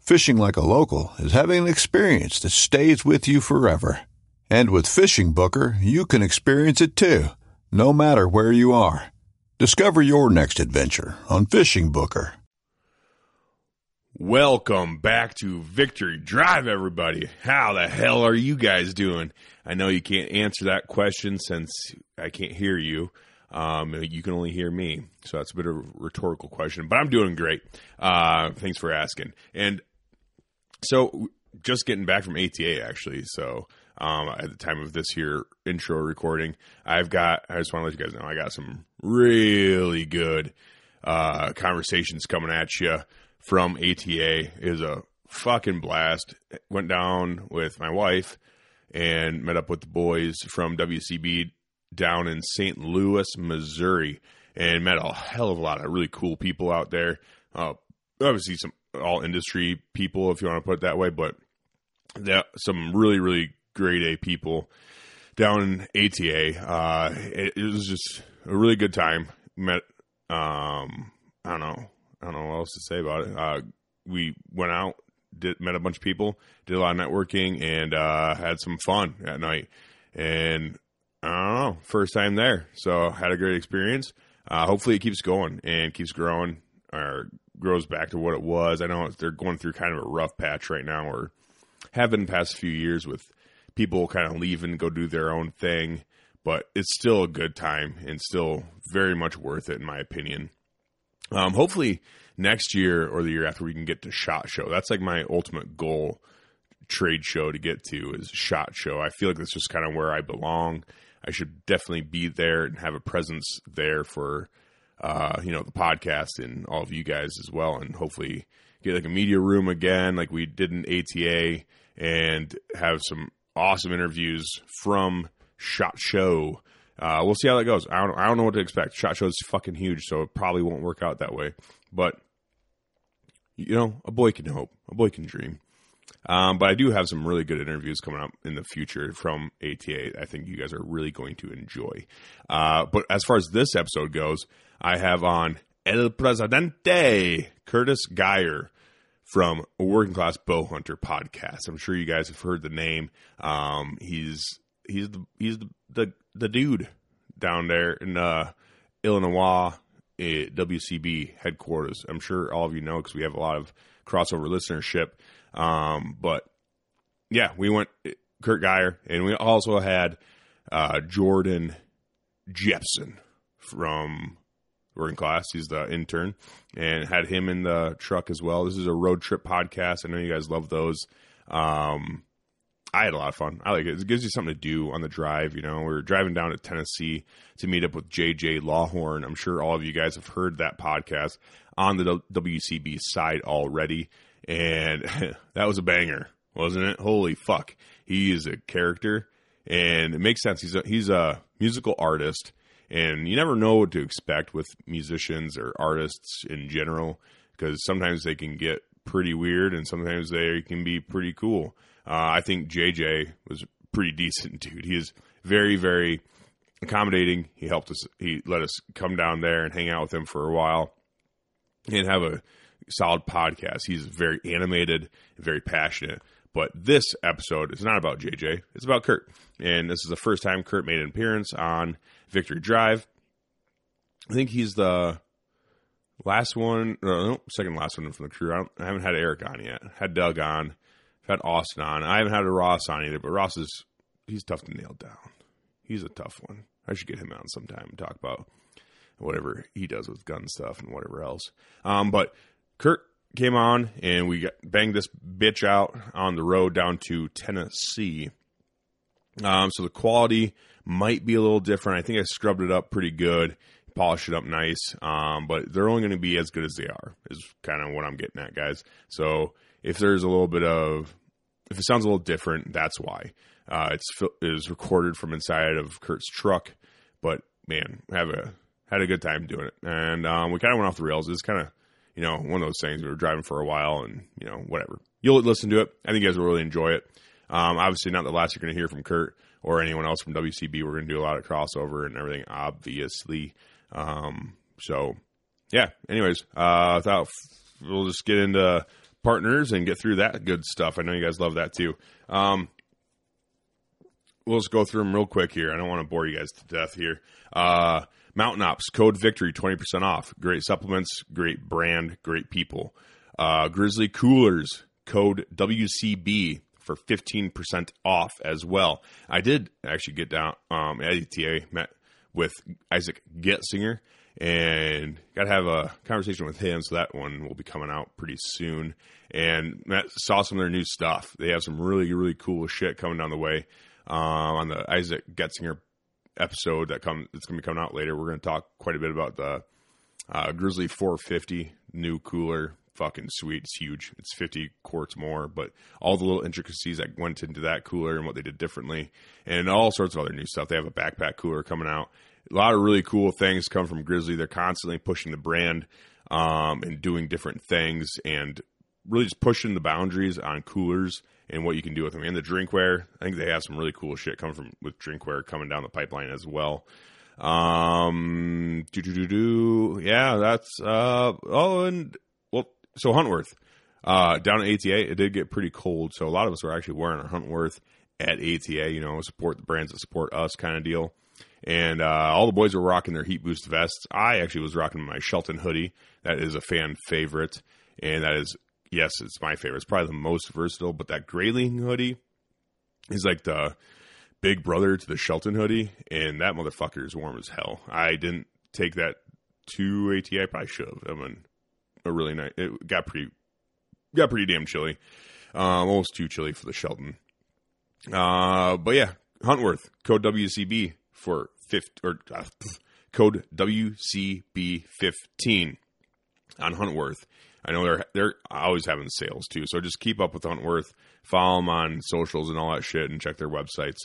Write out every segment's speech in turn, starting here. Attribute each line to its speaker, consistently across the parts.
Speaker 1: Fishing like a local is having an experience that stays with you forever. And with Fishing Booker, you can experience it too, no matter where you are. Discover your next adventure on Fishing Booker.
Speaker 2: Welcome back to Victory Drive, everybody. How the hell are you guys doing? I know you can't answer that question since I can't hear you. Um, you can only hear me, so that's a bit of a rhetorical question. But I'm doing great. Uh, thanks for asking. And so, just getting back from ATA actually. So, um, at the time of this here intro recording, I've got. I just want to let you guys know I got some really good uh, conversations coming at you from ATA. It was a fucking blast. Went down with my wife and met up with the boys from WCB down in St. Louis, Missouri, and met a hell of a lot of really cool people out there. Uh, obviously, some all industry people, if you want to put it that way, but that some really, really great A people down in ATA. Uh, it, it was just a really good time. Met, um, I don't know, I don't know what else to say about it. Uh, we went out, did, met a bunch of people, did a lot of networking, and uh, had some fun at night. And I don't know, first time there, so had a great experience. Uh, hopefully, it keeps going and keeps growing or grows back to what it was. I know they're going through kind of a rough patch right now, or have been the past few years with people kind of leaving, go do their own thing. But it's still a good time and still very much worth it, in my opinion. Um, hopefully, next year or the year after, we can get to Shot Show. That's like my ultimate goal trade show to get to is Shot Show. I feel like that's just kind of where I belong. I should definitely be there and have a presence there for uh, you know, the podcast and all of you guys as well, and hopefully get like a media room again, like we did in ATA, and have some awesome interviews from Shot Show. Uh, we'll see how that goes. I don't, I don't know what to expect. Shot Show is fucking huge, so it probably won't work out that way. But you know, a boy can hope, a boy can dream. Um, but I do have some really good interviews coming up in the future from ATA. I think you guys are really going to enjoy. Uh, but as far as this episode goes, I have on El Presidente, Curtis Geyer from Working Class Bow Hunter podcast. I'm sure you guys have heard the name. Um, he's he's the, he's the, the the dude down there in uh, Illinois eh, at WCB headquarters. I'm sure all of you know because we have a lot of crossover listenership. Um, but yeah, we went Kurt Geyer, and we also had uh, Jordan Jepson from Working Class. He's the intern, and had him in the truck as well. This is a road trip podcast. I know you guys love those. Um, I had a lot of fun. I like it. It gives you something to do on the drive. You know, we were driving down to Tennessee to meet up with JJ Lawhorn. I'm sure all of you guys have heard that podcast on the WCB side already and that was a banger, wasn't it? Holy fuck, he is a character, and it makes sense. He's a, he's a musical artist, and you never know what to expect with musicians or artists in general, because sometimes they can get pretty weird, and sometimes they can be pretty cool. Uh, I think JJ was pretty decent dude. He is very, very accommodating. He helped us. He let us come down there and hang out with him for a while and have a solid podcast. He's very animated and very passionate. But this episode is not about JJ. It's about Kurt. And this is the first time Kurt made an appearance on Victory Drive. I think he's the last one, no, no, second last one from the crew. I, don't, I haven't had Eric on yet. Had Doug on. I've had Austin on. I haven't had a Ross on either, but Ross is he's tough to nail down. He's a tough one. I should get him on sometime and talk about whatever he does with gun stuff and whatever else. Um, but Kurt came on and we got, banged this bitch out on the road down to Tennessee. Um, so the quality might be a little different. I think I scrubbed it up pretty good, polished it up nice. Um, but they're only going to be as good as they are, is kind of what I'm getting at, guys. So if there's a little bit of, if it sounds a little different, that's why. Uh, it's fil- it was recorded from inside of Kurt's truck, but man, have a had a good time doing it, and um, we kind of went off the rails. It's kind of you know one of those things. We were driving for a while, and you know whatever. You'll listen to it. I think you guys will really enjoy it. Um, obviously, not the last you're going to hear from Kurt or anyone else from WCB. We're going to do a lot of crossover and everything, obviously. Um, so yeah. Anyways, uh, without we'll just get into partners and get through that good stuff. I know you guys love that too. Um, we'll just go through them real quick here. I don't want to bore you guys to death here. Uh, Mountain Ops, code Victory, 20% off. Great supplements, great brand, great people. Uh, Grizzly Coolers, code WCB for 15% off as well. I did actually get down um, at ETA, met with Isaac Getzinger, and got to have a conversation with him. So that one will be coming out pretty soon. And met, saw some of their new stuff. They have some really, really cool shit coming down the way um, on the Isaac Getzinger episode that comes it's going to be coming out later. We're going to talk quite a bit about the uh, Grizzly 450 new cooler. Fucking sweet. It's huge. It's 50 quarts more, but all the little intricacies that went into that cooler and what they did differently and all sorts of other new stuff. They have a backpack cooler coming out. A lot of really cool things come from Grizzly. They're constantly pushing the brand um, and doing different things and really just pushing the boundaries on coolers and what you can do with them. And the drinkware, I think they have some really cool shit coming from with drinkware coming down the pipeline as well. Um, do do do do. Yeah, that's uh. Oh, and well, so Huntworth, uh, down at ATA, it did get pretty cold, so a lot of us were actually wearing our Huntworth at ATA. You know, support the brands that support us, kind of deal. And uh, all the boys were rocking their heat boost vests. I actually was rocking my Shelton hoodie. That is a fan favorite, and that is yes, it's my favorite. It's probably the most versatile, but that Grayling hoodie is like the big brother to the Shelton hoodie, and that motherfucker is warm as hell. I didn't take that to ATA. I probably should have. I mean, a really nice. It got pretty, got pretty damn chilly. Um, almost too chilly for the Shelton. Uh, but yeah, Huntworth code WCB for fifth or uh, pff, code WCB fifteen on Huntworth. I know they're they're always having sales too. So just keep up with Huntworth, follow them on socials and all that shit, and check their websites.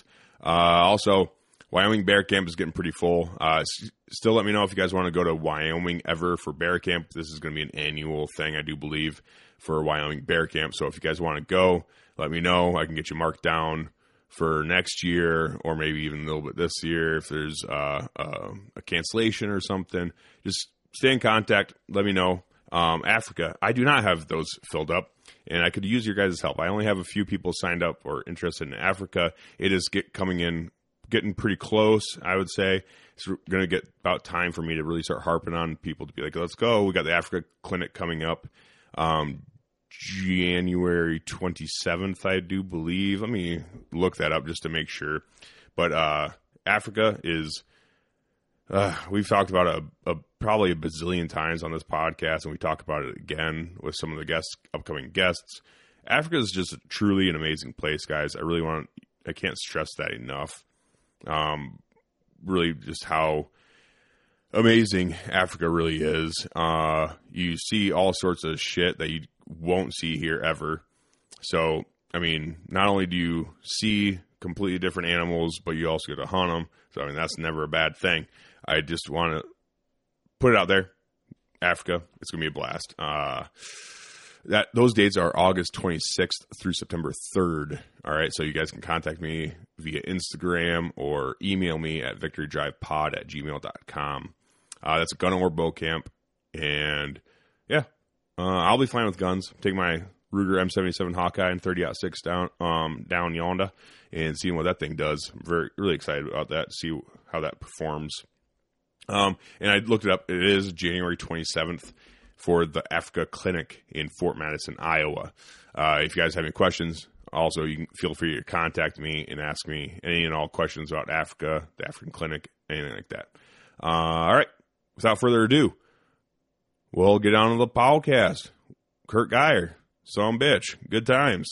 Speaker 2: Uh, also, Wyoming Bear Camp is getting pretty full. Uh, s- still, let me know if you guys want to go to Wyoming ever for Bear Camp. This is going to be an annual thing, I do believe, for Wyoming Bear Camp. So if you guys want to go, let me know. I can get you marked down for next year or maybe even a little bit this year if there's uh, uh, a cancellation or something. Just stay in contact. Let me know um, Africa. I do not have those filled up, and I could use your guys' help. I only have a few people signed up or interested in Africa. It is get coming in, getting pretty close. I would say it's going to get about time for me to really start harping on people to be like, let's go. We got the Africa clinic coming up. Um, January 27th, I do believe. Let me look that up just to make sure. But uh, Africa is uh, we've talked about it a, a probably a bazillion times on this podcast, and we talk about it again with some of the guests, upcoming guests. Africa is just truly an amazing place, guys. I really want, I can't stress that enough. Um, really, just how amazing Africa really is. Uh, you see all sorts of shit that you won't see here ever. So, I mean, not only do you see completely different animals, but you also get to hunt them. So, I mean, that's never a bad thing. I just want to put it out there. Africa, it's gonna be a blast. Uh, that those dates are August 26th through September 3rd. All right, so you guys can contact me via Instagram or email me at victorydrivepod at gmail.com. Uh, that's gun or bow camp, and yeah, uh, I'll be flying with guns. Take my Ruger M77 Hawkeye and 30 six down um down yonder and seeing what that thing does. I'm very really excited about that. See how that performs. Um, and I looked it up. It is January 27th for the EFCA clinic in Fort Madison, Iowa. Uh, if you guys have any questions, also you can feel free to contact me and ask me any and all questions about Africa, the African clinic, anything like that. Uh, all right. Without further ado, we'll get on to the podcast. Kurt Geyer, some bitch. Good times.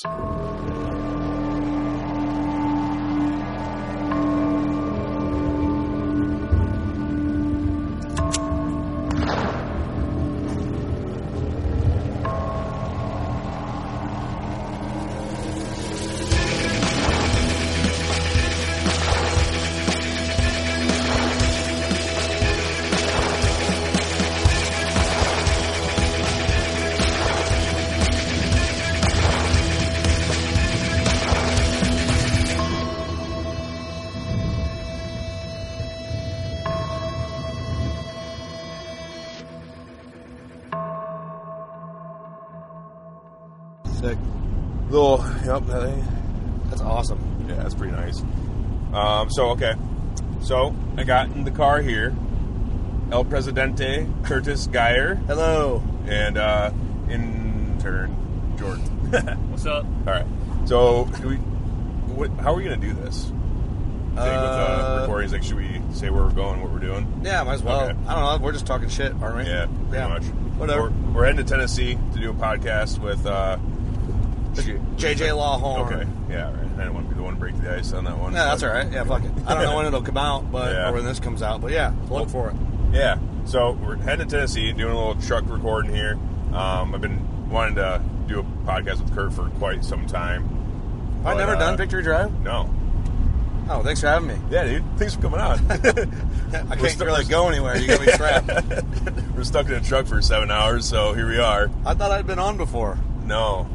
Speaker 3: Sick.
Speaker 2: Little, yep, that
Speaker 3: That's awesome.
Speaker 2: Yeah, that's pretty nice. Um, so okay, so I got in the car here, El Presidente, Curtis Geyer,
Speaker 3: Hello.
Speaker 2: and uh, intern Jordan.
Speaker 4: What's up?
Speaker 2: All right, so do we? What, how are we gonna do this? Thing with uh,
Speaker 3: Uh,
Speaker 2: recordings, like, should we say where we're going, what we're doing?
Speaker 3: Yeah, might as well.
Speaker 2: Okay.
Speaker 3: I don't know. We're just talking shit, aren't we?
Speaker 2: Yeah, pretty
Speaker 3: Yeah.
Speaker 2: much.
Speaker 3: Whatever.
Speaker 2: We're, we're heading to Tennessee to do a podcast with. Uh, J-
Speaker 3: JJ Law Horn.
Speaker 2: okay, yeah, all right. I don't want to be the one to break the ice on that one.
Speaker 3: Yeah, that's
Speaker 2: but-
Speaker 3: all right. Yeah, fuck it. I don't know when it'll come out, but
Speaker 2: Yeah.
Speaker 3: or when this comes out, but yeah, look for it.
Speaker 2: Yeah. So we're heading to Tennessee, doing a little truck recording here. Um, I've been wanting to do a podcast with Kurt for quite some time.
Speaker 3: Have
Speaker 2: But,
Speaker 3: I never
Speaker 2: uh,
Speaker 3: done Victory Drive?
Speaker 2: No.
Speaker 3: Oh, thanks for having me.
Speaker 2: Yeah, dude. Things are coming on.
Speaker 3: I
Speaker 2: We're
Speaker 3: can't
Speaker 2: still-
Speaker 3: really go anywhere. You got me trapped.
Speaker 2: we're stuck in a truck for seven hours, so here we are.
Speaker 3: I thought I'd been on before.
Speaker 2: No.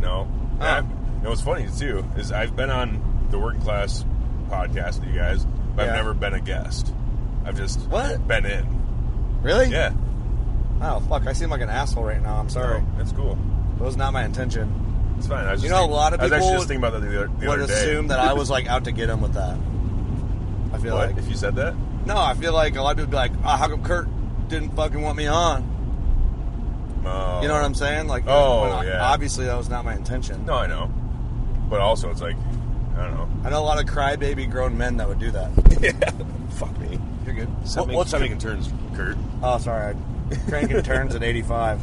Speaker 2: No.
Speaker 3: Oh.
Speaker 2: And what's funny too is I've been on the working class podcast with you guys, but
Speaker 3: Yeah.
Speaker 2: I've never been a guest. I've just
Speaker 3: What?
Speaker 2: been in.
Speaker 3: Really?
Speaker 2: Yeah.
Speaker 3: Oh fuck! I seem like an asshole right now. I'm sorry.
Speaker 2: No, that's cool.
Speaker 3: That was not my intention.
Speaker 2: It's fine. I was
Speaker 3: You
Speaker 2: just
Speaker 3: know, a
Speaker 2: thinking-
Speaker 3: lot of
Speaker 2: I was actually
Speaker 3: people
Speaker 2: just thinking about that the other, the
Speaker 3: Would
Speaker 2: other day.
Speaker 3: assume that I was like out to get him with that. I feel
Speaker 2: What?
Speaker 3: like
Speaker 2: if you said that?
Speaker 3: no. I feel like a lot of people be like, oh, how come Kurt didn't fucking want me on?
Speaker 2: Oh.
Speaker 3: You know what I'm saying? Like,
Speaker 2: Oh,
Speaker 3: but I-
Speaker 2: yeah.
Speaker 3: Obviously, that was not my intention.
Speaker 2: No, I know. But also, it's like, I don't know.
Speaker 3: I know a lot of crybaby grown men that would do that.
Speaker 2: Fuck me.
Speaker 3: You're good.
Speaker 2: Stop
Speaker 3: What-
Speaker 2: making-
Speaker 3: what's
Speaker 2: stop
Speaker 3: up?
Speaker 2: making turns, Kurt?
Speaker 3: Oh, sorry. I- Cranking turns at 85.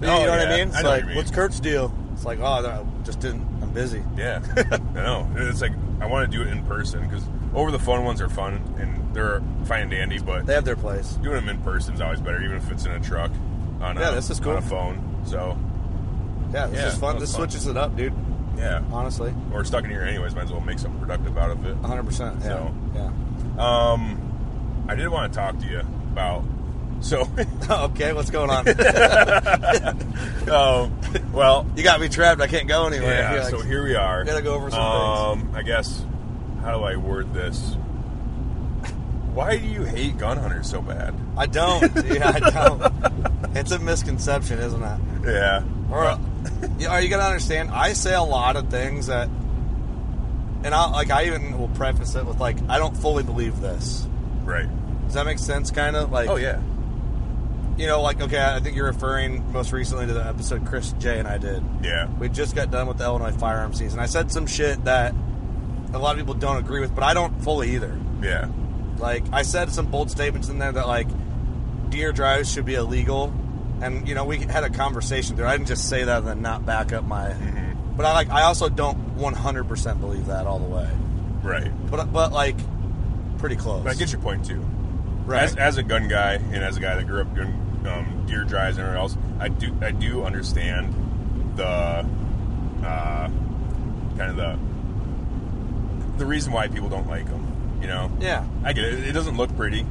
Speaker 3: But you
Speaker 2: Oh,
Speaker 3: know what
Speaker 2: yeah.
Speaker 3: I mean? It's
Speaker 2: I know what
Speaker 3: like,
Speaker 2: you mean.
Speaker 3: what's Kurt's deal? It's like, oh, I just didn't. I'm busy.
Speaker 2: Yeah, I know. And It's like I want to do it in person because over the phone ones are fun and they're fine and dandy, but
Speaker 3: They have their place.
Speaker 2: doing them in person is always better, even if it's in a truck. On a,
Speaker 3: Yeah, this is cool.
Speaker 2: On a phone, so
Speaker 3: Yeah, this
Speaker 2: Yeah,
Speaker 3: is fun.
Speaker 2: that was
Speaker 3: This
Speaker 2: fun.
Speaker 3: switches it up, dude.
Speaker 2: yeah.
Speaker 3: Honestly,
Speaker 2: We're stuck in here anyways. Might as well make something productive out of it.
Speaker 3: 100. percent Yeah,
Speaker 2: So-
Speaker 3: yeah.
Speaker 2: Um, I did want to talk to you about. So,
Speaker 3: okay, what's going on?
Speaker 2: um, well,
Speaker 3: you got me trapped. I can't go anywhere.
Speaker 2: Yeah,
Speaker 3: You're like,
Speaker 2: so here we are.
Speaker 3: gotta go over some
Speaker 2: um, I guess. How do I word this? Why do you hate gun hunters so bad?
Speaker 3: I don't. dude, I don't. It's a misconception, isn't it?
Speaker 2: Yeah.
Speaker 3: Or, yeah, are you gonna understand? I say a lot of things that, and I like I even will preface it with like I don't fully believe this.
Speaker 2: Right.
Speaker 3: Does that make sense? Kind of like
Speaker 2: Oh yeah.
Speaker 3: you know like okay I think you're referring most recently to the episode Chris J and I did.
Speaker 2: Yeah.
Speaker 3: We just got done with the Illinois firearm season. I said some shit that a lot of people don't agree with, but I don't fully either.
Speaker 2: Yeah.
Speaker 3: Like I said some bold statements in there that like deer drives should be illegal, and you know we had a conversation there. I didn't just say that and then not back up my. But I like I also don't 100% believe that all the way,
Speaker 2: Right.
Speaker 3: but but like pretty close.
Speaker 2: But I get your point too.
Speaker 3: right.
Speaker 2: As, as a gun guy and as a guy that grew up doing um, deer drives and everything else, I do I do understand the uh, kind of the the reason why people don't like them. You know.
Speaker 3: yeah.
Speaker 2: I get it. It doesn't look pretty,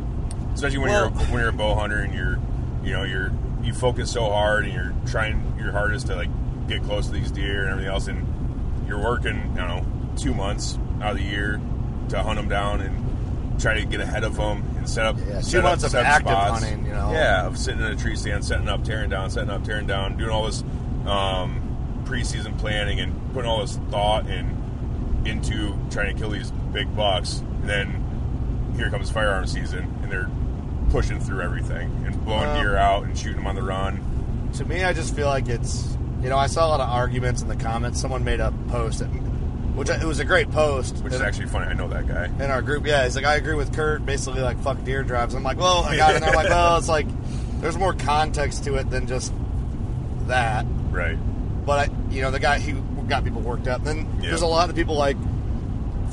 Speaker 2: especially when
Speaker 3: Well-
Speaker 2: you're when you're a bow hunter and you're you know you're you focus so hard and you're trying your hardest to like get close to these deer and everything else, and you're working, you know, two months out of the year to hunt them down and try to get ahead of them and set up.
Speaker 3: Yeah, two
Speaker 2: set up,
Speaker 3: months of
Speaker 2: set up
Speaker 3: active
Speaker 2: spots.
Speaker 3: hunting, you know.
Speaker 2: Yeah, of sitting in a tree stand, setting up, tearing down, setting up, tearing down, doing all this um, preseason planning and putting all this thought and into trying to kill these big bucks. And then here comes firearm season, and they're pushing through everything and blowing
Speaker 3: Well-
Speaker 2: deer out and shooting them on the run.
Speaker 3: to me, I just feel like it's you know I saw a lot of arguments in the comments. Someone made a post, that, which I, it was a great post,
Speaker 2: Which is
Speaker 3: And-
Speaker 2: actually funny. I know that guy.
Speaker 3: in our group. Yeah, he's like, I agree with Kurt. Basically, like, fuck deer drives. I'm like, well, I got it. And they're like, well, it's like, there's more context to it than just that.
Speaker 2: Right.
Speaker 3: But I, you know, the guy he got people worked up. Then
Speaker 2: Yeah.
Speaker 3: there's a lot of people like,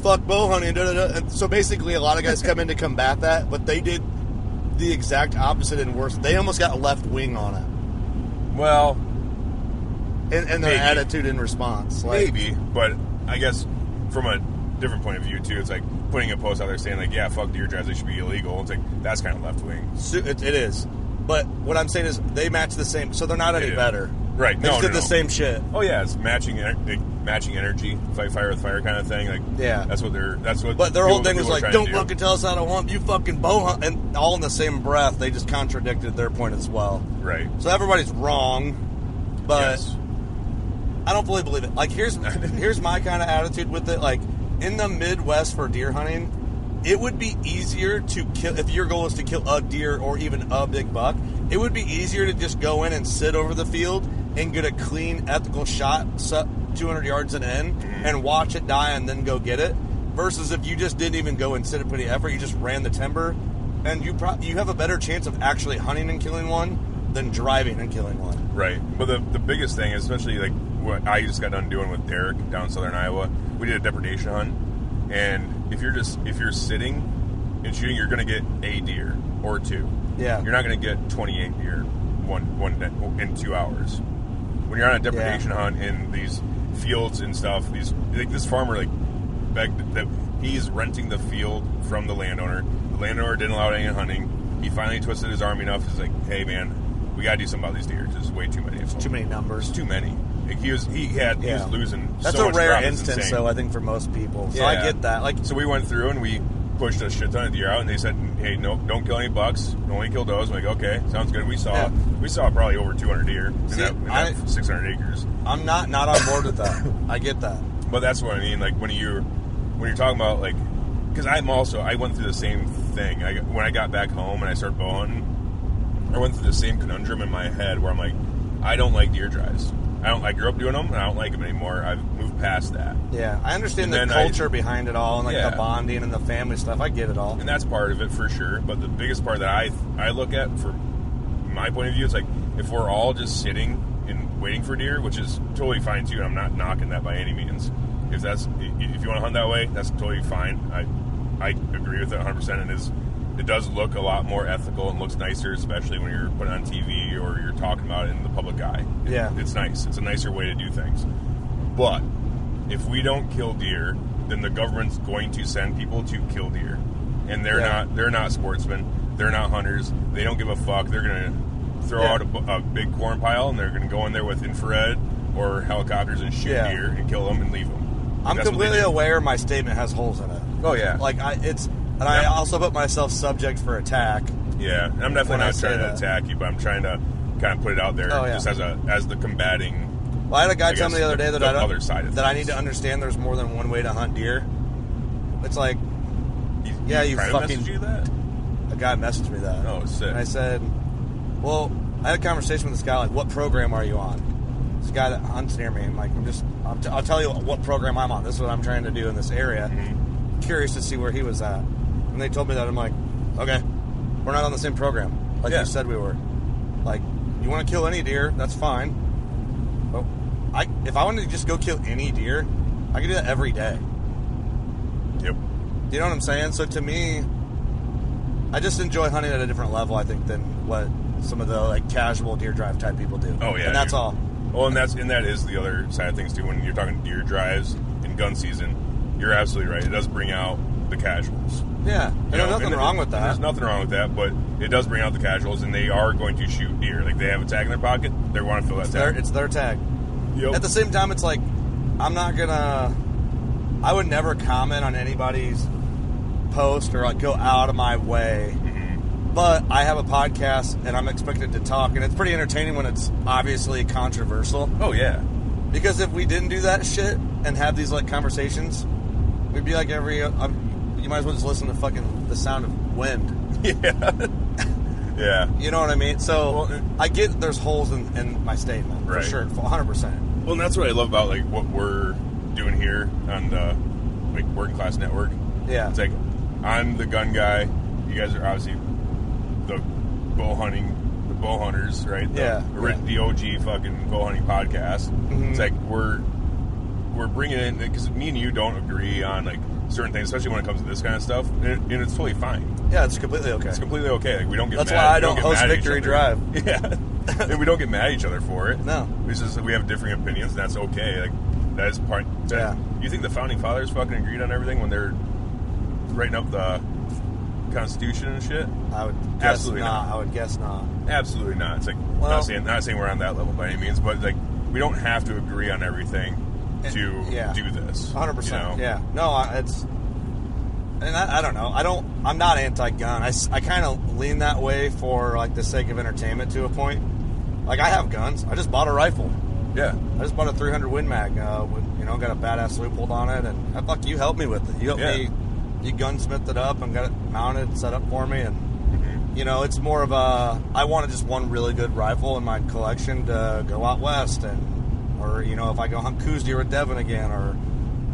Speaker 3: fuck bow hunting. Da, da, da. And so basically, a lot of guys come in to combat that, but they did the exact opposite and worse. They almost got left wing on it,
Speaker 2: Well,
Speaker 3: and, and their
Speaker 2: Maybe.
Speaker 3: attitude in response. Like,
Speaker 2: maybe, but I guess from a different point of view too, it's like putting a post out there saying like, "Yeah, fuck deer drives; they should be illegal." It's like that's kind of left wing.
Speaker 3: su- it, it is. But what I'm saying is, they match the same, so they're not any
Speaker 2: do.
Speaker 3: better.
Speaker 2: Right,
Speaker 3: They
Speaker 2: no,
Speaker 3: just
Speaker 2: no,
Speaker 3: did
Speaker 2: no.
Speaker 3: the same shit.
Speaker 2: Oh yeah, it's matching ener- like, matching energy, fight fire with fire kind of thing. Like
Speaker 3: Yeah.
Speaker 2: that's what they're that's what.
Speaker 3: But their
Speaker 2: people-
Speaker 3: whole thing was
Speaker 2: people are
Speaker 3: like,
Speaker 2: trying to
Speaker 3: "Don't
Speaker 2: do."
Speaker 3: fucking tell us how to hunt. You fucking bow hunt," and all in the same breath, they just contradicted their point as well.
Speaker 2: Right.
Speaker 3: So everybody's wrong, but
Speaker 2: yes.
Speaker 3: I don't fully believe it. Like here's here's my kind of attitude with it. Like in the Midwest for deer hunting, it would be easier to kill if your goal is to kill a deer or even a big buck. It would be easier to just go in and sit over the field and get a clean ethical shot su- 200 yards and in and watch it die and then go get it. Versus if you just didn't even go and sit and put any effort, you just ran the timber, and you pro- you have a better chance of actually hunting and killing one than driving and killing one.
Speaker 2: Right. But the, the biggest thing, especially like what I just got done doing with Derek down in southern Iowa, we did a depredation hunt. And if you're just if you're sitting and shooting, you're gonna get a deer or two.
Speaker 3: Yeah.
Speaker 2: You're not gonna get twenty eight deer one one day, oh, in two hours. When you're on a depredation hunt in these fields and stuff, these like this farmer like begged that he's renting the field from the landowner. The landowner didn't allow any hunting. He finally twisted his arm enough. He's like, "Hey, man, we gotta do something about these deer. There's way too many. of them."
Speaker 3: Too many numbers.
Speaker 2: It's too many. Like he was, he had, he was losing.
Speaker 3: That's
Speaker 2: so
Speaker 3: a
Speaker 2: much
Speaker 3: rare
Speaker 2: ground. It's
Speaker 3: instance,
Speaker 2: insane.
Speaker 3: though. I think for most people, so I
Speaker 2: Yeah.
Speaker 3: get that. Like,
Speaker 2: So we went through and we pushed a shit ton of deer out, and they said, "Hey, no, don't kill any bucks. Only kill does." I'm like, okay, sounds good. We saw,
Speaker 3: Yeah.
Speaker 2: we saw probably over 200 deer in
Speaker 3: See,
Speaker 2: that, in
Speaker 3: I-
Speaker 2: that 600 acres.
Speaker 3: I'm not not on board with that. I get that.
Speaker 2: But that's what I mean. Like when you, when you're talking about like, because I'm also I went through the same thing. I, when I got back home and I started bow hunting, I went through the same conundrum in my head where I'm like, I don't like deer drives. I don't. I grew up doing them, and I don't like them anymore. I've moved past that.
Speaker 3: Yeah, I understand
Speaker 2: And
Speaker 3: the
Speaker 2: then I-
Speaker 3: culture behind it all, and like
Speaker 2: Yeah.
Speaker 3: the bonding and the family stuff. I get it all.
Speaker 2: and that's part of it for sure. But the biggest part that I I look at from my point of view is like if we're all just sitting and waiting for deer, which is totally fine too. and I'm not knocking that by any means. If that's if you want to hunt that way, that's totally fine. I I agree with it 100. percent And is it does look a lot more ethical and looks nicer, especially when you're putting it on TV or you're talking about it in the public eye. It-
Speaker 3: Yeah.
Speaker 2: it's nice. It's a nicer way to do things. But if we don't kill deer, then the government's going to send people to kill deer, and they're
Speaker 3: Yeah.
Speaker 2: not they're not sportsmen, they're not hunters. They don't give a fuck. They're gonna throw
Speaker 3: Yeah.
Speaker 2: out a, bu- a big corn pile, and they're gonna go in there with infrared or helicopters and shoot
Speaker 3: Yeah.
Speaker 2: deer and kill them and leave them.
Speaker 3: I'm completely aware my statement has holes in it.
Speaker 2: Oh yeah,
Speaker 3: Like, I it's and I
Speaker 2: Yeah.
Speaker 3: also put myself subject for attack.
Speaker 2: yeah. And I'm
Speaker 3: When
Speaker 2: definitely
Speaker 3: I
Speaker 2: not
Speaker 3: say
Speaker 2: trying to
Speaker 3: that.
Speaker 2: attack you, but I'm trying to kind of put it out there
Speaker 3: Oh, yeah.
Speaker 2: just as a as the combating.
Speaker 3: Well, I had a guy
Speaker 2: I
Speaker 3: tell me
Speaker 2: guess
Speaker 3: the other day that
Speaker 2: the-
Speaker 3: I
Speaker 2: the
Speaker 3: don't
Speaker 2: other side of
Speaker 3: that I
Speaker 2: things.
Speaker 3: need to understand. There's more than one way to hunt deer. It's like
Speaker 2: You,
Speaker 3: Yeah, you
Speaker 2: try to
Speaker 3: fucking-
Speaker 2: message you that.
Speaker 3: a guy messaged me that.
Speaker 2: Oh, sick.
Speaker 3: And I said, "Well, I had a conversation with this guy. Like, what program are you on?" This guy that hunts near me. I'm like, "I'm just. I'm t- I'll tell you what program I'm on. This is what I'm trying to do in this area.
Speaker 2: Mm-hmm.
Speaker 3: Curious to see where he was at." And they told me that. I'm like, "Okay, we're not on the same program. Like
Speaker 2: Yeah.
Speaker 3: you said, we were. Like, you want to kill any deer? That's fine. But I, if I wanted to just go kill any deer, I could do that every day."
Speaker 2: Yep.
Speaker 3: You know what I'm saying? So to me, I just enjoy hunting at a different level, I think, than what some of the like casual deer drive type people do.
Speaker 2: Oh yeah,
Speaker 3: and that's
Speaker 2: dude.
Speaker 3: all.
Speaker 2: Well, and that's and that is the other side of things too. When you're talking deer drives and gun season, You're absolutely right. It does bring out the casuals.
Speaker 3: Yeah, and
Speaker 2: You
Speaker 3: there's
Speaker 2: know,
Speaker 3: nothing
Speaker 2: and
Speaker 3: wrong
Speaker 2: it-
Speaker 3: with that.
Speaker 2: There's nothing wrong with that, but it does bring out the casuals, and they are going to shoot deer. Like they have a tag in their pocket, they want to fill that
Speaker 3: It's their,
Speaker 2: tag.
Speaker 3: it's their tag.
Speaker 2: Yep.
Speaker 3: At the same time, it's like I'm not gonna. I would never comment on anybody's post or like go out of my way.
Speaker 2: Mm-hmm.
Speaker 3: But I have a podcast and I'm expected to talk, and it's pretty entertaining when it's obviously controversial.
Speaker 2: oh yeah,
Speaker 3: Because if we didn't do that shit and have these like conversations, we'd be like every. Um, you might as well just listen to fucking the sound of wind.
Speaker 2: yeah.
Speaker 3: You know what I mean? So
Speaker 2: Well, it-
Speaker 3: I get there's holes in, in my statement
Speaker 2: Right.
Speaker 3: for sure, 100. percent
Speaker 2: Well, and that's what I love about like what we're doing here on the like working class network.
Speaker 3: Yeah.
Speaker 2: It's like I'm the gun guy. You guys are obviously the bow hunting, the bow hunters, right? The,
Speaker 3: Yeah, Mm-hmm.
Speaker 2: ori- The OG fucking bow hunting podcast. It's like we're we're bringing in because me and you don't agree on like certain things, especially when it comes to this kind of stuff, and, it, and it's totally fine.
Speaker 3: Yeah, it's completely okay.
Speaker 2: It's completely okay. Like we don't get.
Speaker 3: That's
Speaker 2: mad-
Speaker 3: why I
Speaker 2: we
Speaker 3: don't
Speaker 2: get
Speaker 3: host
Speaker 2: mad at each
Speaker 3: Victory
Speaker 2: other. Yeah, and we don't get mad at each other for it.
Speaker 3: No.
Speaker 2: it's just that we have differing opinions, and that's okay. Like that is part. that-
Speaker 3: Yeah.
Speaker 2: You think the founding fathers fucking agreed on everything when they're writing up the Constitution and shit?
Speaker 3: I would guess
Speaker 2: Absolutely
Speaker 3: not.
Speaker 2: not.
Speaker 3: I would guess not.
Speaker 2: Absolutely not. It's like
Speaker 3: Well-
Speaker 2: not saying not saying we're on that level by any means, but like we don't have to agree on everything to
Speaker 3: yeah.
Speaker 2: do this.
Speaker 3: 100.
Speaker 2: you
Speaker 3: percent
Speaker 2: know?
Speaker 3: Yeah. No, I, it's. And I, I don't know. I don't. I'm not anti-gun. I, kind of lean that way for like the sake of entertainment to a point. Like I have guns. I just bought a rifle.
Speaker 2: yeah.
Speaker 3: I just bought a 300 Win Mag. Uh, with, you know, got a badass loophole on it, and uh, fuck, you helped me with it. You helped
Speaker 2: Yeah.
Speaker 3: me. You gunsmithed it up and got it mounted, and set up for me, and you know, it's more of a. I wanted just one really good rifle in my collection to go out west, and or you know, if I go hunt coos deer with Devin again, or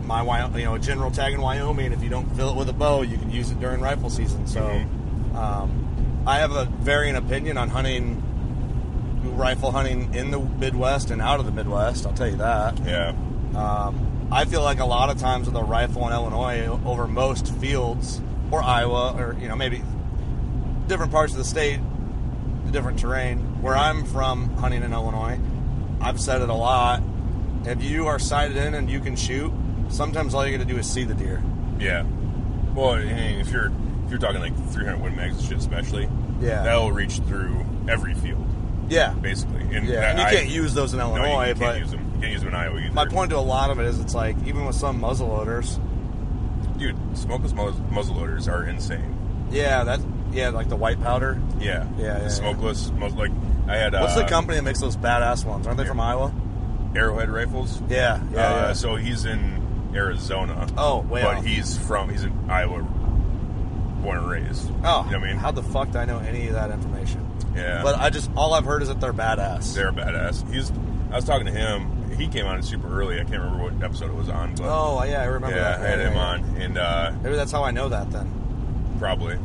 Speaker 3: my Wy- you know, a general tag in Wyoming. If you don't fill it with a bow, you can use it during rifle season. So, um, I have a varying opinion on hunting rifle hunting in the Midwest and out of the Midwest. I'll tell you that.
Speaker 2: Yeah.
Speaker 3: Um, I feel like a lot of times with a rifle in Illinois over most fields or Iowa or you know maybe different parts of the state, different terrain. Where I'm from, hunting in Illinois, I've said it a lot. If you are sighted in and you can shoot, sometimes all you got to do is see the deer.
Speaker 2: Yeah. Well, I mean, if you're if you're talking like 300 win mags and shit, especially,
Speaker 3: Yeah.
Speaker 2: that'll reach through every field
Speaker 3: Yeah,
Speaker 2: basically. And
Speaker 3: yeah.
Speaker 2: that
Speaker 3: And you
Speaker 2: I-
Speaker 3: can't use those in
Speaker 2: no,
Speaker 3: Illinois,
Speaker 2: you can't
Speaker 3: but
Speaker 2: use them. You can't use them in Iowa either.
Speaker 3: my point to a lot of it is it's like even with some muzzleloaders,
Speaker 2: dude, smokeless muz- muzzleloaders are insane.
Speaker 3: yeah, that yeah, like the white powder.
Speaker 2: Yeah,
Speaker 3: Yeah, yeah, yeah.
Speaker 2: smokeless muzzle. Like I had.
Speaker 3: What's
Speaker 2: uh,
Speaker 3: the company that makes those badass ones? Aren't they from Iowa?
Speaker 2: Arrowhead rifles.
Speaker 3: Yeah, yeah,
Speaker 2: uh,
Speaker 3: yeah.
Speaker 2: So he's in Arizona.
Speaker 3: Oh, way
Speaker 2: but
Speaker 3: off.
Speaker 2: he's from he's in Iowa, born and raised.
Speaker 3: Oh,
Speaker 2: you know what I mean,
Speaker 3: how the fuck do I know any of that information?
Speaker 2: yeah.
Speaker 3: But I just all I've heard is that they're badass.
Speaker 2: They're a badass. He's. I was talking to him. He came on super early. I can't remember what episode it was on, but
Speaker 3: oh yeah, I remember
Speaker 2: yeah,
Speaker 3: that.
Speaker 2: I had him
Speaker 3: yeah.
Speaker 2: on, and uh,
Speaker 3: Maybe that's how I know that then.
Speaker 2: probably.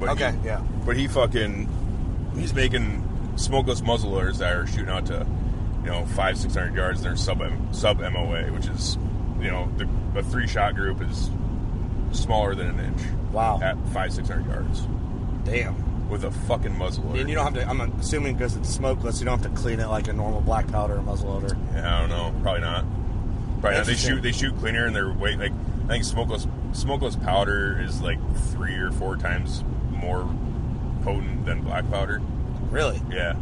Speaker 2: But
Speaker 3: okay,
Speaker 2: He,
Speaker 3: yeah.
Speaker 2: But he fucking he's making smokeless muzzleloaders that are shooting out to you know five six hundred yards. They're sub sub MOA, which is you know the, a three shot group is smaller than an inch.
Speaker 3: Wow.
Speaker 2: At five six hundred yards
Speaker 3: Damn.
Speaker 2: with a fucking muzzleloader.
Speaker 3: And you don't have to. I'm assuming because it's smokeless, you don't have to clean it like a normal black powder or muzzleloader.
Speaker 2: Yeah, I don't know. Probably not. Probably not. They
Speaker 3: Interesting.
Speaker 2: shoot. They shoot cleaner, and they're way like I think smokeless smokeless powder is like three or four times more potent than black powder.
Speaker 3: Really?
Speaker 2: Yeah.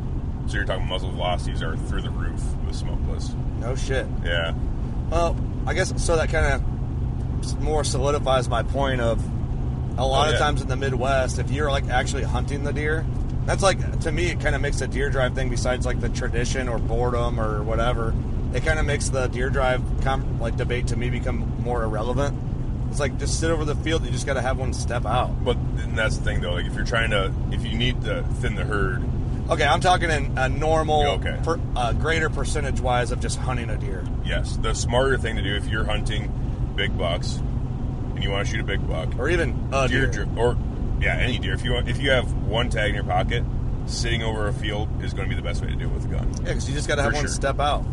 Speaker 2: So you're talking muzzle velocities are through the roof with smokeless.
Speaker 3: No shit.
Speaker 2: Yeah.
Speaker 3: Well, I guess so. That kind of more solidifies my point of a lot
Speaker 2: Oh, yeah.
Speaker 3: of times in the Midwest, if you're like actually hunting the deer, that's like to me, it kind of makes the deer drive thing. Besides like the tradition or boredom or whatever, it kind of makes the deer drive com- like debate to me become more irrelevant. It's like just sit over the field. You just got to have one step out.
Speaker 2: But and that's the thing though. Like if you're trying to, if you need to thin the herd,
Speaker 3: Okay, I'm talking in a normal,
Speaker 2: Yeah, okay.
Speaker 3: per, uh, greater percentage wise of just hunting a deer.
Speaker 2: yes, the smarter thing to do if you're hunting big bucks and you want to shoot a big buck,
Speaker 3: Or even a
Speaker 2: deer,
Speaker 3: deer.
Speaker 2: dri- or yeah, any deer. If you want, if you have one tag in your pocket, sitting over a field is going to be the best way to do it with a gun.
Speaker 3: Yeah, because you just got to have
Speaker 2: For
Speaker 3: one
Speaker 2: sure.
Speaker 3: step out.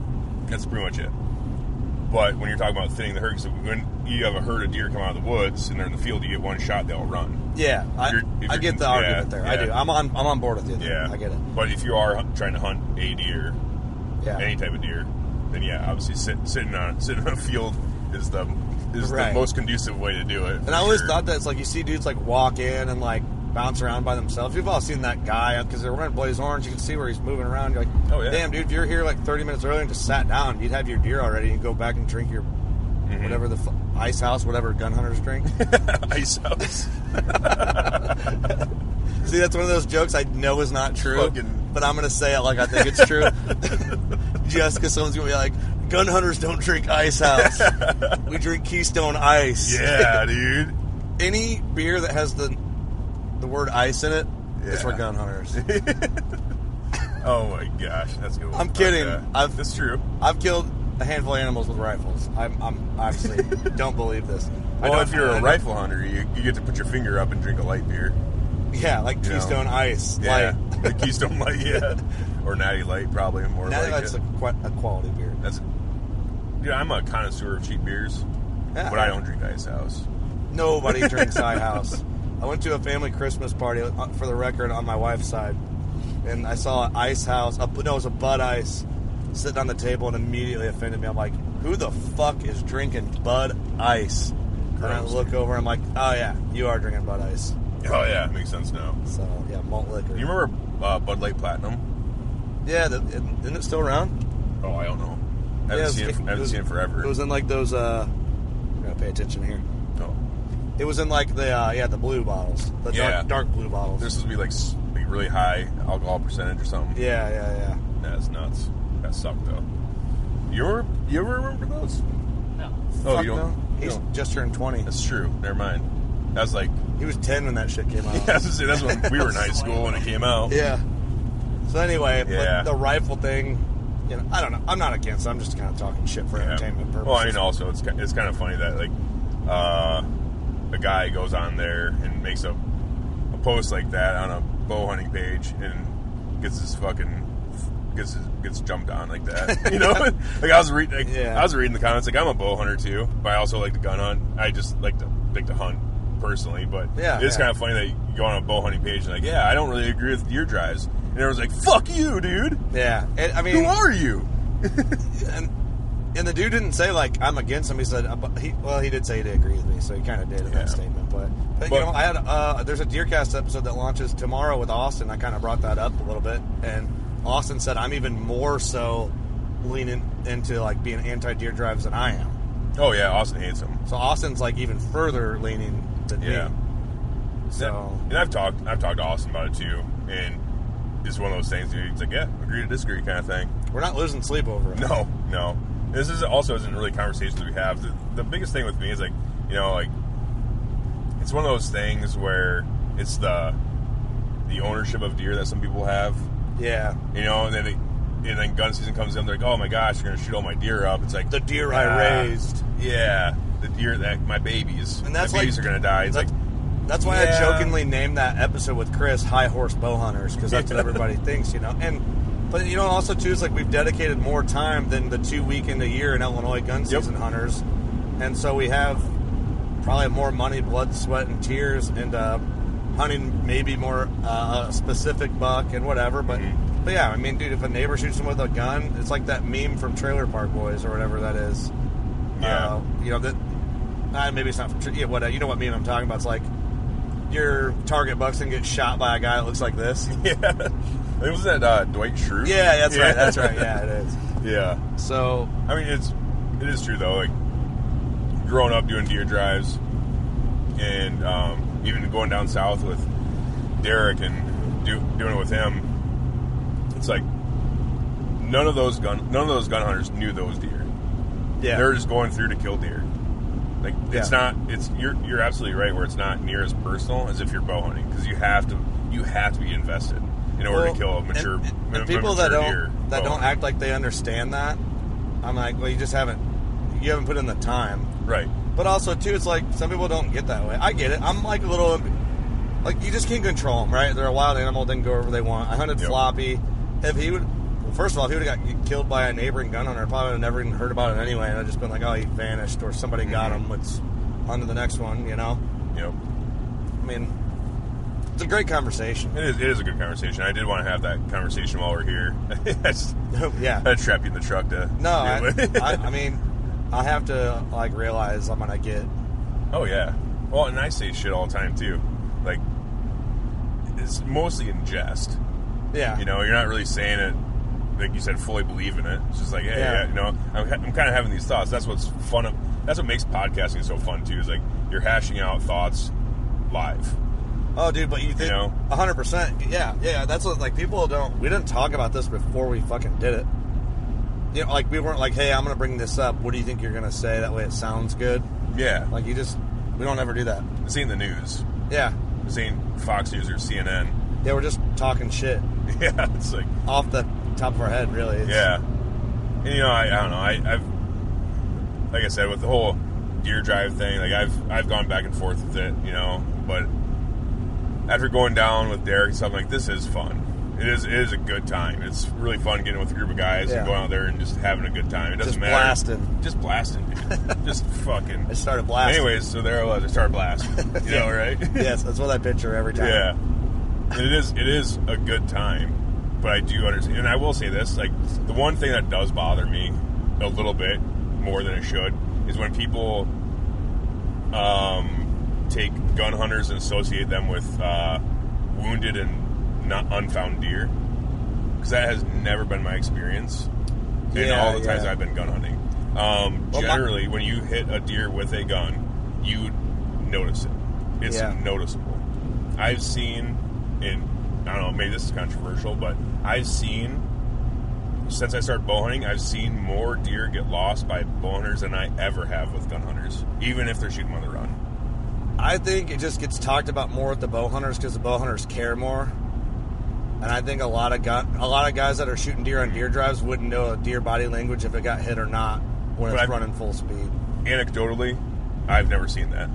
Speaker 2: That's pretty much it. But when you're talking about thinning the herd, 'cause when you have a herd of deer come out of the woods and they're in the field, you get one shot, they'll run.
Speaker 3: Yeah, I,
Speaker 2: If you're- if
Speaker 3: I
Speaker 2: you're-
Speaker 3: get the
Speaker 2: yeah,
Speaker 3: argument there. I
Speaker 2: yeah.
Speaker 3: do. I'm on. I'm on board with you. There.
Speaker 2: Yeah,
Speaker 3: I get it.
Speaker 2: But if you are hunt- trying to hunt a deer,
Speaker 3: Yeah,
Speaker 2: any type of deer, then yeah, obviously sit, sitting on sitting on a field is the is
Speaker 3: Right.
Speaker 2: the most conducive way to do it.
Speaker 3: And I always thought that it's like you see dudes like walk in and like bounce around by themselves. You've all seen that guy because they're wearing blaze orange. You can see where he's moving around. You're like,
Speaker 2: Oh, yeah.
Speaker 3: damn, dude, if you're here like 30 minutes earlier and just sat down, you'd have your deer already. You go back and drink your
Speaker 2: Mm-hmm.
Speaker 3: whatever the f- ice house, whatever gun hunters drink.
Speaker 2: ice house.
Speaker 3: see, that's one of those jokes I know is not true,
Speaker 2: Fucking-
Speaker 3: but I'm gonna say it like I think it's true, just because someone's gonna be like, gun hunters don't drink ice house. we drink Keystone Ice.
Speaker 2: Yeah, dude.
Speaker 3: any beer that has the the word ice in it is for
Speaker 2: Yeah.
Speaker 3: gun hunters.
Speaker 2: Oh my gosh, that's a good. one.
Speaker 3: I'm kidding.
Speaker 2: Like that.
Speaker 3: I've-
Speaker 2: that's true.
Speaker 3: I've killed a handful of animals with rifles. I'm, I'm obviously don't believe this. I
Speaker 2: Well,
Speaker 3: don't-
Speaker 2: if you're
Speaker 3: I
Speaker 2: a
Speaker 3: don't-
Speaker 2: rifle hunter, you, you get to put your finger up and drink a light beer.
Speaker 3: yeah, like
Speaker 2: you know.
Speaker 3: Keystone Ice,
Speaker 2: Yeah,
Speaker 3: like
Speaker 2: the Keystone Light, yeah, or Natty Light, probably more
Speaker 3: now
Speaker 2: like
Speaker 3: that's
Speaker 2: it.
Speaker 3: a, quite a quality beer.
Speaker 2: That's, yeah, I'm a connoisseur of cheap beers,
Speaker 3: Yeah.
Speaker 2: but I don't drink Ice House.
Speaker 3: Nobody drinks High House. I went to a family Christmas party uh, for the record on my wife's side, and I saw an Ice House. A, no, it was a Bud Ice sitting on the table, and immediately offended me. I'm like, who the fuck is drinking Bud Ice? And I
Speaker 2: Gross.
Speaker 3: look over, and I'm like, oh yeah, you are drinking Bud Ice.
Speaker 2: Oh yeah, makes sense now.
Speaker 3: So yeah, malt liquor.
Speaker 2: You remember uh, Bud Light Platinum?
Speaker 3: yeah, the, isn't it still around?
Speaker 2: Oh, I don't know. I haven't
Speaker 3: Yeah, it was-
Speaker 2: seen it. I haven't
Speaker 3: was-
Speaker 2: seen it forever.
Speaker 3: It was in like those. uh I gotta pay attention here.
Speaker 2: oh.
Speaker 3: It was in like the uh, yeah the blue bottles, the
Speaker 2: Yeah.
Speaker 3: dark, dark blue bottles.
Speaker 2: This would be like, s- like really high alcohol percentage or something.
Speaker 3: yeah, yeah, yeah.
Speaker 2: That's nuts. That sucked though. You ever you ever remember those? No. Oh,
Speaker 3: Fuck
Speaker 2: you don't.
Speaker 3: no.
Speaker 2: you
Speaker 3: He's
Speaker 2: don't.
Speaker 3: just turned 20.
Speaker 2: That's true. Never mind. That was like
Speaker 3: He was 10 when that shit came out.
Speaker 2: yeah, I was gonna say, that's when we were in high school when it came out.
Speaker 3: Yeah. So anyway, but
Speaker 2: Yeah.
Speaker 3: the rifle thing, you know, I don't know. I'm not against it. I'm just kind of talking shit for
Speaker 2: Yeah.
Speaker 3: entertainment purposes.
Speaker 2: Well, I mean, also it's ki- it's kind of funny that like uh, a guy goes on there and makes a a post like that on a bow hunting page and gets his fucking gets his, gets jumped on like that. You know, like I was reading like,
Speaker 3: Yeah.
Speaker 2: I was reading the comments like I'm a bow hunter too, but I also like to gun hunt. I just like to like to hunt personally, but
Speaker 3: Yeah,
Speaker 2: it's
Speaker 3: yeah.
Speaker 2: kind of funny that you go on a bow hunting page and like yeah, I don't really agree with your drives. And everyone's like, "Fuck you, dude!
Speaker 3: yeah. And, I mean,
Speaker 2: Who are you?"
Speaker 3: and, and the dude didn't say, like, I'm against him. He said, uh, but he, well, he did say he did agree with me, so he kind of did in
Speaker 2: Yeah.
Speaker 3: that statement. But, but,
Speaker 2: But-
Speaker 3: you know, I had, uh, there's a Deercast episode that launches tomorrow with Austin. I kind of brought that up a little bit. And Austin said, I'm even more so leaning into, like, being anti deer drives than I am.
Speaker 2: Oh yeah, Austin hates him.
Speaker 3: So Austin's like even further leaning than
Speaker 2: Yeah.
Speaker 3: me. So
Speaker 2: and I've talked I've talked to Austin about it too, and it's one of those things. Dude, it's like yeah, agree to disagree kind of thing.
Speaker 3: we're not losing sleep over it.
Speaker 2: No, no. This is also isn't really conversations we have. The, the biggest thing with me is like you know like it's one of those things where it's the the ownership of deer that some people have,
Speaker 3: Yeah.
Speaker 2: you know, and then it, and then gun season comes in. They're like, oh my gosh, you're gonna shoot all my deer up. It's like
Speaker 3: The deer I
Speaker 2: ah,
Speaker 3: raised.
Speaker 2: Yeah, the deer that my babies
Speaker 3: And that's
Speaker 2: my babies
Speaker 3: like-
Speaker 2: are gonna die. It's
Speaker 3: That-
Speaker 2: like
Speaker 3: that's why
Speaker 2: Yeah.
Speaker 3: I jokingly named that episode with Chris "High Horse Bow Hunters" because that's what everybody thinks, you know. And but you know, also too is like we've dedicated more time than the two weekend a year in Illinois gun
Speaker 2: Yep.
Speaker 3: season hunters, and so we have probably more money, blood, sweat, and tears, and uh, hunting maybe more uh, a specific buck and whatever. But
Speaker 2: Mm-hmm.
Speaker 3: but yeah, I mean, dude, if a neighbor shoots him with a gun, it's like that meme from Trailer Park Boys or whatever that is.
Speaker 2: Yeah.
Speaker 3: Uh, you know that. Uh, maybe it's not. From, Tra- yeah, what uh, you know what meme I'm talking about? It's like your target bucks and get shot by a guy that looks like this.
Speaker 2: Yeah. It was that uh, Dwight Schrute.
Speaker 3: Yeah, that's right. That's right. Yeah, it is.
Speaker 2: Yeah.
Speaker 3: So
Speaker 2: I mean, it's it is true though. Like growing up doing deer drives, and um, even going down south with Derek and do, doing it with him, it's like none of those gun none of those gun hunters knew those deer.
Speaker 3: yeah,
Speaker 2: They're just going through to kill deer. Like it's
Speaker 3: Yeah.
Speaker 2: not. It's you're you're absolutely right. Where it's not near as personal as if you're bow hunting because you have to you have to be invested in order
Speaker 3: Well,
Speaker 2: to kill a mature
Speaker 3: and, and
Speaker 2: a- a
Speaker 3: people that
Speaker 2: mature
Speaker 3: don't
Speaker 2: deer
Speaker 3: that
Speaker 2: bow
Speaker 3: don't
Speaker 2: hunter.
Speaker 3: act like they understand that. I'm like, well, you just haven't you haven't put in the time.
Speaker 2: right.
Speaker 3: But also too, it's like some people don't get that way. I get it. I'm like a little, like you just can't control them, right? They're a wild animal. They can go wherever they want. I hunted
Speaker 2: Yep.
Speaker 3: floppy. If he would, well, first of all, if he would have got killed by a neighboring gun hunter, I probably would have never even heard about it anyway. And I'd just been like, oh, he vanished, or somebody got
Speaker 2: Mm-hmm.
Speaker 3: him. Let's on to the next one. You know,
Speaker 2: Yep.
Speaker 3: I mean, it's a great conversation.
Speaker 2: It is, it is a good conversation. I did want to have that conversation while we're here. I just
Speaker 3: Oh, yeah.
Speaker 2: I trapped you in the truck to
Speaker 3: No,
Speaker 2: deal
Speaker 3: I,
Speaker 2: with.
Speaker 3: I, I mean, I have to like realize I'm gonna get.
Speaker 2: Oh yeah. Well, and I say shit all the time too. Like it's mostly in jest.
Speaker 3: Yeah.
Speaker 2: You know, you're not really saying it like you said, fully believe in it. It's just like, hey,
Speaker 3: Yeah.
Speaker 2: yeah, you know, I'm, I'm kind of having these thoughts. That's what's fun. Of, that's what makes podcasting so fun too. Is like you're hashing out thoughts live.
Speaker 3: Oh, dude, but you think
Speaker 2: know?
Speaker 3: 100. percent Yeah, yeah. That's what like people don't. We didn't talk about this before we fucking did it. You know, like we weren't like, hey, I'm gonna bring this up. What do you think you're gonna say? That way it sounds good.
Speaker 2: Yeah, like
Speaker 3: Like you just, we don't ever do that.
Speaker 2: this ain't the news.
Speaker 3: Yeah,
Speaker 2: This ain't Fox News or CNN.
Speaker 3: yeah. We're just talking shit
Speaker 2: Yeah, it's like
Speaker 3: off the top of our head, really. It's-
Speaker 2: Yeah, and you know, I, I don't know. I, I've, like I said, with the whole deer drive thing, like I've I've gone back and forth with it, you know. But after going down with Derek and stuff, I'm like this is fun. It is it is a good time. It's really fun getting with a group of guys
Speaker 3: Yeah.
Speaker 2: and going out there and just having a good time. It doesn't
Speaker 3: Just
Speaker 2: matter.
Speaker 3: blasting.
Speaker 2: Just blasting. dude. just fucking.
Speaker 3: I started blasting.
Speaker 2: Anyways, so there I was. I started blasting. You know, right?
Speaker 3: yes, that's what I picture every time.
Speaker 2: Yeah, And it is. It is a good time, but I do understand, and I will say this: like the one thing that does bother me a little bit more than it should is when people um, take gun hunters and associate them with uh, wounded and not unfound deer, because that has never been my experience in
Speaker 3: Yeah,
Speaker 2: all the times
Speaker 3: yeah.
Speaker 2: I've been gun hunting. Um,
Speaker 3: Well, my-
Speaker 2: generally, when you hit a deer with a gun, you notice it. It's
Speaker 3: Yeah.
Speaker 2: noticeable. I've seen, and I don't know, maybe this is controversial, but I've seen since I started bow hunting, I've seen more deer get lost by bow hunters than I ever have with gun hunters, even if they're shooting on the run.
Speaker 3: I think it just gets talked about more with the bow hunters because the bow hunters care more. And I think a lot of gun, a lot of guys that are shooting deer on deer drives wouldn't know a deer body language if it got hit or not when
Speaker 2: But
Speaker 3: it's
Speaker 2: I've-
Speaker 3: running full speed.
Speaker 2: Anecdotally, I've never seen that.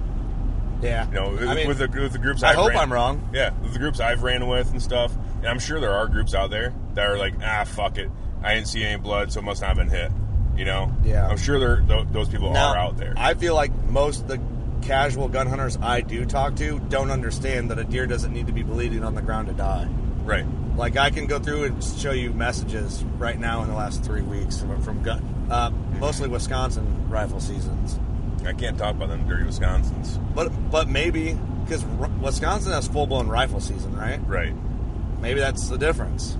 Speaker 3: Yeah.
Speaker 2: You know,
Speaker 3: I mean,
Speaker 2: with, the, with the groups
Speaker 3: I
Speaker 2: I've
Speaker 3: hope
Speaker 2: ran-
Speaker 3: I'm wrong.
Speaker 2: Yeah, with the groups I've ran with and stuff, and I'm sure there are groups out there that are like, ah, fuck it, I didn't see any blood, so it must not have been hit. You know,
Speaker 3: Yeah.
Speaker 2: I'm sure there th- those people
Speaker 3: Now,
Speaker 2: are out there.
Speaker 3: I feel like most of the casual gun hunters I do talk to don't understand that a deer doesn't need to be bleeding on the ground to die.
Speaker 2: right?
Speaker 3: Like I can go through and show you messages right now in the last three weeks from, from gun, uh, mostly Wisconsin rifle seasons.
Speaker 2: I can't talk about them dirty Wisconsin's.
Speaker 3: But but maybe because Wisconsin has full blown rifle season, right?
Speaker 2: Right.
Speaker 3: Maybe that's the difference.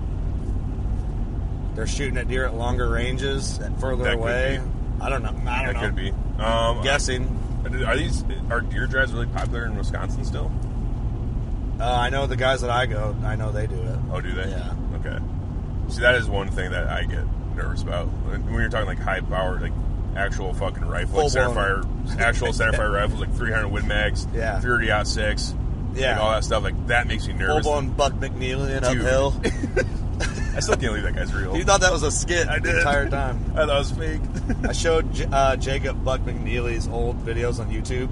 Speaker 3: They're shooting at deer at longer ranges, at further
Speaker 2: That could
Speaker 3: away. I don't know. I don't
Speaker 2: That
Speaker 3: know.
Speaker 2: could be. Um,
Speaker 3: Guessing.
Speaker 2: Are these are deer drives really popular in Wisconsin still?
Speaker 3: Uh, I know the guys that I go. I know they do it.
Speaker 2: Oh, do they?
Speaker 3: Yeah.
Speaker 2: Okay. See, that is one thing that I get nervous about when when you're talking like high power, like actual fucking rifle, like center fire,
Speaker 3: Full-blown.
Speaker 2: actual center fire rifles, like 300 Win mags,
Speaker 3: Yeah.
Speaker 2: 30 out six,
Speaker 3: Yeah.
Speaker 2: like all that stuff. Like that makes me
Speaker 3: Full
Speaker 2: nervous.
Speaker 3: blown Buck McNeely
Speaker 2: Dude.
Speaker 3: uphill.
Speaker 2: I still can't believe that guy's real.
Speaker 3: you thought that was a skit
Speaker 2: I
Speaker 3: the
Speaker 2: did.
Speaker 3: entire time.
Speaker 2: I thought it was fake.
Speaker 3: I showed J- uh, Jacob Buck McNeely's old videos on YouTube,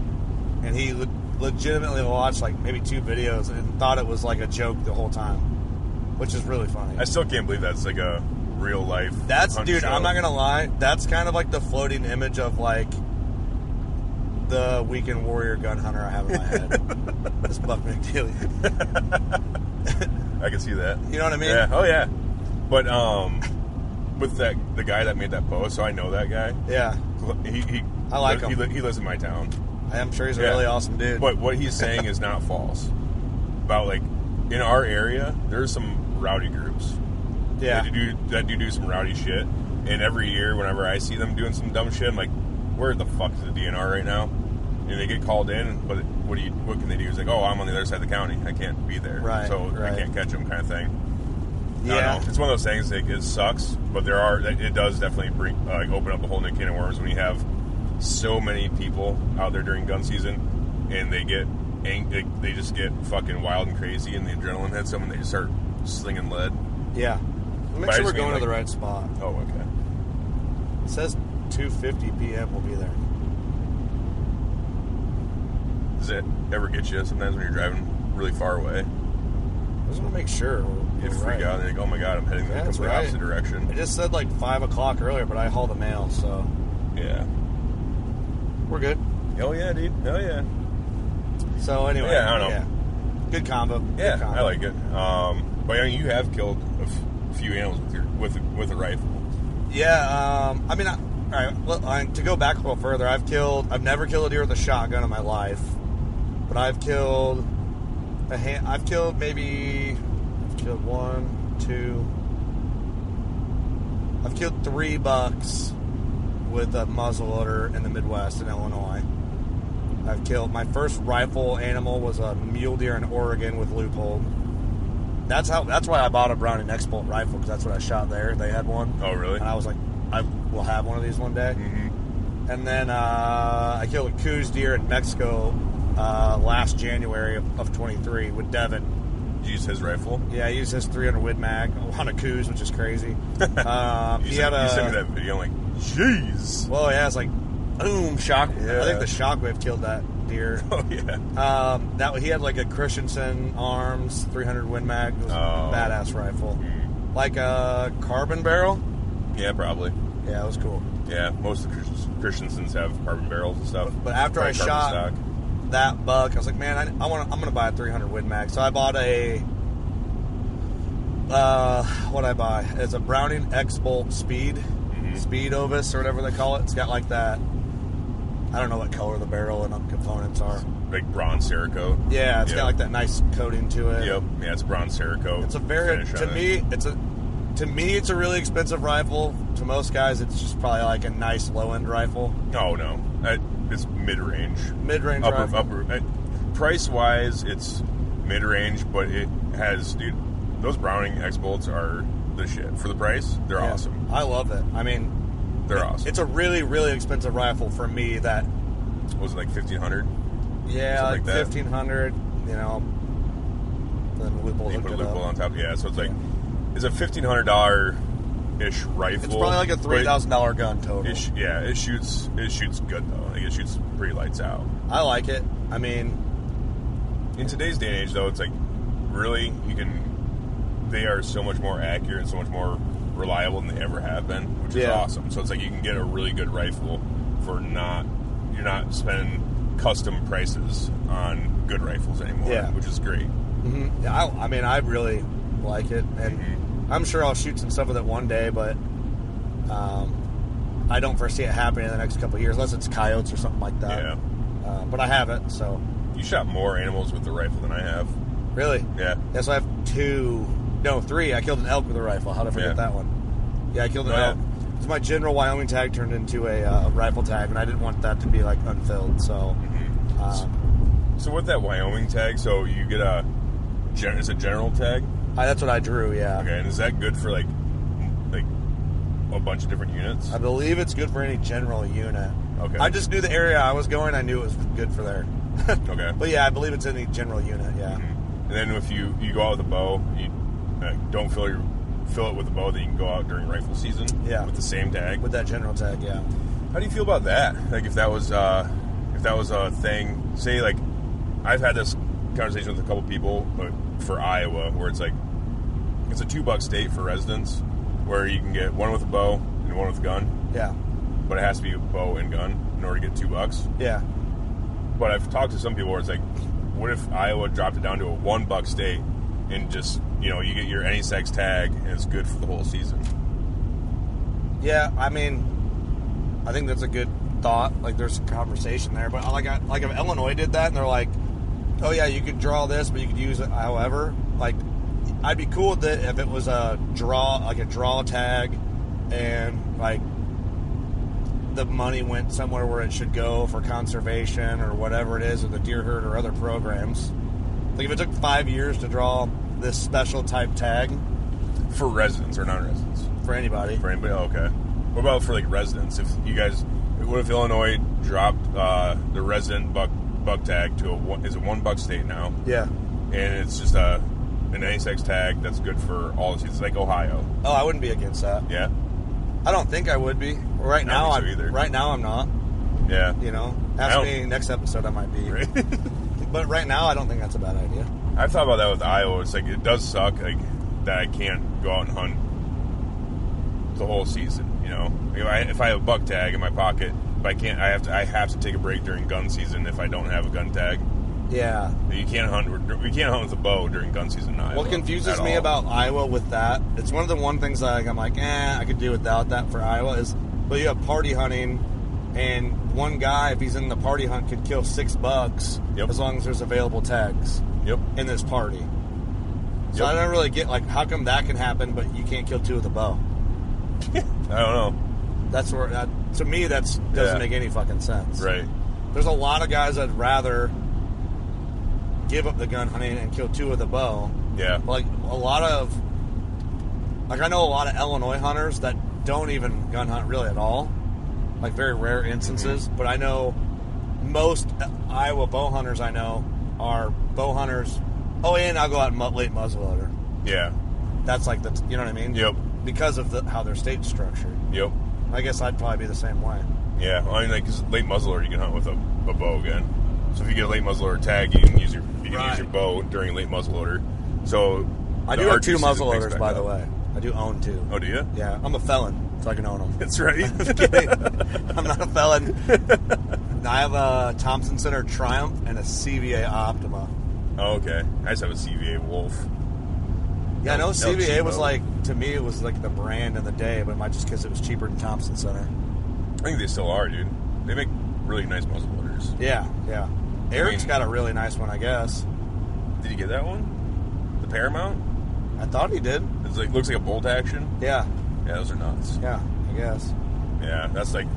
Speaker 3: and he le- legitimately watched like maybe two videos and thought it was like a joke the whole time, which is really funny.
Speaker 2: I still can't believe that's like a real life.
Speaker 3: That's
Speaker 2: hunt
Speaker 3: dude.
Speaker 2: show.
Speaker 3: I'm not gonna lie. That's kind of like the floating image of like the weekend warrior gun hunter I have in my head. this Buck McNeely.
Speaker 2: I can see that.
Speaker 3: You know what I mean?
Speaker 2: Yeah. Oh yeah. But um, with that the guy that made that post, so I know that guy.
Speaker 3: Yeah,
Speaker 2: He, he
Speaker 3: I like
Speaker 2: he,
Speaker 3: him.
Speaker 2: li- He lives in my town.
Speaker 3: I'm sure he's a
Speaker 2: Yeah.
Speaker 3: really awesome dude.
Speaker 2: But what he's saying is not false. About like in our area, there's some rowdy groups
Speaker 3: yeah,
Speaker 2: that do that do, do some rowdy shit. And every year, whenever I see them doing some dumb shit, I'm like, where the fuck is the DNR right now? And they get called in, but what do you? What can they do? It's like, oh, I'm on the other side of the county. I can't be there,
Speaker 3: Right,
Speaker 2: So
Speaker 3: right.
Speaker 2: I can't catch them, kind of thing. I don't
Speaker 3: yeah.
Speaker 2: know. it's one of those things. Like, it sucks, but there are. It it does definitely bring uh, like open up a whole new can of worms when you have so many people out there during gun season, and they get ang- they, they just get fucking wild and crazy, and the adrenaline hits them, and they just start slinging lead.
Speaker 3: Yeah. Make
Speaker 2: But I
Speaker 3: sure we're
Speaker 2: just mean,
Speaker 3: going to the
Speaker 2: like-
Speaker 3: right spot.
Speaker 2: Oh, okay.
Speaker 3: It says 2:50 p.m. We'll be there.
Speaker 2: Does it ever get you sometimes when you're driving really far away?
Speaker 3: I just want to make sure. we're-
Speaker 2: You
Speaker 3: we're
Speaker 2: freak
Speaker 3: right.
Speaker 2: out and you're like, oh my god, I'm heading
Speaker 3: Yeah,
Speaker 2: the
Speaker 3: that's
Speaker 2: complete
Speaker 3: right.
Speaker 2: opposite
Speaker 3: I
Speaker 2: direction.
Speaker 3: just said like five o'clock earlier, but I haul the mail, so
Speaker 2: Yeah.
Speaker 3: we're good.
Speaker 2: Oh yeah, dude. Oh yeah.
Speaker 3: So anyway,
Speaker 2: Yeah, I don't know.
Speaker 3: Good combo. Good
Speaker 2: Yeah,
Speaker 3: combo.
Speaker 2: I like it. Um, but I mean, you have killed a f- few animals with your with a, with a rifle.
Speaker 3: Yeah, um, I mean, I, all right, well, I, to go back a little further, I've killed. I've never killed a deer with a shotgun in my life, but I've killed a hand. I've killed maybe. I've killed one, two. I've killed three bucks with a muzzleloader in the Midwest in Illinois. I've killed my first rifle animal was a mule deer in Oregon with loophole. That's how. That's why I bought a Browning Next Bolt rifle because that's what I shot there. They had one.
Speaker 2: Oh, really? Mm-hmm.
Speaker 3: And I was like, I will have one of these one day. And then uh, I killed a coos deer in Mexico uh, last January of, of 23 with Devin.
Speaker 2: You Use his rifle.
Speaker 3: Yeah, I used his 300 Wid Mag on a coos, which is crazy. Um,
Speaker 2: You,
Speaker 3: he
Speaker 2: sent,
Speaker 3: had a.
Speaker 2: you sent me that video. I'm like, jeez.
Speaker 3: Well, yeah, it's like boom shock. I think
Speaker 2: Yeah.
Speaker 3: the shockwave killed that deer.
Speaker 2: Oh yeah.
Speaker 3: Um, that he had like a Christensen Arms 300 Win Mag, it was
Speaker 2: Oh. Mm.
Speaker 3: a badass rifle, like a carbon barrel.
Speaker 2: Yeah, probably.
Speaker 3: Yeah, it was cool.
Speaker 2: Yeah, most of the Christians- Christiansens have carbon barrels and stuff.
Speaker 3: But after I
Speaker 2: Probably carbon
Speaker 3: shot
Speaker 2: stock.
Speaker 3: that buck, I was like, man, I, I want I'm gonna buy a 300 Win Mag. So I bought a uh, what I buy is a Browning X Bolt Speed,
Speaker 2: Mm-hmm.
Speaker 3: Speed Ovis or whatever they call it. It's got like that. I don't know what color the barrel and the components are.
Speaker 2: like bronze Cerakote.
Speaker 3: Yeah, it's
Speaker 2: Yep.
Speaker 3: got like that nice coating to it.
Speaker 2: Yep, yeah, it's bronze Cerakote.
Speaker 3: It's a very
Speaker 2: finish
Speaker 3: to
Speaker 2: on it.
Speaker 3: me. It's a to me. It's a really expensive rifle. To most guys, it's just probably like a nice low end rifle,
Speaker 2: Oh no, I, it's mid range,
Speaker 3: mid range
Speaker 2: upper,
Speaker 3: rifle.
Speaker 2: upper. price wise, it's mid range, but it has dude. Those Browning X bolts are the shit for the price. They're
Speaker 3: Yeah.
Speaker 2: awesome.
Speaker 3: I love it. I mean,
Speaker 2: They're awesome.
Speaker 3: it's a really really expensive rifle for me. That
Speaker 2: What was it like fifteen hundred?
Speaker 3: yeah,
Speaker 2: Something like
Speaker 3: like
Speaker 2: that.
Speaker 3: fifteen hundred. You know, then Whipple
Speaker 2: You
Speaker 3: hooked
Speaker 2: put a
Speaker 3: it
Speaker 2: loop
Speaker 3: up.
Speaker 2: on top. Yeah, so it's like it's a fifteen hundred dollar ish rifle.
Speaker 3: It's probably like a
Speaker 2: but
Speaker 3: three thousand dollar gun total.
Speaker 2: It, sh- yeah, it shoots. It shoots good though. Like it shoots pretty lights out.
Speaker 3: I like it. I mean,
Speaker 2: In today's day and age, though, it's like really you can. They are so much more accurate and so much more reliable than they ever have been, which is
Speaker 3: Yeah.
Speaker 2: awesome. So it's like you can get a really good rifle for not you're not spending custom prices on good rifles anymore,
Speaker 3: Yeah.
Speaker 2: which is great.
Speaker 3: mhm. Yeah, I, I mean, I really like it, and
Speaker 2: Mm-hmm.
Speaker 3: I'm sure I'll shoot some stuff with it one day, but. Um, I don't foresee it happening in the next couple of years, unless it's coyotes or something like that.
Speaker 2: Yeah.
Speaker 3: Uh, but I haven't, so
Speaker 2: You shot more animals with the rifle than I have.
Speaker 3: really.
Speaker 2: Yeah.
Speaker 3: Yeah, so I have two, no, three. I killed an elk with a rifle. How'd I forget
Speaker 2: Yeah.
Speaker 3: that one? Yeah, I killed an
Speaker 2: Oh, yeah.
Speaker 3: elk. So my general Wyoming tag turned into a uh, rifle tag, and I didn't want that to be like unfilled. So, um,
Speaker 2: So with that Wyoming tag, so you get a gen- is a general tag.
Speaker 3: I, that's what I drew. Yeah,
Speaker 2: Okay, and is that good for like m- like a bunch of different units?
Speaker 3: I believe it's good for any general unit.
Speaker 2: Okay.
Speaker 3: I just knew the area I was going. I knew it was good for there.
Speaker 2: Okay. Mm-hmm.
Speaker 3: But yeah, I believe it's any general unit. Yeah.
Speaker 2: And then if you you go out with a bow, you uh, don't fill your fill it with a bow. Then you can go out during rifle season.
Speaker 3: Yeah.
Speaker 2: With the same tag.
Speaker 3: With that general tag, yeah.
Speaker 2: How do you feel about that? Like if that was uh, if that was a thing, say like I've had this conversation with a couple people but for Iowa where it's like it's a two buck state for residents where you can get one with a bow and one with a gun,
Speaker 3: Yeah.
Speaker 2: but it has to be bow and gun in order to get two bucks.
Speaker 3: Yeah.
Speaker 2: But I've talked to some people where it's like, what if Iowa dropped it down to a one buck state and just you know you get your any sex tag and it's good for the whole season.
Speaker 3: Yeah, I mean, I think that's a good thought. Like, there's a conversation there, but like, I, like if Illinois did that, and they're like, "Oh yeah, you could draw this, but you could use it however." Like, I'd be cool with it if it was a draw, like a draw tag, and like the money went somewhere where it should go for conservation or whatever it is, or the deer herd or other programs. Like, if it took five years to draw this special type tag
Speaker 2: For residents or non-residents.
Speaker 3: for anybody,
Speaker 2: For anybody? Oh, okay. What about for like residents? If you guys, what if Illinois dropped uh, the resident buck buck tag to a one, is a one buck state now,
Speaker 3: yeah.
Speaker 2: and it's just a an asex tag that's good for all the seasons, like Ohio.
Speaker 3: Oh, I wouldn't be against that.
Speaker 2: Yeah,
Speaker 3: I don't think I would be. Right
Speaker 2: don't
Speaker 3: now,
Speaker 2: think so
Speaker 3: I'm
Speaker 2: either.
Speaker 3: right now I'm not.
Speaker 2: yeah.
Speaker 3: You know,
Speaker 2: I
Speaker 3: ask
Speaker 2: don't-
Speaker 3: me next episode. I might be.
Speaker 2: Right.
Speaker 3: But right now, I don't think that's a bad idea.
Speaker 2: I've thought about that with Iowa. It's like it does suck, like that I can't go out and hunt the whole season. You know, if I, if I have a buck tag in my pocket, if I can't, I have to I have to take a break during gun season if I don't have a gun tag.
Speaker 3: Yeah.
Speaker 2: You can't hunt. We can't hunt with a bow during gun season. in Iowa
Speaker 3: What confuses
Speaker 2: at
Speaker 3: me
Speaker 2: all.
Speaker 3: about Iowa with that, it's one of the one things that like, I'm like, eh, I could do without that for Iowa is But you have party hunting, and one guy, if he's in the party hunt, could kill six bucks
Speaker 2: Yep.
Speaker 3: as long as there's available tags
Speaker 2: Yep.
Speaker 3: in this party. So
Speaker 2: Yep.
Speaker 3: I don't really get like how come that can happen, but you can't kill two with a bow.
Speaker 2: I don't know.
Speaker 3: That's where that, to me that's doesn't
Speaker 2: Yeah.
Speaker 3: make any fucking sense.
Speaker 2: Right.
Speaker 3: There's a lot of guys that'd rather give up the gun hunting and kill two with a bow.
Speaker 2: Yeah.
Speaker 3: Like a lot of like I know a lot of Illinois hunters that don't even gun hunt really at all. Like very rare
Speaker 2: Mm-hmm.
Speaker 3: instances, but I know most Iowa bow hunters I know are bow hunters. Oh, and I'll go out and mu- late muzzleloader.
Speaker 2: Yeah.
Speaker 3: That's like the you know what I mean?
Speaker 2: Yep.
Speaker 3: Because of the, how their state's structured.
Speaker 2: Yep.
Speaker 3: I guess I'd probably be the same way.
Speaker 2: Yeah. I mean, like 'cause late muzzler, you can hunt with a, a bow gun. So if you get a late muzzleloader tag, you can use your you can
Speaker 3: Right.
Speaker 2: use your bow during late muzzleloader. So
Speaker 3: I
Speaker 2: the
Speaker 3: do have
Speaker 2: archery
Speaker 3: two
Speaker 2: season
Speaker 3: muzzle
Speaker 2: picks
Speaker 3: loaders,
Speaker 2: back
Speaker 3: by
Speaker 2: up.
Speaker 3: the way. I do own two.
Speaker 2: Oh, do you?
Speaker 3: Yeah, I'm a felon, so I can own them.
Speaker 2: That's right.
Speaker 3: I'm not a felon. And I have a Thompson Center Triumph and a CVA Optima.
Speaker 2: oh, okay. I just have a CVA Wolf.
Speaker 3: Yeah, I know
Speaker 2: El
Speaker 3: CVA was
Speaker 2: Cheapo.
Speaker 3: like to me it was like the brand of the day, but it might just because it was cheaper than Thompson Center.
Speaker 2: I think they still are, dude. They make really nice muzzleloaders.
Speaker 3: Yeah, yeah. Eric's
Speaker 2: mean-
Speaker 3: got a really nice one, I guess.
Speaker 2: Did you get that one? The Paramount?
Speaker 3: I thought he did.
Speaker 2: It's like looks like a bolt action.
Speaker 3: Yeah,
Speaker 2: Yeah, those are nuts.
Speaker 3: yeah. I guess.
Speaker 2: Yeah, that's like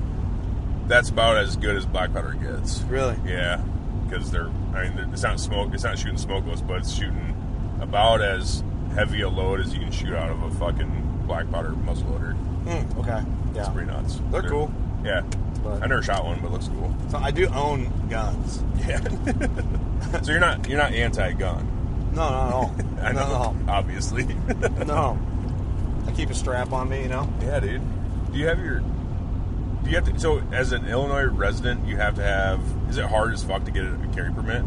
Speaker 2: that's about as good as black powder gets.
Speaker 3: Really?
Speaker 2: Yeah, because they're I mean they're, it's not smoke, it's not shooting smokeless, but it's shooting about as heavy a load as you can shoot out of a fucking black powder muzzleloader.
Speaker 3: Hmm, okay. Yeah.
Speaker 2: It's pretty nuts.
Speaker 3: They're cool.
Speaker 2: Yeah,
Speaker 3: But-
Speaker 2: I never shot one, but it looks cool.
Speaker 3: So I do own guns.
Speaker 2: Yeah. so you're not you're not anti-gun.
Speaker 3: No, not at all.
Speaker 2: I
Speaker 3: Not at all.
Speaker 2: know, obviously.
Speaker 3: No. I keep a strap on me, you know?
Speaker 2: yeah, dude. Do you have your? Do you have to? So as an Illinois resident, you have to have. Is it hard as fuck to get a carry permit?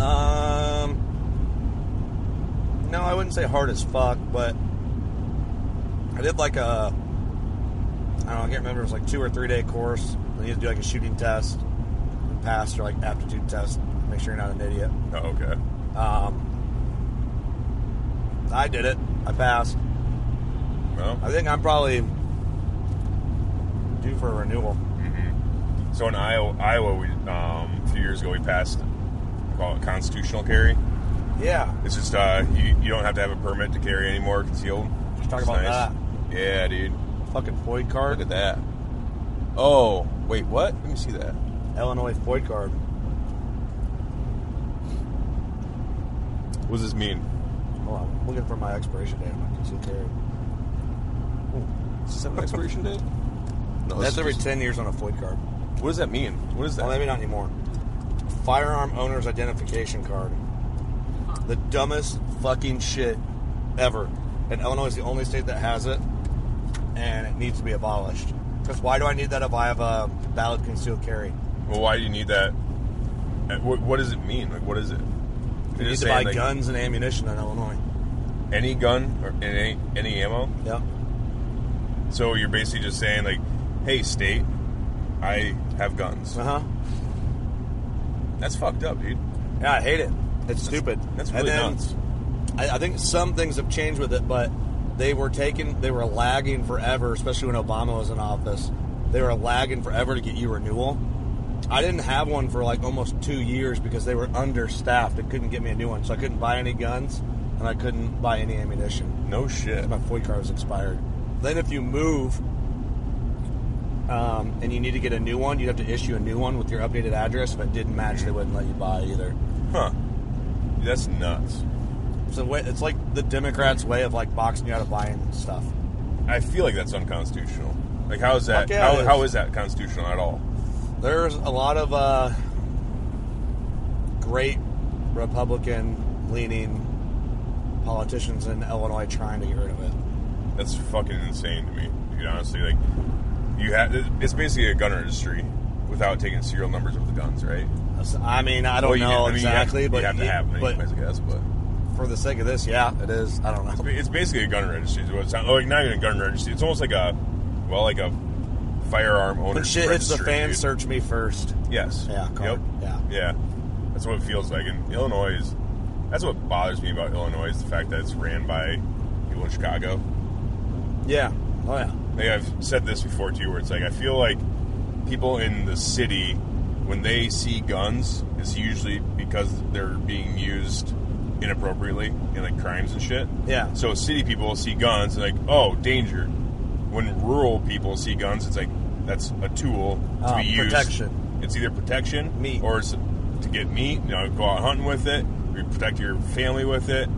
Speaker 3: Um No, I wouldn't say hard as fuck, but I did like a I don't know, I can't remember, it was like two or three day course. I need to do like a shooting test, pass or like aptitude test, make sure you're not an idiot.
Speaker 2: Oh, okay.
Speaker 3: Um I did it. I passed.
Speaker 2: Well,
Speaker 3: I think I'm probably due for a renewal.
Speaker 2: so in Iowa, Iowa, we um, a few years ago we passed call it constitutional carry.
Speaker 3: Yeah.
Speaker 2: It's just uh, you, you don't have to have a permit to carry anymore concealed.
Speaker 3: Let's talk
Speaker 2: It's
Speaker 3: about
Speaker 2: that. Yeah, dude.
Speaker 3: Fucking Foyd
Speaker 2: Look
Speaker 3: card.
Speaker 2: at that. Oh, wait, what? Let me see that.
Speaker 3: Illinois Foyd card.
Speaker 2: What does this mean?
Speaker 3: Hold on, I'm looking for my expiration date. on my concealed carry.
Speaker 2: Does this have an expiration date? No, this
Speaker 3: That's
Speaker 2: is
Speaker 3: every
Speaker 2: just-
Speaker 3: 10 years on a Floyd card.
Speaker 2: What does that mean? What is that?
Speaker 3: Well, maybe not anymore. Firearm owner's identification card. The dumbest fucking shit ever. And Illinois is the only state that has it, and it needs to be abolished. Because why do I need that if I have a valid concealed carry?
Speaker 2: well, why do you need that? Uh, What, what does it mean? Like, what is it?
Speaker 3: You
Speaker 2: You're
Speaker 3: need
Speaker 2: just
Speaker 3: to
Speaker 2: saying,
Speaker 3: buy
Speaker 2: like,
Speaker 3: guns and ammunition in Illinois.
Speaker 2: Any gun or and any, any ammo?
Speaker 3: Yep.
Speaker 2: So you're basically just saying, like, hey, state, I have guns.
Speaker 3: Uh huh.
Speaker 2: That's fucked up, dude.
Speaker 3: Yeah, I hate it. It's stupid.
Speaker 2: That's
Speaker 3: And
Speaker 2: really
Speaker 3: then-
Speaker 2: nuts.
Speaker 3: I, I think some things have changed with it, but they were taken, they were lagging forever, especially when Obama was in office. They were lagging forever to get you renewal. I didn't have one for like almost two years because they were understaffed. It couldn't get me a new one, so I couldn't buy any guns and I couldn't buy any ammunition.
Speaker 2: No shit.
Speaker 3: My FOIA card was expired. Then if you move um, and you need to get a new one, you'd have to issue a new one with your updated address. If it didn't match, they wouldn't let you buy either.
Speaker 2: Huh. That's nuts.
Speaker 3: So wa- it's like the Democrats' way of like boxing you out of buying stuff.
Speaker 2: I feel like that's unconstitutional. Like, how is that?
Speaker 3: Fuck yeah, it
Speaker 2: how,
Speaker 3: is.
Speaker 2: how is that constitutional at all?
Speaker 3: There's a lot of uh, great Republican-leaning politicians in Illinois trying to get rid of it.
Speaker 2: That's fucking insane to me. Dude, honestly, like, you have it's basically a gun registry without taking serial numbers of the guns, right?
Speaker 3: That's- I mean, Oh, I don't
Speaker 2: Well, you
Speaker 3: know
Speaker 2: did- I mean, you have-
Speaker 3: exactly, but
Speaker 2: you have to
Speaker 3: you-
Speaker 2: have them
Speaker 3: but
Speaker 2: anyways, I guess. But
Speaker 3: for the sake of this, yeah, it is. I don't know.
Speaker 2: it's basically a gun registry. Is what it's not, like not even a gun registry. It's almost like a well, like a firearm owner.
Speaker 3: When shit hits the fan,
Speaker 2: dude.
Speaker 3: search me first.
Speaker 2: Yes.
Speaker 3: Yeah, card. Yeah.
Speaker 2: Yeah. That's what it feels like. And Illinois is, that's what bothers me about Illinois is the fact that it's ran by people in Chicago.
Speaker 3: Yeah, Oh yeah.
Speaker 2: like I've said this before too, where it's like I feel like people in the city when they see guns, it's usually because they're being used inappropriately in like crimes and shit.
Speaker 3: Yeah.
Speaker 2: So city people see guns and like, oh, danger. When rural people see guns, it's like that's a tool to
Speaker 3: Ah,
Speaker 2: be used.
Speaker 3: protection.
Speaker 2: It's either protection,
Speaker 3: Meat.
Speaker 2: or it's to get meat. You know, go out hunting with it, or you protect your family with it.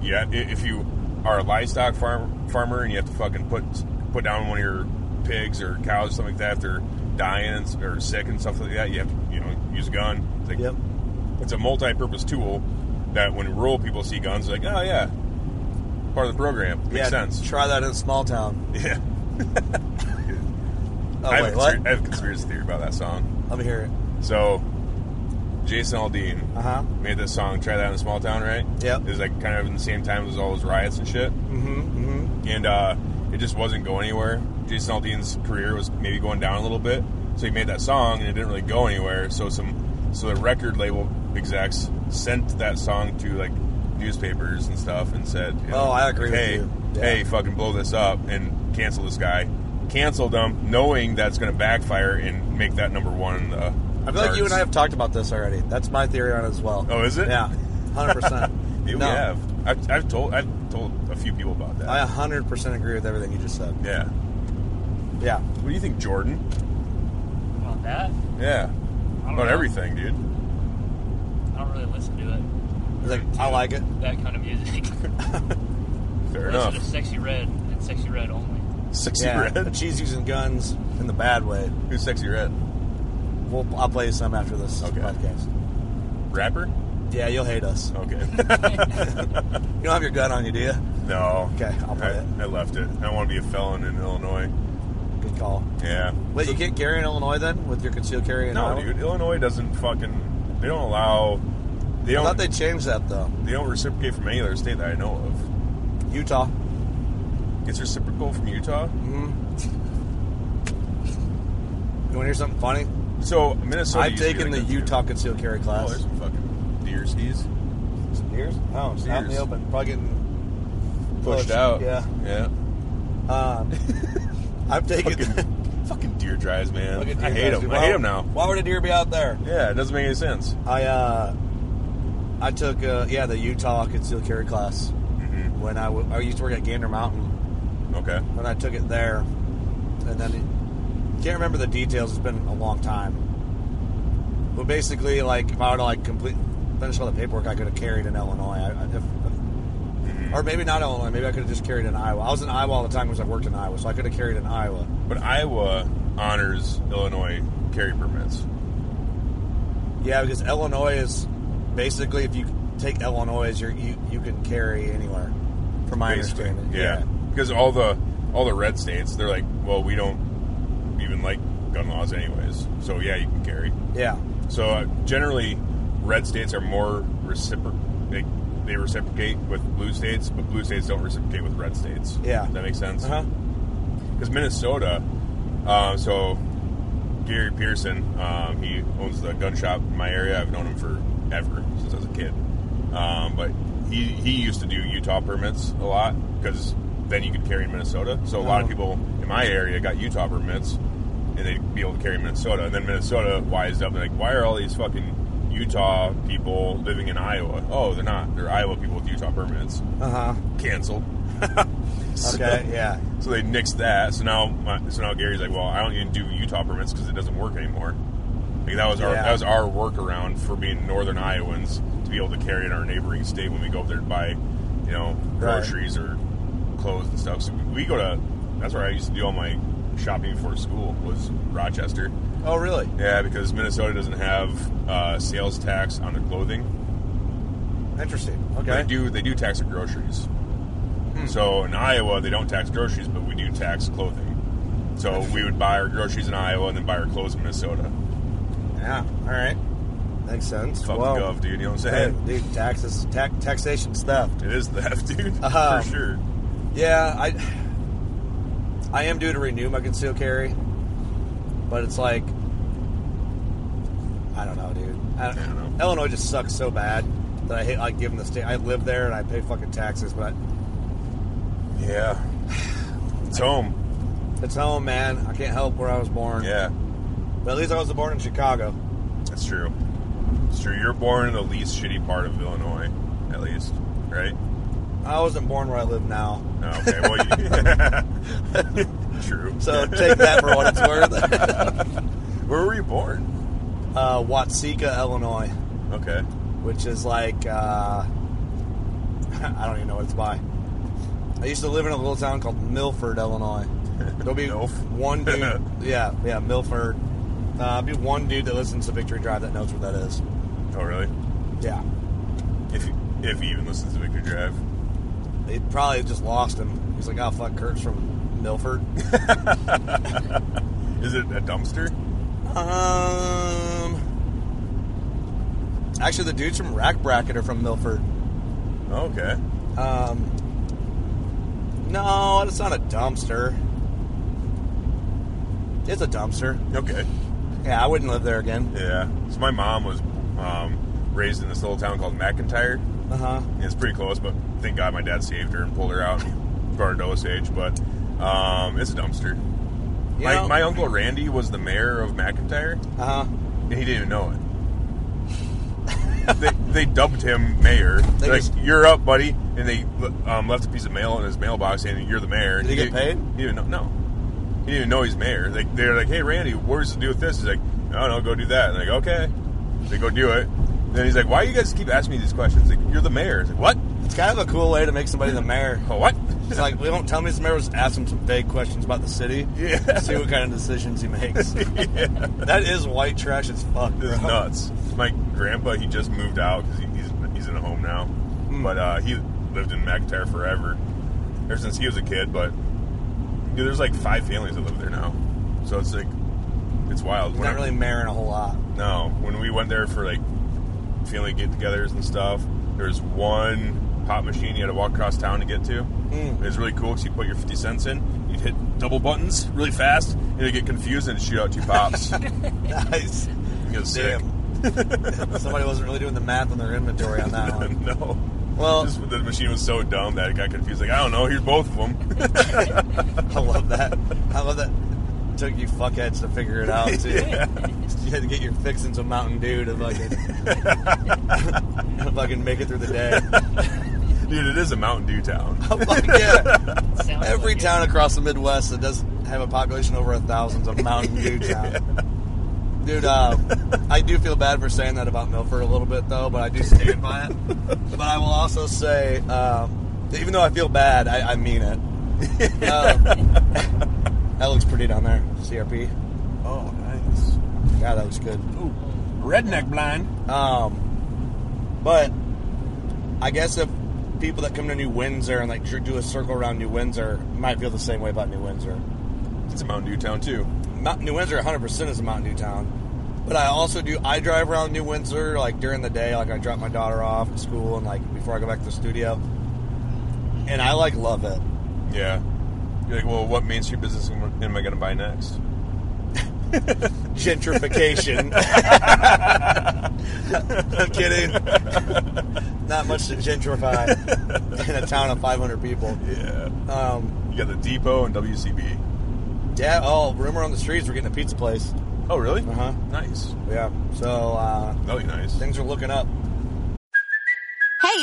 Speaker 2: Yeah, i- if you are a livestock farm, farmer and you have to fucking put put down one of your pigs or cows, something like that, if they're dying and s- or sick and stuff like that, you have to you know use a gun. It's like,
Speaker 3: Yep.
Speaker 2: it's a multi-purpose tool that when rural people see guns, like, oh yeah, part of the program makes
Speaker 3: yeah,
Speaker 2: sense.
Speaker 3: Try that in a small town.
Speaker 2: Yeah,
Speaker 3: Oh
Speaker 2: I, have
Speaker 3: wait,
Speaker 2: a,
Speaker 3: what?
Speaker 2: conspir- I have a conspiracy theory about that song.
Speaker 3: Let me hear it.
Speaker 2: So, Jason Aldean
Speaker 3: Uh huh.
Speaker 2: made this song "Try That in a Small Town," right?
Speaker 3: Yep.
Speaker 2: It was like kind of in the same time as all those riots and shit,
Speaker 3: Mm-hmm. hmm
Speaker 2: and uh, it just wasn't going anywhere. Jason Aldean's career was maybe going down a little bit, so he made that song, and it didn't really go anywhere. So some, so the record label execs sent that song to like newspapers and stuff, and said, you
Speaker 3: Oh, I agree with
Speaker 2: hey,
Speaker 3: you. Yeah.
Speaker 2: Hey, fucking blow this up and cancel this guy." Canceled them, knowing that's going to backfire and make that number one. In the
Speaker 3: I feel like you and I have talked about this already. That's my theory on it as well.
Speaker 2: Oh, is it?
Speaker 3: Yeah, hundred percent.
Speaker 2: You have. I've, I've told I've told a few people about that.
Speaker 3: I hundred percent agree with everything you just said.
Speaker 2: yeah.
Speaker 3: Yeah.
Speaker 2: What do you think, Jordan?
Speaker 5: About that?
Speaker 2: Yeah.
Speaker 5: I don't
Speaker 2: About
Speaker 5: know.
Speaker 2: everything, dude.
Speaker 5: I don't really listen to it.
Speaker 3: Like, I like it.
Speaker 5: That kind of music.
Speaker 2: Fair
Speaker 5: listen to
Speaker 2: enough.
Speaker 5: Sexy Red and Sexy Red only.
Speaker 2: Sexy
Speaker 3: yeah.
Speaker 2: Red.
Speaker 3: She's using guns in the bad way.
Speaker 2: Who's Sexy Red?
Speaker 3: We'll, I'll play you some after this
Speaker 2: Okay.
Speaker 3: podcast.
Speaker 2: Rapper?
Speaker 3: Yeah, you'll hate us.
Speaker 2: Okay.
Speaker 3: You don't have your gun on you, do you?
Speaker 2: no.
Speaker 3: Okay, I'll play
Speaker 2: I,
Speaker 3: it.
Speaker 2: I left it. I don't want to be a felon in Illinois.
Speaker 3: Good call.
Speaker 2: Yeah.
Speaker 3: Wait, you can't carry in Illinois then with your concealed carry in
Speaker 2: No,
Speaker 3: Iowa?
Speaker 2: dude. Illinois doesn't fucking. They don't allow. They
Speaker 3: I
Speaker 2: don't.
Speaker 3: thought
Speaker 2: They,
Speaker 3: they changed that though.
Speaker 2: don't reciprocate from any other state that I know of.
Speaker 3: Utah. Mm-hmm.
Speaker 2: It's reciprocal from Utah.
Speaker 3: You want to hear something funny?
Speaker 2: So Minnesota.
Speaker 3: I've
Speaker 2: used to be
Speaker 3: taken the
Speaker 2: like that, too.
Speaker 3: Utah concealed carry
Speaker 2: Oh,
Speaker 3: class.
Speaker 2: there's some fucking deer skis.
Speaker 3: Some deers? Oh, it's out in the
Speaker 2: Deers.
Speaker 3: open. Probably getting
Speaker 2: pushed out.
Speaker 3: Yeah.
Speaker 2: yeah.
Speaker 3: Um, I've taken.
Speaker 2: Fucking, fucking deer drives, man.
Speaker 3: Look at
Speaker 2: I
Speaker 3: deer
Speaker 2: hate
Speaker 3: guys.
Speaker 2: them.
Speaker 3: Why-
Speaker 2: I hate them now.
Speaker 3: Why would a deer be out there?
Speaker 2: Yeah, it doesn't make any sense.
Speaker 3: I uh, I took uh, yeah the Utah concealed carry class
Speaker 2: Mm-hmm.
Speaker 3: when I, w- I used to work at Gander Mountain
Speaker 2: Okay.
Speaker 3: when I took it there, and then it, can't remember the details. It's been a long time. But basically, like if I would like complete finish all the paperwork, I could have carried in Illinois, I, I, if, if-
Speaker 2: Mm-hmm.
Speaker 3: or maybe not Illinois. Maybe I could have just carried in Iowa. I was in Iowa all the time because I worked in Iowa, so I could have carried in Iowa.
Speaker 2: But Iowa honors Illinois carry permits.
Speaker 3: Yeah, because Illinois is basically if you take Illinois, you're, you you can carry anywhere, from my
Speaker 2: basically.
Speaker 3: understanding.
Speaker 2: Yeah. Because all the all the red states, they're like, well, we don't even like gun laws, anyways. So yeah, you can carry.
Speaker 3: yeah,
Speaker 2: So uh, generally, red states are more reciproc. They, they reciprocate with blue states, but blue states don't reciprocate with red states.
Speaker 3: Yeah.
Speaker 2: Does that make sense?
Speaker 3: uh huh,
Speaker 2: because Minnesota. Uh, so Gary Pearson, um, he owns the gun shop in my area. I've known him forever since I was a kid. Um, but he he used to do Utah permits a lot because then you could carry in Minnesota. So a lot
Speaker 3: Oh.
Speaker 2: of people in my area got Utah permits and they'd be able to carry in Minnesota. And then Minnesota wised up and like, why are all these fucking Utah people living in Iowa? Oh, they're not. They're Iowa people with Utah permits.
Speaker 3: uh huh.
Speaker 2: Canceled. So-
Speaker 3: Okay, yeah,
Speaker 2: so they nixed that. So now, my, so now Gary's like, "Well, I don't even do Utah permits because it doesn't work anymore." Like that was our
Speaker 3: Yeah.
Speaker 2: that was our workaround for being Northern Iowans to be able to carry in our neighboring state when we go up there to buy, you know,
Speaker 3: Right.
Speaker 2: groceries or clothes and stuff. So we go to that's where I used to do all my shopping before school was Rochester.
Speaker 3: Oh really?
Speaker 2: Yeah, because Minnesota doesn't have uh, sales tax on their clothing.
Speaker 3: Interesting.
Speaker 2: They
Speaker 3: Okay, Hmm.
Speaker 2: do they do tax their groceries. So in Iowa, they don't tax groceries, but we do tax clothing. So we would buy our groceries in Iowa and then buy our clothes in Minnesota.
Speaker 3: yeah, all right, makes sense.
Speaker 2: Fucking
Speaker 3: Well,
Speaker 2: gov, dude. You know what I'm
Speaker 3: hey,
Speaker 2: saying?
Speaker 3: dude, taxes, ta- taxation's theft.
Speaker 2: It is theft, dude.
Speaker 3: Um,
Speaker 2: For sure.
Speaker 3: Yeah, I I am due to renew my concealed carry, but it's like I don't know, dude. I don't,
Speaker 2: I don't know.
Speaker 3: Illinois just sucks so bad that I hate like giving the state. I live there and I pay fucking taxes, but I,
Speaker 2: Yeah. It's home.
Speaker 3: It's home, man. I can't help where I was born.
Speaker 2: Yeah,
Speaker 3: But at least I was born in Chicago.
Speaker 2: that's true. It's true. You're born in the least shitty part of Illinois, at least, right?
Speaker 3: I wasn't born where I live now.
Speaker 2: No, okay. Well, you, true.
Speaker 3: So take that for what it's worth.
Speaker 2: Where were you born?
Speaker 3: Uh, Watsika, Illinois,
Speaker 2: Okay.
Speaker 3: which is like, uh, I don't even know what it's by. I used to live in a little town called Milford, Illinois. There'll be
Speaker 2: Milf.
Speaker 3: one dude. Yeah, yeah, Milford. Uh, there'll be one dude that listens to Victory Drive that knows where that is.
Speaker 2: Oh, really?
Speaker 3: Yeah.
Speaker 2: If you, if he even listens to Victor Drive,
Speaker 3: He probably just lost him. He's like, oh, fuck, Kurt's from Milford.
Speaker 2: is it a dumpster?
Speaker 3: Um, actually, the dudes from Rack Bracket are from Milford.
Speaker 2: Oh, okay.
Speaker 3: Um, no, it's not a dumpster. It's a dumpster.
Speaker 2: Okay.
Speaker 3: Yeah, I wouldn't live there again.
Speaker 2: Yeah. So my mom was um, raised in this little town called McIntyre.
Speaker 3: Uh huh.
Speaker 2: It's pretty close, but thank God my dad saved her and pulled her out and brought her to Osage. But um, it's a dumpster. My, my uncle Randy was the mayor of McIntyre,
Speaker 3: Uh huh.
Speaker 2: and he didn't even know it. they, they dubbed him mayor.
Speaker 3: They
Speaker 2: They're like,
Speaker 3: just-
Speaker 2: you're up, buddy. And they um, left a piece of mail in his mailbox saying, you're the mayor.
Speaker 3: Did he get paid?
Speaker 2: He didn't know. No. He didn't even know he's mayor. Like They're like, hey, Randy, what does it do with this? He's like, I don't know, go do that. And like, okay. They go do it. Then he's like, why do you guys keep asking me these questions? Like, you're the mayor. He's like, what?
Speaker 3: It's kind of a cool way to make somebody the mayor.
Speaker 2: Oh, what?
Speaker 3: It's like, we don't tell me he's the mayor, just ask him some vague questions about the city.
Speaker 2: Yeah.
Speaker 3: See what kind of decisions he makes. That is white trash as fuck,
Speaker 2: This
Speaker 3: bro.
Speaker 2: is nuts. My grandpa, he just moved out because he, he's he's in a home now,
Speaker 3: Hmm.
Speaker 2: but uh, he lived in McIntyre forever, ever since he was a kid. But dude, there's like five families that live there now, so it's like it's wild.
Speaker 3: Not really mayoring a whole lot.
Speaker 2: No, when we went there for like family get-togethers and stuff, there's one pop machine you had to walk across town to get to.
Speaker 3: Hmm.
Speaker 2: It was really cool because you put your 50 cents in, you'd hit double buttons really fast, and you'd get confused and shoot out two pops. it
Speaker 3: Nice.
Speaker 2: was sick.
Speaker 3: Damn. Somebody wasn't really doing the math on their inventory on that one.
Speaker 2: no.
Speaker 3: Well,
Speaker 2: Just, the machine was so dumb that it got confused. Like, I don't know, here's both of them.
Speaker 3: I love that. I love that. It took you fuckheads to figure it out, too. You had to get your fixings of Mountain Dew to fucking, to fucking make it through the day.
Speaker 2: Dude, it is a Mountain Dew town.
Speaker 3: Fuck yeah.
Speaker 5: Sounds
Speaker 3: Every
Speaker 5: like it.
Speaker 3: town across the Midwest that doesn't have a population over a thousand's a Mountain Dew town. Dude, uh, I do feel bad for saying that about Milford a little bit, though, but I do stand by it. But I will also say, um, even though I feel bad, I, I mean it. Um, that looks pretty down there, CRP.
Speaker 2: Oh, nice.
Speaker 3: Yeah, that looks good.
Speaker 2: Ooh, redneck blind.
Speaker 3: Um, but I guess if people that come to New Windsor and like dr- do a circle around New Windsor might feel the same way about New Windsor.
Speaker 2: It's a Mountain Dew town, too.
Speaker 3: Mount, New Windsor 100% is a Mountain Dew town. But I also do, I drive around New Windsor like during the day, like I drop my daughter off at school and like before I go back to the studio. And I like love it.
Speaker 2: Yeah. You're like, well, what Main Street business am I going to buy next?
Speaker 3: Gentrification. I'm kidding. Not much to gentrify in a town of 500 people.
Speaker 2: Yeah.
Speaker 3: Um,
Speaker 2: You got the Depot and WCB.
Speaker 3: yeah, oh, rumor on the streets, we're getting a pizza place.
Speaker 2: Oh, really?
Speaker 3: Uh-huh.
Speaker 2: Nice.
Speaker 3: Yeah. So uh,
Speaker 2: That'll be nice.
Speaker 3: things are looking up.
Speaker 6: Hey,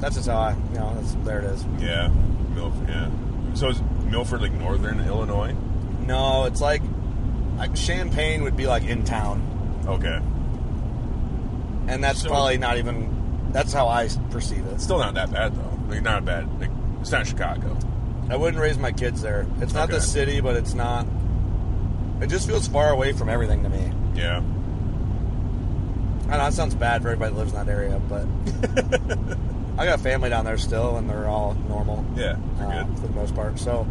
Speaker 3: that's just how I, you know, that's, there it is.
Speaker 2: Yeah. Milford, yeah. So is Milford like northern Illinois?
Speaker 3: No, it's like, like Champagne would be like in town,
Speaker 2: Okay.
Speaker 3: and that's
Speaker 2: So-
Speaker 3: probably not even. That's how I perceive it.
Speaker 2: It's still not that bad, though. Like, not bad. Like, it's not Chicago.
Speaker 3: I wouldn't raise my kids there. It's not the
Speaker 2: Okay.
Speaker 3: city, but it's not. It just feels far away from everything to me.
Speaker 2: Yeah.
Speaker 3: I know it sounds bad for everybody that lives in that area, but I got family down there still, and they're all normal.
Speaker 2: Yeah. They're
Speaker 3: uh,
Speaker 2: good.
Speaker 3: for the most part. So,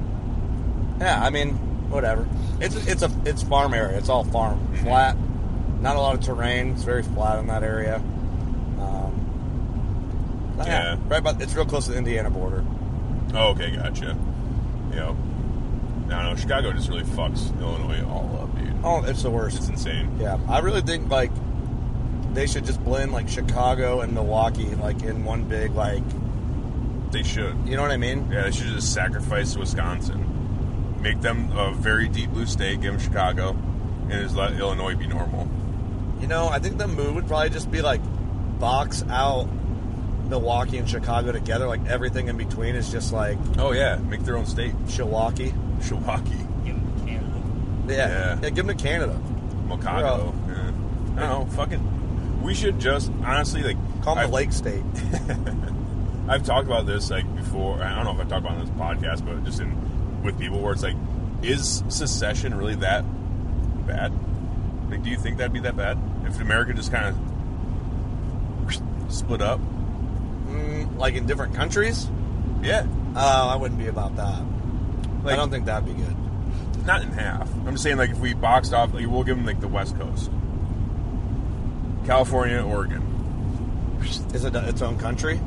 Speaker 3: yeah, I mean, whatever. It's it's a it's farm area. It's all farm, flat. Not a lot of terrain. It's very flat in that area. Um, yeah,
Speaker 2: Yeah.
Speaker 3: right. But it's real close to the Indiana border.
Speaker 2: Oh, okay, gotcha. Yeah. I don't know. Chicago just really fucks Illinois all up, dude.
Speaker 3: Oh, it's the worst.
Speaker 2: It's insane.
Speaker 3: Yeah, I really think like they should just blend like Chicago and Milwaukee like in one big like
Speaker 2: They should.
Speaker 3: you know what I mean?
Speaker 2: Yeah, they should just sacrifice Wisconsin. Make them a very deep blue state, give them Chicago, and just let Illinois be normal.
Speaker 3: You know, I think the move would probably just be like box out Milwaukee and Chicago together. Like everything in between is just like
Speaker 2: Oh, yeah. Make their own state. Milwaukee.
Speaker 3: Milwaukee.
Speaker 5: Give them Canada.
Speaker 3: Yeah,
Speaker 2: Yeah.
Speaker 3: yeah. give them to Canada.
Speaker 2: Chicago. Yeah. I don't know. Fucking. We should just, honestly, like.
Speaker 3: Call them
Speaker 2: I've-
Speaker 3: the Lake State.
Speaker 2: I've talked about this like before. I don't know if I talked about it on this podcast, but just in with people where it's like, is secession really that bad? Like, do you think that'd be that bad if America just kind of split up?
Speaker 3: Mm, like in different countries?
Speaker 2: Yeah,
Speaker 3: Uh, I wouldn't be about that.
Speaker 2: Like-
Speaker 3: I don't think that'd be good.
Speaker 2: not in half. I'm just saying like if we boxed off, like, we'll give them like the West Coast, California, Oregon.
Speaker 3: Is it its own country?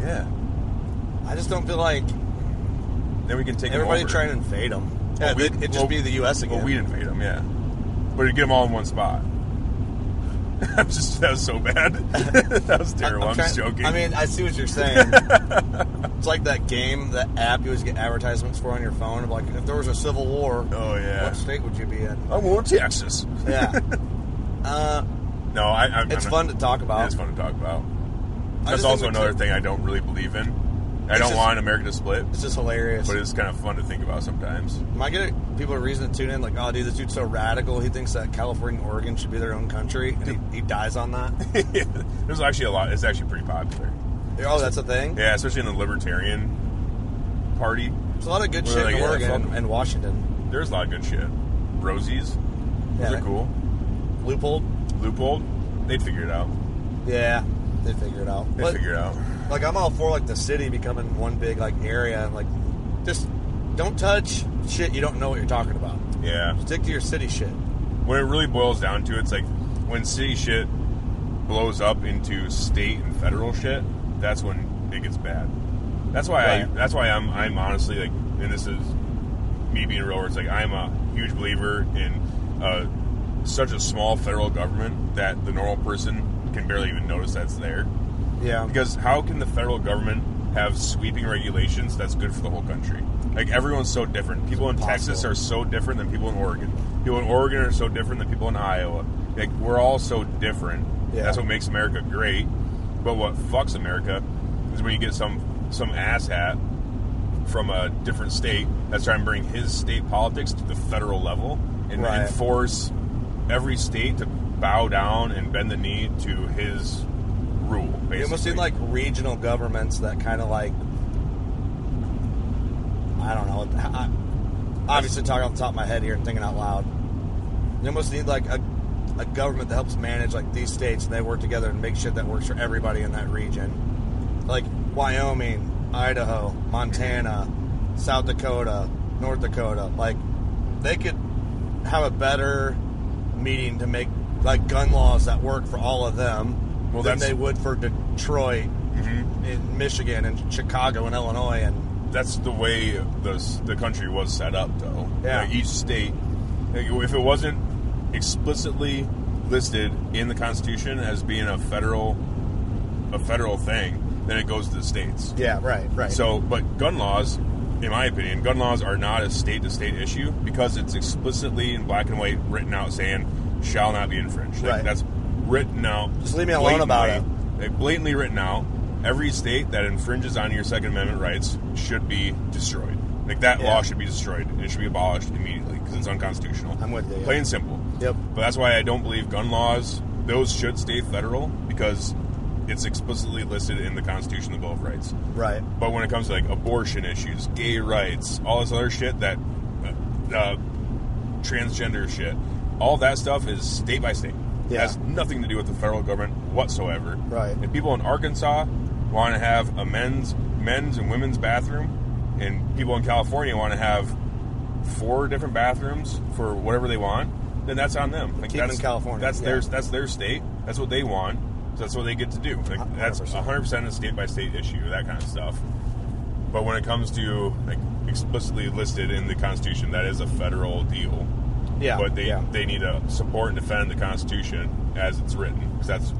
Speaker 2: Yeah,
Speaker 3: I just don't feel like
Speaker 2: then we can take 'em
Speaker 3: everybody
Speaker 2: over.
Speaker 3: trying to invade them. Yeah,
Speaker 2: Well, we-
Speaker 3: it'd it'd just
Speaker 2: well,
Speaker 3: be the U.S. again.
Speaker 2: Well, we'd invade them, yeah, but we'd get them all in one spot. I'm just that was so bad. that was
Speaker 3: I-
Speaker 2: terrible. I'm,
Speaker 3: trying-
Speaker 2: just joking.
Speaker 3: I mean, I see what you're saying. it's like that game, that app you always get advertisements for on your phone. Of like, if there was a civil war,
Speaker 2: Oh yeah.
Speaker 3: what state would you be in?
Speaker 2: I want Texas.
Speaker 3: Yeah. uh,
Speaker 2: No, I. I'm,
Speaker 3: it's
Speaker 2: I'm
Speaker 3: fun
Speaker 2: Not,
Speaker 3: to talk about.
Speaker 2: It's fun to talk about.
Speaker 3: I
Speaker 2: That's
Speaker 3: just
Speaker 2: also
Speaker 3: think
Speaker 2: another
Speaker 3: it's-
Speaker 2: thing I don't really believe in. I
Speaker 3: It's
Speaker 2: don't
Speaker 3: just-
Speaker 2: want America to split,
Speaker 3: It's just hilarious.
Speaker 2: but it's kind of fun to think about sometimes.
Speaker 3: Am I getting people a reason to tune in? Like, oh, dude, this dude's so radical. He thinks that California and Oregon should be their own country, and he, he dies on that.
Speaker 2: There's actually a lot. It's actually pretty popular.
Speaker 3: oh, that's a thing.
Speaker 2: Yeah, especially in the libertarian party.
Speaker 3: There's a lot of good
Speaker 2: We're
Speaker 3: shit
Speaker 2: like,
Speaker 3: in
Speaker 2: yeah,
Speaker 3: Oregon
Speaker 2: fuck 'em.
Speaker 3: and Washington.
Speaker 2: There's a lot of good shit. Rosies,
Speaker 3: Yeah.
Speaker 2: those are cool.
Speaker 3: Loophole.
Speaker 2: Loophole, they'd figure it out.
Speaker 3: Yeah, they figure it out.
Speaker 2: They'd
Speaker 3: But-
Speaker 2: figure it out.
Speaker 3: like I'm all for like the city becoming one big like area and like just don't touch shit you don't know what you're talking about.
Speaker 2: Yeah.
Speaker 3: Stick to your city shit.
Speaker 2: when it really boils down to it, it's like when city shit blows up into state and federal shit, that's when it gets bad. That's why I
Speaker 3: Right.
Speaker 2: that's why I'm I'm honestly like and this is me being real where it's like I'm a huge believer in uh, such a small federal government that the normal person can barely even notice that's there.
Speaker 3: Yeah.
Speaker 2: Because how can the federal government have sweeping regulations that's good for the whole country? Like everyone's so different. People in
Speaker 3: impossible.
Speaker 2: Texas are so different than people in Oregon. People in Oregon are so different than people in Iowa. Like we're all so different.
Speaker 3: Yeah.
Speaker 2: That's what makes America great. But what fucks America is when you get some some asshat from a different state that's trying to bring his state politics to the federal level and,
Speaker 3: Right.
Speaker 2: and force every state to bow down and bend the knee to his rule. Basically.
Speaker 3: It almost seem like regional governments that kind of like I don't know. I, obviously, talking off the top of my head here and thinking out loud, you almost need like a, a government that helps manage like these states and they work together and make shit that works for everybody in that region, like Wyoming, Idaho, Montana, South Dakota, North Dakota. Like they could have a better meeting to make like gun laws that work for all of them
Speaker 2: Well,
Speaker 3: than
Speaker 2: that's-
Speaker 3: they would for Detroit, in Michigan, and Chicago, and Illinois, and
Speaker 2: that's the way the the country was set up, though.
Speaker 3: Yeah.
Speaker 2: Like, each state, like, if it wasn't explicitly listed in the Constitution as being a federal a federal thing, then it goes to the states.
Speaker 3: Yeah, right, right.
Speaker 2: So, but gun laws, in my opinion, gun laws are not a state to state issue because it's explicitly in black and white written out saying shall not be infringed. Like,
Speaker 3: Right.
Speaker 2: That's written out.
Speaker 3: Just leave me alone about
Speaker 2: blatantly- like, blatantly written out. Every state that infringes on your Second Amendment rights should be destroyed. Like that
Speaker 3: Yeah.
Speaker 2: law should be destroyed. It should be abolished immediately because it's unconstitutional.
Speaker 3: I'm with you, yeah.
Speaker 2: Plain and simple.
Speaker 3: Yep.
Speaker 2: But that's why I don't believe gun laws. Those should stay federal because it's explicitly listed in the Constitution, the Bill of Rights.
Speaker 3: right.
Speaker 2: But when it comes to like abortion issues, gay rights, all this other shit that uh, uh, transgender shit, all that stuff is state by state. It
Speaker 3: Yeah.
Speaker 2: has nothing to do with the federal government whatsoever.
Speaker 3: Right.
Speaker 2: If people in Arkansas want to have a men's men's and women's bathroom, and people in California want to have four different bathrooms for whatever they want, then that's on them. Like
Speaker 3: Keep it
Speaker 2: that's
Speaker 3: in California,
Speaker 2: That's
Speaker 3: yeah.
Speaker 2: their that's their state. That's what they want. So that's what they get to do. Like that's
Speaker 3: 100%.
Speaker 2: 100 percent a state by state issue. That kind of stuff. But when it comes to like explicitly listed in the Constitution, that is a federal deal.
Speaker 3: Yeah,
Speaker 2: But they
Speaker 3: yeah.
Speaker 2: they need to support and defend the Constitution as it's written because that's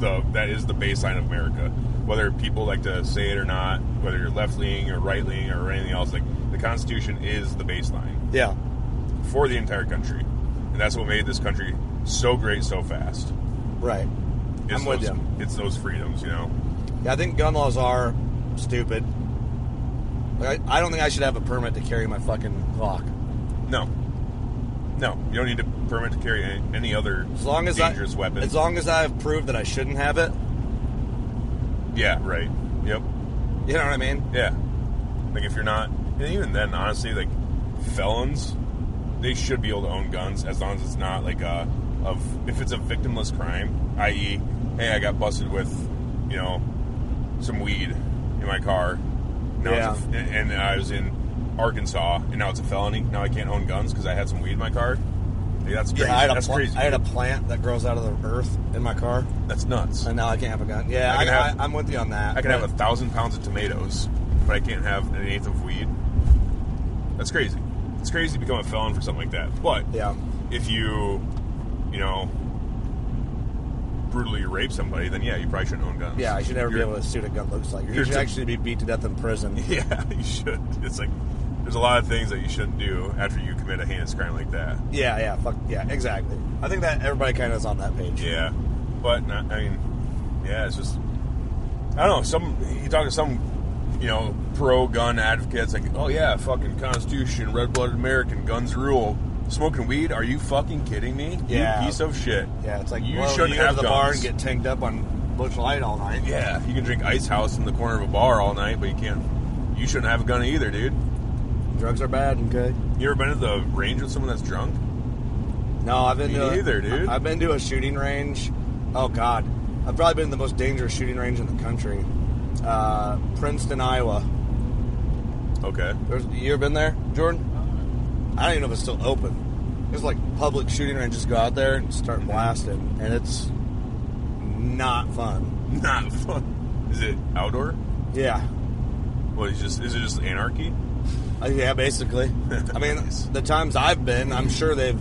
Speaker 2: the that is the baseline of America. Whether people like to say it or not, whether you're left leaning or right leaning or anything else, like the Constitution is the baseline
Speaker 3: Yeah.
Speaker 2: for the entire country, and that's what made this country so great so fast.
Speaker 3: Right.
Speaker 2: It's
Speaker 3: I'm with
Speaker 2: those,
Speaker 3: you.
Speaker 2: It's those freedoms, you know.
Speaker 3: Yeah, I think gun laws are stupid. Like, I, I don't think I should have a permit to carry my fucking Glock.
Speaker 2: No, no, you don't need a permit to carry any, any other
Speaker 3: As long as
Speaker 2: dangerous
Speaker 3: I,
Speaker 2: weapon.
Speaker 3: As long as I've proved that I shouldn't have it.
Speaker 2: yeah, right. Yep.
Speaker 3: You know what I mean?
Speaker 2: Yeah. Like if you're not, and even then, honestly, like felons, they should be able to own guns as long as it's not like a of if it's a victimless crime, i.e., hey, I got busted with, you know, some weed in my car, now it's a, and I was in Arkansas, and now it's a felony. Now I can't own guns because I had some weed in my car. Like, that's crazy.
Speaker 3: Yeah, I had, a
Speaker 2: that's
Speaker 3: pla-
Speaker 2: crazy.
Speaker 3: I had a plant that grows out of the earth in my car,
Speaker 2: that's nuts.
Speaker 3: and now I can't have a gun. Yeah,
Speaker 2: I
Speaker 3: I
Speaker 2: can
Speaker 3: I,
Speaker 2: have-
Speaker 3: am with you on that.
Speaker 2: I can have
Speaker 3: but-
Speaker 2: a thousand pounds of tomatoes, but I can't have an eighth of weed. That's crazy. It's crazy to become a felon for something like that. But
Speaker 3: Yeah.
Speaker 2: if you, you know, brutally rape somebody, then yeah, you probably shouldn't own guns.
Speaker 3: Yeah, I should never
Speaker 2: You're-
Speaker 3: be able to see what a gun looks like. You
Speaker 2: you're
Speaker 3: should
Speaker 2: ju-
Speaker 3: actually be beat to death in prison.
Speaker 2: Yeah, you should. It's like there's a lot of things that you shouldn't do after you commit a heinous crime like that.
Speaker 3: Yeah, yeah, fuck, yeah, exactly. I think that everybody kind of is on that page.
Speaker 2: Yeah, but not, I mean, yeah, it's just I don't know. Some you talk to some, you know, pro-gun advocates like, oh yeah, fucking Constitution, red-blooded American, guns rule. Smoking weed? Are you fucking kidding me?
Speaker 3: Yeah.
Speaker 2: you piece of shit.
Speaker 3: Yeah, it's like
Speaker 2: you
Speaker 3: well,
Speaker 2: shouldn't
Speaker 3: you go
Speaker 2: have
Speaker 3: to the
Speaker 2: guns.
Speaker 3: bar and get tanked up on Bush Light all night.
Speaker 2: yeah, you can drink Ice House in the corner of a bar all night, but you can't. You shouldn't have a gun either, dude.
Speaker 3: drugs are bad and good.
Speaker 2: You ever been to the range with someone that's drunk?
Speaker 3: No, I've been
Speaker 2: Me
Speaker 3: to a-
Speaker 2: neither, dude.
Speaker 3: I've been to a shooting range. Oh God, I've probably been to the most dangerous shooting range in the country, uh, Princeton, Iowa.
Speaker 2: Okay.
Speaker 3: There's, you ever been there, Jordan? I don't even know if it's still open. There's like public shooting ranges. Go out there and start blasting, and it's not fun.
Speaker 2: Not fun. Is it outdoor?
Speaker 3: Yeah,
Speaker 2: What is just? Is it just anarchy?
Speaker 3: Uh, yeah, basically. I mean, the times I've been, I'm sure they've.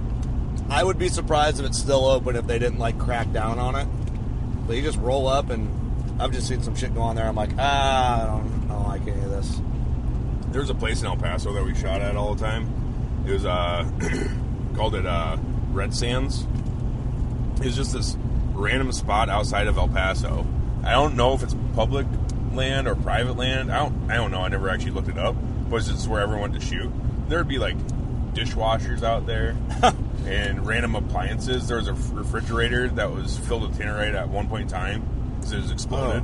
Speaker 3: I would be surprised if it's still open if they didn't like crack down on it. But you just roll up, and I've just seen some shit go on there. I'm like, ah, I don't, I don't like any of this.
Speaker 2: there was a place in El Paso that we shot at all the time. It was uh, called it uh, Red Sands. It was just this random spot outside of El Paso. I don't know if it's public land or private land. I don't. I don't know. I never actually looked it up. But it's just where everyone went to shoot. There would be like dishwashers out there and random appliances. There was a refrigerator that was filled with tannerite at one point in time because it was exploded.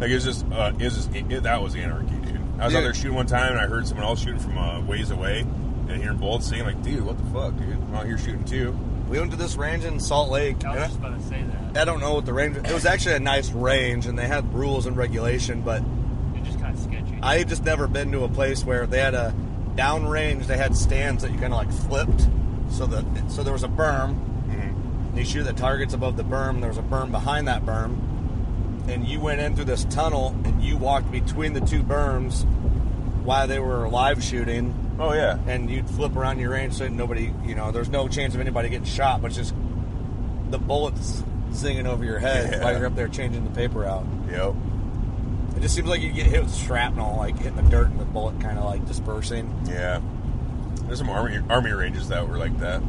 Speaker 2: Like it was just. Uh, it was just. It, it- that was anarchy, dude. I was out
Speaker 3: Dude.
Speaker 2: there shooting one time and I heard someone else shooting from uh, ways away and hearing bullets singing like, dude, what the fuck, dude? I'm out here shooting too.
Speaker 3: We went to this range in Salt Lake.
Speaker 5: I was
Speaker 3: and I-
Speaker 5: just about to say that.
Speaker 3: I don't know what the range. It was actually a nice range, and they had rules and regulation, but
Speaker 5: It's just kind of sketchy.
Speaker 3: I had just never been to a place where they had a down range. They had stands that you kind of like flipped, so that so there was a berm. And you shoot the targets above the berm. and There was a berm behind that berm, and you went in through this tunnel and you walked between the two berms while they were live shooting,
Speaker 2: Oh yeah.
Speaker 3: and you'd flip around your range so nobody, you know, there's no chance of anybody getting shot, but it's just the bullets zinging over your head
Speaker 2: Yeah.
Speaker 3: while you're up there changing the paper out.
Speaker 2: Yep.
Speaker 3: It just seems like you get hit with shrapnel, like hitting the dirt and the bullet kind of like dispersing.
Speaker 2: Yeah. There's some army army ranges that were like that.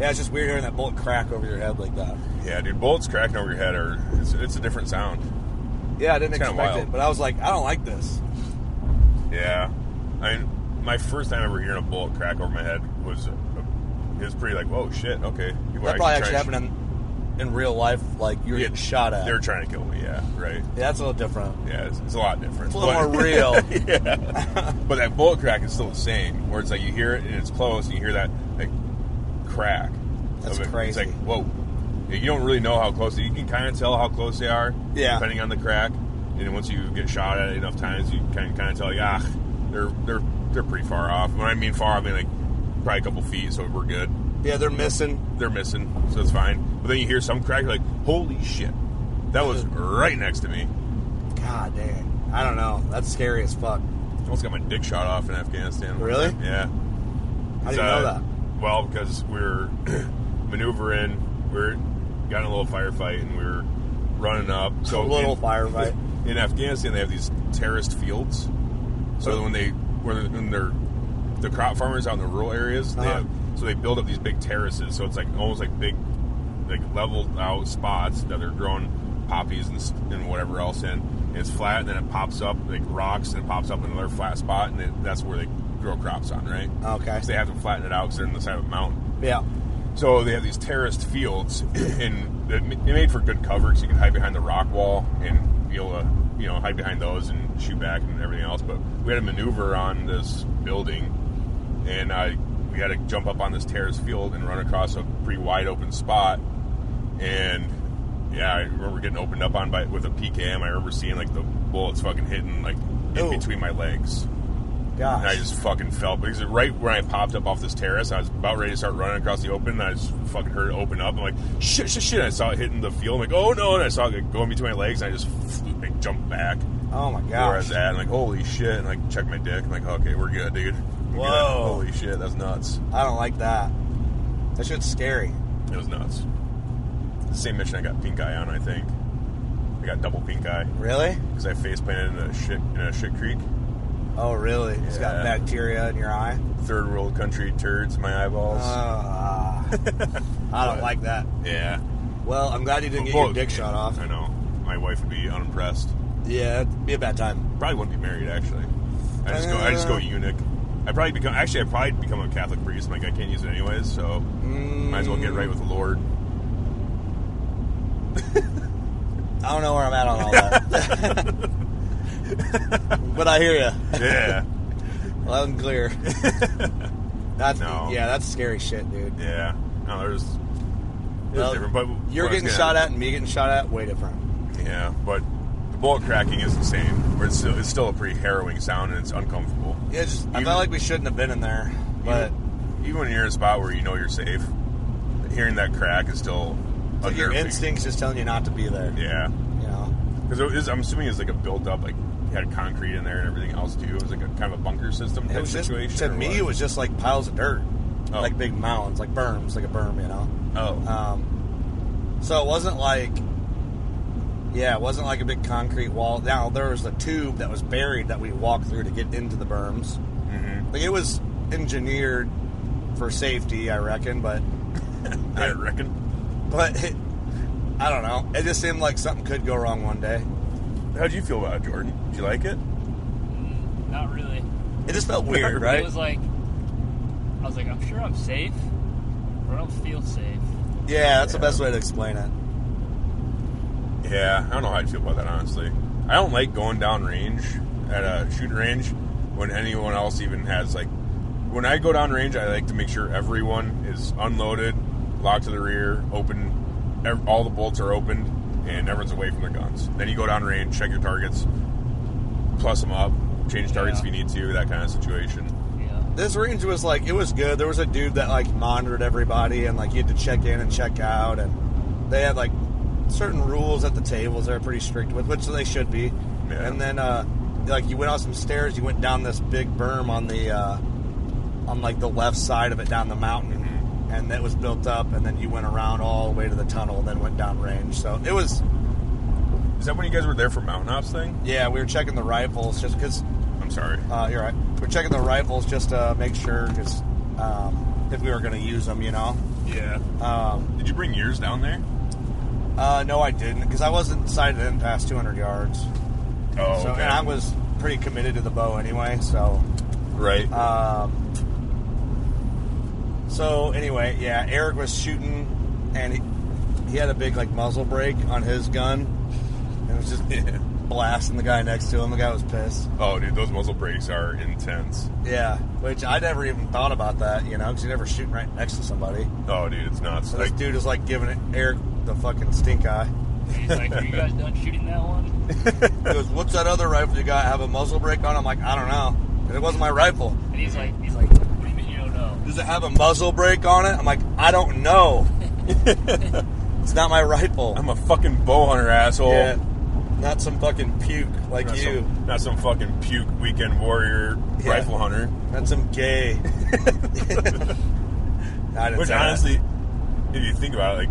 Speaker 3: Yeah, it's just weird hearing that bullet crack over your head like that.
Speaker 2: Yeah, dude, bullets cracking over your head are it's, it's a different sound.
Speaker 3: Yeah, I didn't
Speaker 2: It's kinda
Speaker 3: expect
Speaker 2: wild.
Speaker 3: it, but I was like, I don't like this.
Speaker 2: Yeah. I mean, my first time ever hearing a bullet crack over my head was uh, it was pretty like, whoa, shit, okay. People
Speaker 3: that probably actually happened in, in real life, like you're getting shot at.
Speaker 2: They were trying to kill me. Yeah, right.
Speaker 3: yeah, that's a little different.
Speaker 2: Yeah, it's, it's a lot different.
Speaker 3: It's a little
Speaker 2: But-
Speaker 3: more real.
Speaker 2: But that bullet crack is still the same, where it's like you hear it and it's close, and you hear that like crack.
Speaker 3: That's
Speaker 2: of it.
Speaker 3: crazy.
Speaker 2: It's like whoa, you don't really know how close. You can kind of tell how close they are,
Speaker 3: Yeah.
Speaker 2: depending on the crack. And then once you get shot at it enough times, you can kind of tell like ah, they're they're they're pretty far off. When I mean far, I mean like probably a couple feet, so we're good.
Speaker 3: Yeah, they're missing.
Speaker 2: They're missing, so it's fine. But then you hear some crack, you're like, holy shit. That was right next to me.
Speaker 3: God dang. I don't know. That's scary as fuck.
Speaker 2: almost got my dick shot off in Afghanistan.
Speaker 3: Really?
Speaker 2: Yeah.
Speaker 3: How do you know that?
Speaker 2: Well, because we were maneuvering, we were got in a little firefight, and we were running up. So
Speaker 3: A little
Speaker 2: in,
Speaker 3: firefight.
Speaker 2: in Afghanistan, they have these terraced fields. So when they when, when they're the crop farmers out in the rural areas, they
Speaker 3: Uh-huh.
Speaker 2: have, so they build up these big terraces. So it's like almost like big, like leveled out spots that they're growing poppies and, s- and whatever else in. And it's flat, and then it pops up like rocks, and it pops up in another flat spot, and it, that's where they grow crops on, right?
Speaker 3: Okay.
Speaker 2: So they have to flatten it out because they're on the side of a mountain.
Speaker 3: Yeah.
Speaker 2: So they have these terraced fields, and it ma- it made for good cover because you could hide behind the rock wall and be able to, you know, hide behind those and shoot back and everything else. But we had a maneuver on this building, and I we had to jump up on this terraced field and run across a pretty wide open spot. And yeah, I remember getting opened up on by with a PKM. I remember seeing like the bullets fucking hitting like in
Speaker 3: Ooh.
Speaker 2: between my legs.
Speaker 3: Gosh.
Speaker 2: And I just fucking fell because right when I popped up off this terrace, I was about ready to start running across the open. And I just fucking heard it open up. I'm like, shit, shit, shit. And I saw it hitting the field. I'm like, oh no. And I saw it going between my legs. And I just flew, like, jumped back
Speaker 3: oh
Speaker 2: where
Speaker 3: my
Speaker 2: I
Speaker 3: gosh.
Speaker 2: was at. And like, holy shit. And like, checked my dick. I'm like, okay, we're good, dude. We're good.
Speaker 3: Whoa.
Speaker 2: Holy shit. That's nuts.
Speaker 3: I don't like that. That shit's scary.
Speaker 2: It was nuts. Same mission I got pink eye on, I think. I got double pink eye
Speaker 3: Really?
Speaker 2: because I face planted in a shit in a shit creek.
Speaker 3: Oh, really? It's got
Speaker 2: Yeah.
Speaker 3: bacteria in your eye.
Speaker 2: Third world country turds in my eyeballs.
Speaker 3: Ah. I don't like that.
Speaker 2: yeah.
Speaker 3: Well, I'm glad you didn't get your dick shot off.
Speaker 2: I know. My wife would be unimpressed.
Speaker 3: Yeah, it'd be a bad time.
Speaker 2: Probably wouldn't be married actually. I just go. I just go
Speaker 3: Uh.
Speaker 2: eunuch. I probably become. Actually, I probably become a Catholic priest. I'm like I can't use it anyways, so might as well
Speaker 3: Mm,
Speaker 2: get right with the Lord.
Speaker 3: I don't know where I'm at on all that. but I hear you.
Speaker 2: Yeah,
Speaker 3: Loud and clear. That's
Speaker 2: No.
Speaker 3: yeah, that's scary shit, dude.
Speaker 2: yeah. No, there's. It's
Speaker 3: Well,
Speaker 2: different, but
Speaker 3: You're
Speaker 2: what I was
Speaker 3: getting
Speaker 2: gonna-
Speaker 3: shot at and me getting shot at, way different.
Speaker 2: Yeah, but the bullet cracking is the same. Where it's still, it's still a pretty harrowing sound and it's uncomfortable.
Speaker 3: Yeah, just, I
Speaker 2: You-
Speaker 3: felt like we shouldn't have been in there, but
Speaker 2: even, even when you're in a spot where you know you're safe, hearing that crack is still.
Speaker 3: but your
Speaker 2: unnerving.
Speaker 3: instincts just telling you not to be there.
Speaker 2: Yeah.
Speaker 3: You know,
Speaker 2: Because it was, I'm assuming it's like a built up, like had concrete in there and everything else too. It was like a kind of a bunker system
Speaker 3: it
Speaker 2: type
Speaker 3: was just
Speaker 2: situation.
Speaker 3: to
Speaker 2: or
Speaker 3: me,
Speaker 2: what?
Speaker 3: it was just like piles of dirt,
Speaker 2: Oh.
Speaker 3: like big mounds, like berms, like a berm, you know.
Speaker 2: oh
Speaker 3: Um, so it wasn't like, yeah, it wasn't like a big concrete wall. Now there was a tube that was buried that we walked through to get into the berms.
Speaker 2: Mhm.
Speaker 3: Like it was engineered for safety, I reckon, but
Speaker 2: I reckon.
Speaker 3: but it, I don't know. It just seemed like something could go wrong one day.
Speaker 2: How'd you feel about it, Jordan? Did you like it?
Speaker 5: Mm, Not really.
Speaker 3: It just felt weird,
Speaker 5: It
Speaker 3: right?
Speaker 5: was like, I was like, I'm sure I'm safe, but I don't feel safe.
Speaker 3: Yeah, that's the best way to explain it.
Speaker 2: Yeah, I don't know how I feel about that honestly. I don't like going down range at a shooting range when anyone else even has like. When I go down range, I like to make sure everyone is unloaded, locked to the rear, open, ev- all the bolts are opened, and everyone's away from their guns. Then you go down range, check your targets, plus them up, change targets
Speaker 5: Yeah.
Speaker 2: if you need to, that kind of situation.
Speaker 5: Yeah.
Speaker 3: This range was like it was good. There was a dude that like monitored everybody and like you had to check in and check out and they had like certain rules at the tables they were pretty strict with, which they should be.
Speaker 2: Yeah.
Speaker 3: And then uh like you went out some stairs, you went down this big berm on the uh on like the left side of it down the mountain and that was built up and then you went around all the way to the tunnel and then went down range. So it was
Speaker 2: Is that when you guys were there for Mountain Ops thing?
Speaker 3: yeah, we were checking the rifles just because
Speaker 2: I'm sorry.
Speaker 3: Uh, you're right. We're checking the rifles just to make sure, just um, if we were going to use them, you know.
Speaker 2: Yeah.
Speaker 3: Um,
Speaker 2: Did you bring yours down there?
Speaker 3: uh, no, I didn't because I wasn't sighted in past 200 yards.
Speaker 2: Oh,
Speaker 3: so,
Speaker 2: okay.
Speaker 3: and I was pretty committed to the bow anyway. So,
Speaker 2: right.
Speaker 3: um, so anyway, yeah. Eric was shooting, and he, he had a big like muzzle break on his gun, and it was just blasting the guy next to him. The guy was pissed.
Speaker 2: oh, dude, those muzzle brakes are intense.
Speaker 3: Yeah, which I never even thought about that, you know, because you're never shooting right next to somebody.
Speaker 2: Oh, dude, it's nuts.
Speaker 3: So
Speaker 2: Like,
Speaker 3: this dude is like giving it Eric the fucking stink eye.
Speaker 5: He's like, are you guys done shooting that one?
Speaker 3: He goes, "What's that other rifle you got? Have a muzzle brake on?" I'm like, "I don't know. It wasn't my rifle."
Speaker 5: And he's like, he's like, what do you mean you don't know?
Speaker 3: does it have a muzzle brake on it? I'm like, I don't know. it's not my rifle.
Speaker 2: I'm a fucking bow hunter asshole.
Speaker 3: Yeah. Not some fucking puke like
Speaker 2: Not
Speaker 3: you.
Speaker 2: some, not some fucking puke weekend warrior
Speaker 3: Yeah.
Speaker 2: rifle hunter.
Speaker 3: Not some gay. I didn't
Speaker 2: Which
Speaker 3: say that.
Speaker 2: honestly, if you think about it, like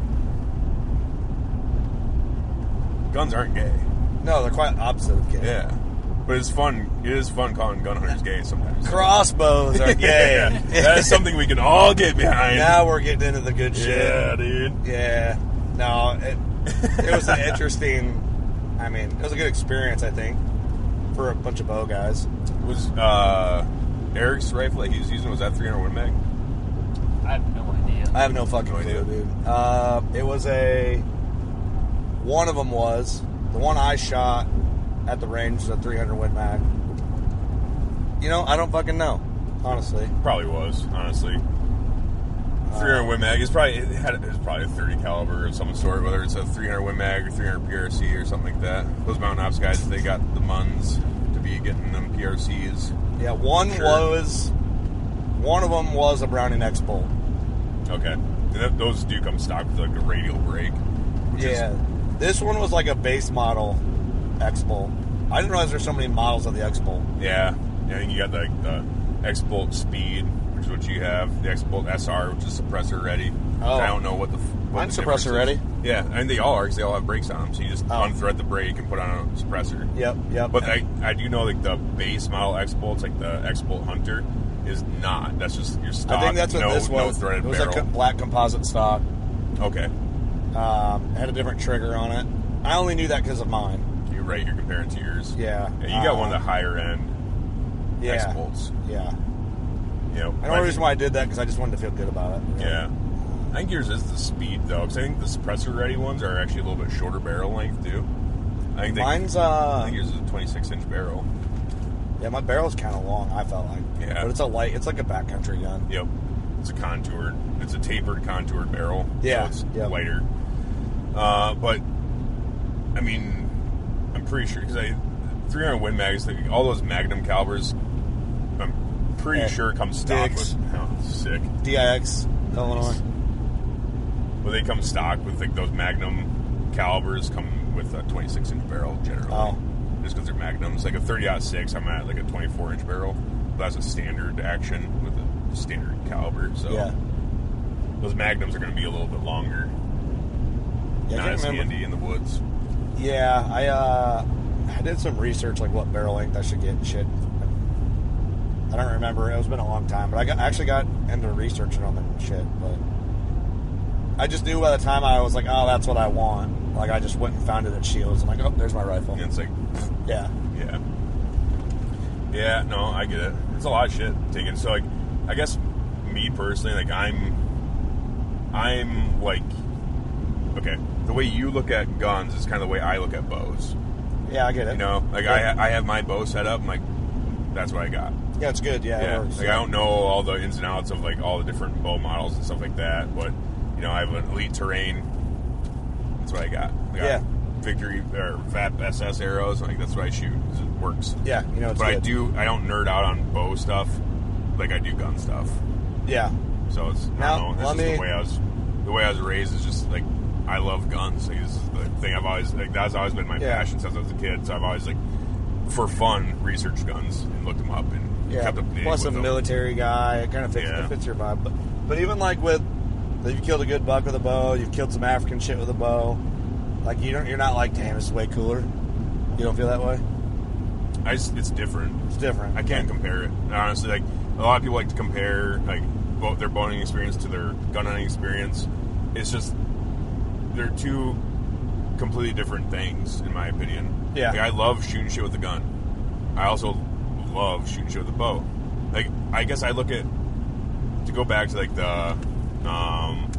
Speaker 2: guns aren't gay.
Speaker 3: No, they're quite opposite of gay.
Speaker 2: Yeah, but it's fun. It is fun calling gun hunters gay sometimes.
Speaker 3: Crossbows are gay.
Speaker 2: yeah, that is something we can all get behind.
Speaker 3: Now we're getting into the good
Speaker 2: yeah,
Speaker 3: shit.
Speaker 2: dude.
Speaker 3: Yeah. No, it, it was an interesting. I mean, it was a good experience, I think, for a bunch of bow guys.
Speaker 2: Was uh, Eric's rifle that he was using was that 300 Win Mag?
Speaker 5: I have no idea.
Speaker 3: I have no fucking
Speaker 2: No idea.
Speaker 3: clue, dude. Uh, it was a. One of them was the one I shot at the range was a 300 Win Mag. You know, I don't fucking know, honestly.
Speaker 2: Probably was honestly.
Speaker 3: Uh,
Speaker 2: 300 Win Mag is probably it had it was probably a 30 caliber of some sort, whether it's a 300 Win Mag or 300 PRC or something like that. Those Mountain Ops guys, they got the muns to be getting them PRCs.
Speaker 3: Yeah, one
Speaker 2: Sure.
Speaker 3: was. One of them was a Browning X bolt.
Speaker 2: Okay, and th- those do come stock with like a radial brake. which is-
Speaker 3: Yeah, this one was like a base model X bolt. I didn't realize there's so many models of the X bolt.
Speaker 2: Yeah, I think you got like the X Bolt Speed, which is what you have. The X Bolt SR, which is suppressor ready.
Speaker 3: Oh.
Speaker 2: I don't know what the. f- What
Speaker 3: Mine's
Speaker 2: the
Speaker 3: suppressor
Speaker 2: difference is.
Speaker 3: ready.
Speaker 2: Yeah, and they all are because they all have brakes on them. So you just
Speaker 3: Oh.
Speaker 2: unthread the brake and put on a suppressor.
Speaker 3: Yep, yep.
Speaker 2: But I, I do know like the base model X Bolts, like the X Bolt Hunter, is not. That's just your stock.
Speaker 3: I think that's what
Speaker 2: no,
Speaker 3: this
Speaker 2: no
Speaker 3: was.
Speaker 2: threaded
Speaker 3: it was
Speaker 2: barrel.
Speaker 3: a co- black composite stock.
Speaker 2: okay,
Speaker 3: Um, had a different trigger on it. I only knew that because of mine.
Speaker 2: you're right. You're comparing to yours.
Speaker 3: Yeah.
Speaker 2: Yeah, you got
Speaker 3: Uh,
Speaker 2: one of the higher end
Speaker 3: Yeah.
Speaker 2: X Bolts.
Speaker 3: Yeah.
Speaker 2: You know,
Speaker 3: I don't know the reason why I did that because I just wanted to feel good about it.
Speaker 2: Yeah. I think yours is the speed though, because I think the suppressor ready ones are actually a little bit shorter barrel length too. I think they,
Speaker 3: Mine's
Speaker 2: I
Speaker 3: uh
Speaker 2: think yours is a 26 inch barrel.
Speaker 3: yeah, my barrel's kind of long. I felt like
Speaker 2: Yeah.
Speaker 3: but it's a light. It's like a backcountry gun.
Speaker 2: Yep, it's a contoured, it's a tapered contoured barrel.
Speaker 3: Yeah,
Speaker 2: so it's
Speaker 3: yep.
Speaker 2: lighter. Uh, but I mean, I'm pretty sure because I 300 Win Mags, like, all those Magnum calibers, I'm pretty
Speaker 3: Yeah.
Speaker 2: sure come stock
Speaker 3: Dicks.
Speaker 2: with. Oh, sick.
Speaker 3: Dix Illinois.
Speaker 2: But they come stock with like those Magnum calibers come with a 26 inch barrel generally.
Speaker 3: Oh.
Speaker 2: Just because they're Magnums, like a 30 six, I'm at like a 24 inch barrel. That's a standard action with a standard caliber. So
Speaker 3: Yeah,
Speaker 2: those Magnums are going to be a little bit longer,
Speaker 3: yeah. I
Speaker 2: not
Speaker 3: can't
Speaker 2: as
Speaker 3: remember.
Speaker 2: handy in the woods.
Speaker 3: Yeah, I uh, I did some research like what barrel length I should get and shit. I don't remember. It's been a long time, but I got, I actually got into researching on them and shit. But I just knew by the time I was like, oh, that's what I want. Like I just went and found it at Shields. I'm like, oh, there's my rifle.
Speaker 2: And
Speaker 3: Yeah,
Speaker 2: it's like, yeah, yeah. No, I get it. It's a lot of shit taken. So like, I guess me personally, like I'm, I'm like, okay. The way you look at guns is kind of the way I look at bows.
Speaker 3: yeah, I get it.
Speaker 2: You know, like I
Speaker 3: yeah.
Speaker 2: I, I have my bow set up. I'm like, that's what I got.
Speaker 3: yeah, it's good. Yeah,
Speaker 2: Yeah.
Speaker 3: it works.
Speaker 2: Like I don't know all the ins and outs of like all the different bow models and stuff like that, but you know, I have an elite terrain. That's what I got. I got
Speaker 3: Yeah.
Speaker 2: Victory or Fat SS arrows. Like that's what I shoot. 'cause It works.
Speaker 3: yeah, you know, it's
Speaker 2: But I
Speaker 3: good.
Speaker 2: do. I don't nerd out on bow stuff, like I do gun stuff.
Speaker 3: Yeah,
Speaker 2: So it's I
Speaker 3: Now,
Speaker 2: don't know. That's
Speaker 3: let
Speaker 2: just the
Speaker 3: me-
Speaker 2: way I was. The way I was raised is just like I love guns. Like, this is the thing I've always like that's always been my
Speaker 3: Yeah.
Speaker 2: passion since I was a kid. So I've always like for fun researched guns and looked them up and
Speaker 3: yeah.
Speaker 2: kept up to date
Speaker 3: Plus a
Speaker 2: with them.
Speaker 3: military guy, it kind of fits,
Speaker 2: Yeah.
Speaker 3: it fits your vibe. But but even like with if you killed a good buck with a bow, you've killed some African shit with a bow. Like you don't, you're not like, damn, this is way cooler. You don't feel that way.
Speaker 2: I just, it's different.
Speaker 3: It's different.
Speaker 2: I can't compare it honestly. Like a lot of people like to compare like both their boning experience to their gun hunting experience. It's just they're two completely different things, in my opinion.
Speaker 3: Yeah.
Speaker 2: Like, I love shooting shit with a gun. I also love shooting shit with a bow. Like I guess I look at to go back to like the um,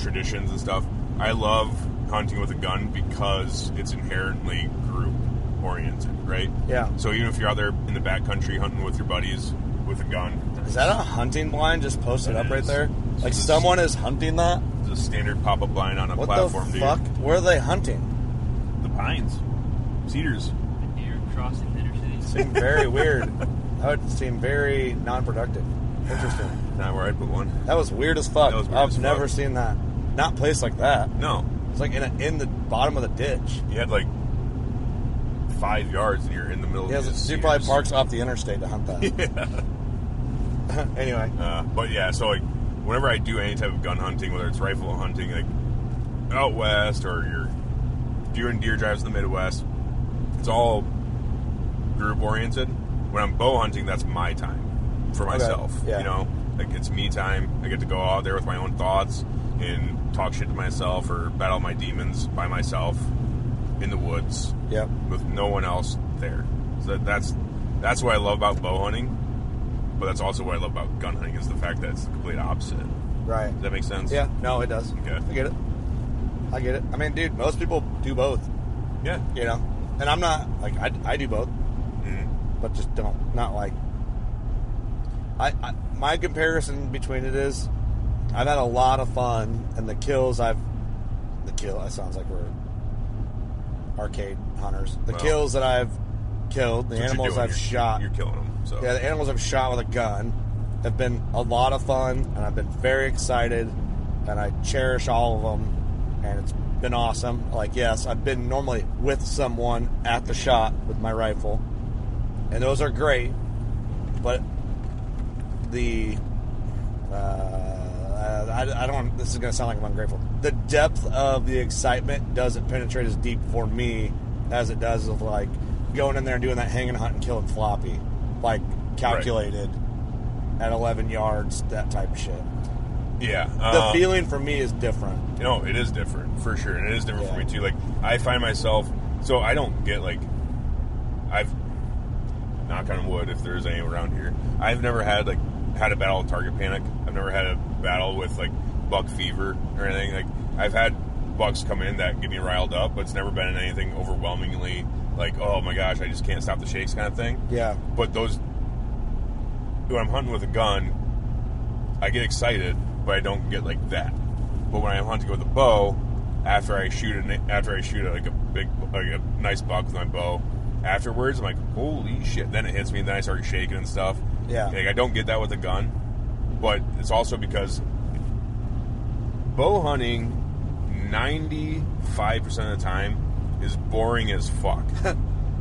Speaker 2: traditions and stuff. I love hunting with a gun because it's inherently group oriented, right?
Speaker 3: Yeah.
Speaker 2: So even if you're out there in the backcountry hunting with your buddies with a gun,
Speaker 3: Is that a hunting blind just posted
Speaker 2: It
Speaker 3: up right
Speaker 2: is.
Speaker 3: there? Like
Speaker 2: It's-
Speaker 3: someone is hunting that.
Speaker 2: it's a standard pop-up line on a
Speaker 3: What
Speaker 2: platform,
Speaker 3: the fuck? Where are they hunting?
Speaker 2: dude. The pines, cedars.
Speaker 5: The deer crossing inner cities.
Speaker 3: Seem very weird. That would seem very non-productive. Interesting.
Speaker 2: Not where I'd put one.
Speaker 3: That was weird as fuck.
Speaker 2: That was weird
Speaker 3: I've
Speaker 2: as fuck.
Speaker 3: never seen that. Not placed like that.
Speaker 2: No,
Speaker 3: It's like in a, in the bottom of the ditch.
Speaker 2: you had like five yards, and you're in the middle.
Speaker 3: He
Speaker 2: of the
Speaker 3: has he probably parks off the interstate to hunt that. anyway,
Speaker 2: Uh, but yeah, so like whenever I do any type of gun hunting, whether it's rifle hunting, like out west or you're doing deer drives in the Midwest, it's all group oriented. When I'm bow hunting, that's my time for myself.
Speaker 3: yeah.
Speaker 2: You know, like it's me time. I get to go out there with my own thoughts and talk shit to myself or battle my demons by myself in the woods
Speaker 3: yep.
Speaker 2: with no one else there. So that, that's that's what I love about bow hunting, but that's also what I love about gun hunting is the fact that it's the complete opposite. Does
Speaker 3: Right.
Speaker 2: that make sense?
Speaker 3: Yeah. No, it does.
Speaker 2: Okay.
Speaker 3: I get it. I get it. I mean, dude, most people do both.
Speaker 2: Yeah.
Speaker 3: You know, and I'm not like I, I do both,
Speaker 2: Mm.
Speaker 3: but just don't not like. I, I my comparison between it is, I've had a lot of fun and the kills I've, the kill. That sounds like we're arcade hunters. The
Speaker 2: Well,
Speaker 3: kills that I've killed, the
Speaker 2: That's what you're
Speaker 3: animals
Speaker 2: doing.
Speaker 3: I've
Speaker 2: You're-
Speaker 3: shot.
Speaker 2: You're killing them. So
Speaker 3: Yeah, the animals I've shot with a gun have been a lot of fun, and I've been very excited, and I cherish all of them, and it's been awesome. Like, yes, I've been normally with someone at the shot with my rifle, and those are great, but the uh, I, I don't. This is going to sound like I'm ungrateful. The depth of the excitement doesn't penetrate as deep for me as it does of like going in there and doing that hanging hunt and killing floppy, like calculated at 11 yards, that type of shit.
Speaker 2: yeah.
Speaker 3: The
Speaker 2: um,
Speaker 3: feeling for me is different.
Speaker 2: you know, it is different for sure, and it is different for
Speaker 3: Yeah.
Speaker 2: me too. Like I find myself, so I don't get like, I've knock on wood if there's any around here. I've never had like had a battle with target panic. I've never had a battle with like buck fever or anything. Like I've had bucks come in that get me riled up, but it's never been anything overwhelmingly like, oh my gosh, I just can't stop the shakes kind of thing.
Speaker 3: Yeah.
Speaker 2: But those when I'm hunting with a gun, I get excited, but I don't get like that. But when I'm hunting with a bow, after I shoot an after I shoot like a big like a nice buck with my bow, afterwards I'm like, holy shit! Then it hits me, and then I start shaking and stuff.
Speaker 3: Yeah.
Speaker 2: like I don't get that with a gun, but it's also because bow hunting. 95% of the time is boring as fuck.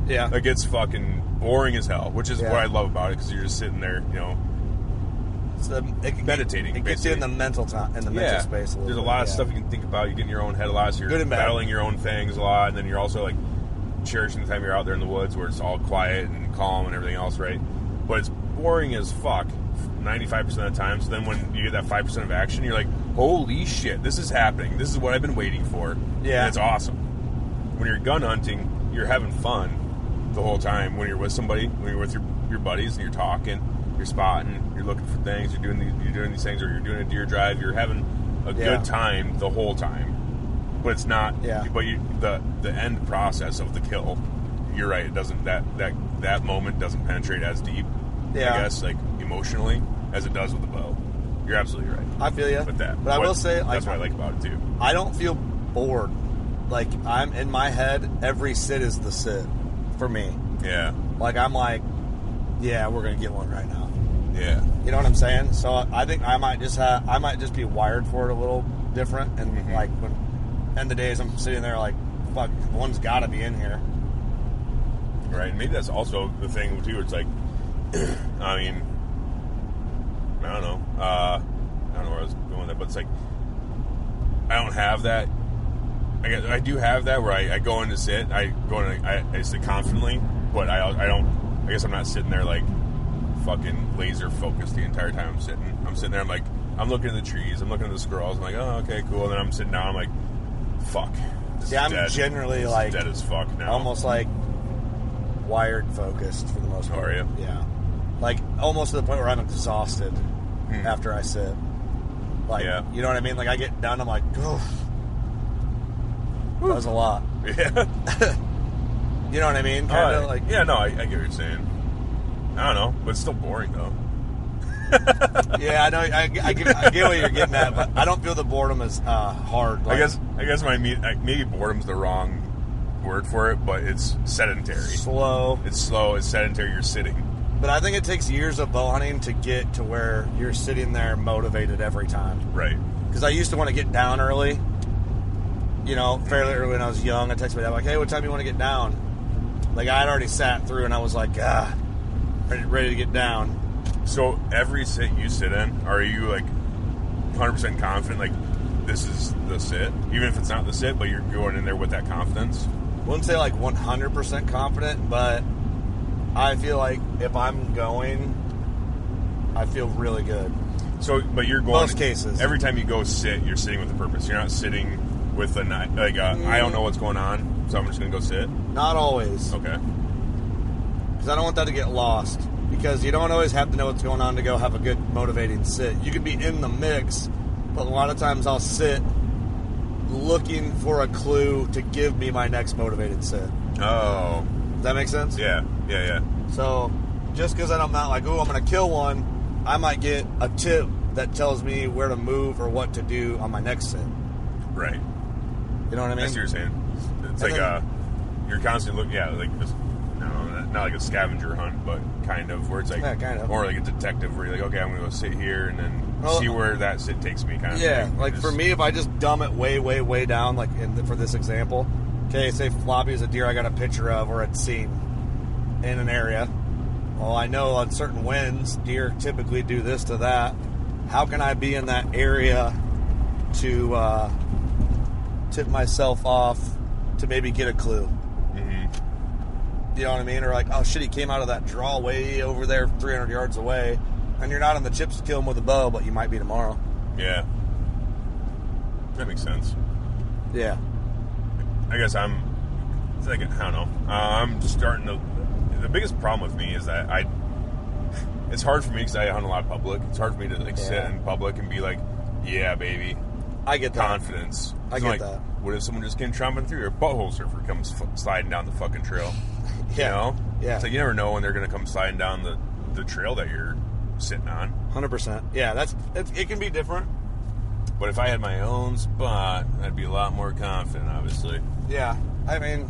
Speaker 3: Yeah.
Speaker 2: Like it's fucking boring as hell, which is
Speaker 3: Yeah.
Speaker 2: what I love about it because you're just sitting there, you know,
Speaker 3: So it can
Speaker 2: meditating,
Speaker 3: Get, it gets you in the mental time, in the mental space. A little
Speaker 2: There's a
Speaker 3: bit,
Speaker 2: lot of
Speaker 3: yeah.
Speaker 2: stuff you can think about. You get in your own head a lot. So you're
Speaker 3: Good and bad.
Speaker 2: battling your own things a lot, and then you're also like cherishing the time you're out there in the woods where it's all quiet and calm and everything else, right? But it's boring as fuck. 95% of the time. So then when you get that 5% of action, you're like, holy shit, this is happening. This is what I've been waiting for.
Speaker 3: Yeah.
Speaker 2: And it's awesome. When you're gun hunting, you're having fun the whole time. When you're with somebody, when you're with your, your buddies and you're talking, you're spotting, you're looking for things, you're doing these, you're doing these things, or you're doing a deer drive, you're having a
Speaker 3: Yeah.
Speaker 2: good time the whole time. But it's not.
Speaker 3: Yeah.
Speaker 2: But you, the the end process of the kill, you're right. It doesn't that that that moment doesn't penetrate as deep.
Speaker 3: Yeah.
Speaker 2: I guess like emotionally as it does with the bow. You're absolutely right.
Speaker 3: I feel you.
Speaker 2: with that.
Speaker 3: But I will say,
Speaker 2: that's
Speaker 3: like,
Speaker 2: what I like about it too.
Speaker 3: I don't feel bored. Like I'm in my head, every sit is the sit for me.
Speaker 2: Yeah.
Speaker 3: Like I'm like, yeah, we're gonna get one right now.
Speaker 2: Yeah.
Speaker 3: You know what I'm saying? So I think I might just have, I might just be wired for it a little different. And like when end of days, I'm sitting there like, fuck, one's got to be in here.
Speaker 2: Right. and Maybe that's also the thing too. It's like, I mean, I don't know. Uh, I don't know where I was going with that, but it's like, I don't have that. I guess I do have that where I, I go in to sit. I go in. I, I sit confidently, but I I don't. I guess I'm not sitting there like fucking laser focused the entire time I'm sitting. I'm sitting there. I'm like, I'm looking at the trees. I'm looking at the squirrels. I'm like, oh, okay, cool. And then I'm sitting down. I'm like, fuck. This
Speaker 3: Yeah, I'm
Speaker 2: is dead.
Speaker 3: generally,
Speaker 2: This is
Speaker 3: like,
Speaker 2: dead as fuck now.
Speaker 3: Almost like wired focused for the most part.
Speaker 2: Oh, Are you?
Speaker 3: Yeah. Like almost to the point where I'm exhausted after I sit. Like,
Speaker 2: Hmm. Yeah.
Speaker 3: you know what I mean? Like I get done, I'm like, oh, that was a lot.
Speaker 2: Yeah.
Speaker 3: You know what I mean?
Speaker 2: Oh,
Speaker 3: Kind of
Speaker 2: I-
Speaker 3: like,
Speaker 2: yeah, no, I, I get what you're saying. I don't know, but it's still boring though.
Speaker 3: yeah, I know. I, I, get, I get what you're getting at, but I don't feel the boredom as uh, hard.
Speaker 2: I
Speaker 3: Like,
Speaker 2: guess I guess my me- like, maybe boredom's the wrong word for it, but it's sedentary.
Speaker 3: slow.
Speaker 2: It's slow. It's sedentary. You're sitting.
Speaker 3: But I think it takes years of bow hunting to get to where you're sitting there motivated every time.
Speaker 2: Right.
Speaker 3: Because I used to want to get down early, you know, fairly early when I was young. I texted my dad, like, hey, what time do you want to get down? Like, I had already sat through and I was like, ah, ready, ready to get down.
Speaker 2: So every sit you sit in, are you like 100% confident? Like this is the sit, even if it's not the sit, but you're going in there with that confidence.
Speaker 3: wouldn't say like 100% confident, but I feel like if I'm going, I feel really good.
Speaker 2: So, but you're going
Speaker 3: Most cases.
Speaker 2: Every time you go sit, you're sitting with a purpose. You're not sitting with a ni- like I I
Speaker 3: Mm.
Speaker 2: don't know what's going on, so I'm just gonna go sit.
Speaker 3: Not always,
Speaker 2: Okay.
Speaker 3: because I don't want that to get lost. Because you don't always have to know what's going on to go have a good motivating sit. You could be in the mix, but a lot of times I'll sit looking for a clue to give me my next motivated sit.
Speaker 2: Oh,
Speaker 3: Does that make sense?
Speaker 2: yeah, yeah, yeah.
Speaker 3: So just because I'm not like, oh, I'm going to kill one, I might get a tip that tells me where to move or what to do on my next sit.
Speaker 2: Right.
Speaker 3: You know what I mean?
Speaker 2: That's what you're saying. It's
Speaker 3: And
Speaker 2: like
Speaker 3: then-
Speaker 2: uh, you're constantly looking. Yeah, like this. No, not- not like a scavenger hunt, but kind of where it's like,
Speaker 3: Yeah, kind of.
Speaker 2: or like a detective where you're like, okay, I'm gonna go sit here and then
Speaker 3: Well-
Speaker 2: see where that sit takes me. Kind of.
Speaker 3: Yeah,
Speaker 2: thing.
Speaker 3: like
Speaker 2: Just-
Speaker 3: for me, if I just dumb it way, way, way down, like in for this example, okay, say floppy is a deer I got a picture of or had seen in an area. Well, I know on certain winds, deer typically do this to that. How can I be in that area to uh, tip myself off to maybe get a clue? You know what I mean? Or like, oh shit, he came out of that draw way over there, 300 yards away, and you're not on the chips to kill him with a bow, but you might be tomorrow.
Speaker 2: Yeah. That makes sense.
Speaker 3: Yeah.
Speaker 2: I guess I'm. It's like I don't know. Uh, I'm just starting to. The biggest problem with me is that I. It's hard for me because I hunt a lot of public. It's hard for me to like sit
Speaker 3: Yeah.
Speaker 2: in public and be like, "Yeah, baby,
Speaker 3: I get that.
Speaker 2: confidence."
Speaker 3: I
Speaker 2: So,
Speaker 3: get
Speaker 2: like,
Speaker 3: that.
Speaker 2: What if someone just came tromping through? Your butthole surfer comes f- sliding down the fucking trail.
Speaker 3: Yeah.
Speaker 2: You know?
Speaker 3: Yeah.
Speaker 2: It's like you never know when they're gonna come sliding down the the trail that you're sitting on.
Speaker 3: Hundred percent. Yeah, that's it, it. Can be different.
Speaker 2: But if I had my own spot, I'd be a lot more confident, obviously.
Speaker 3: Yeah, I mean,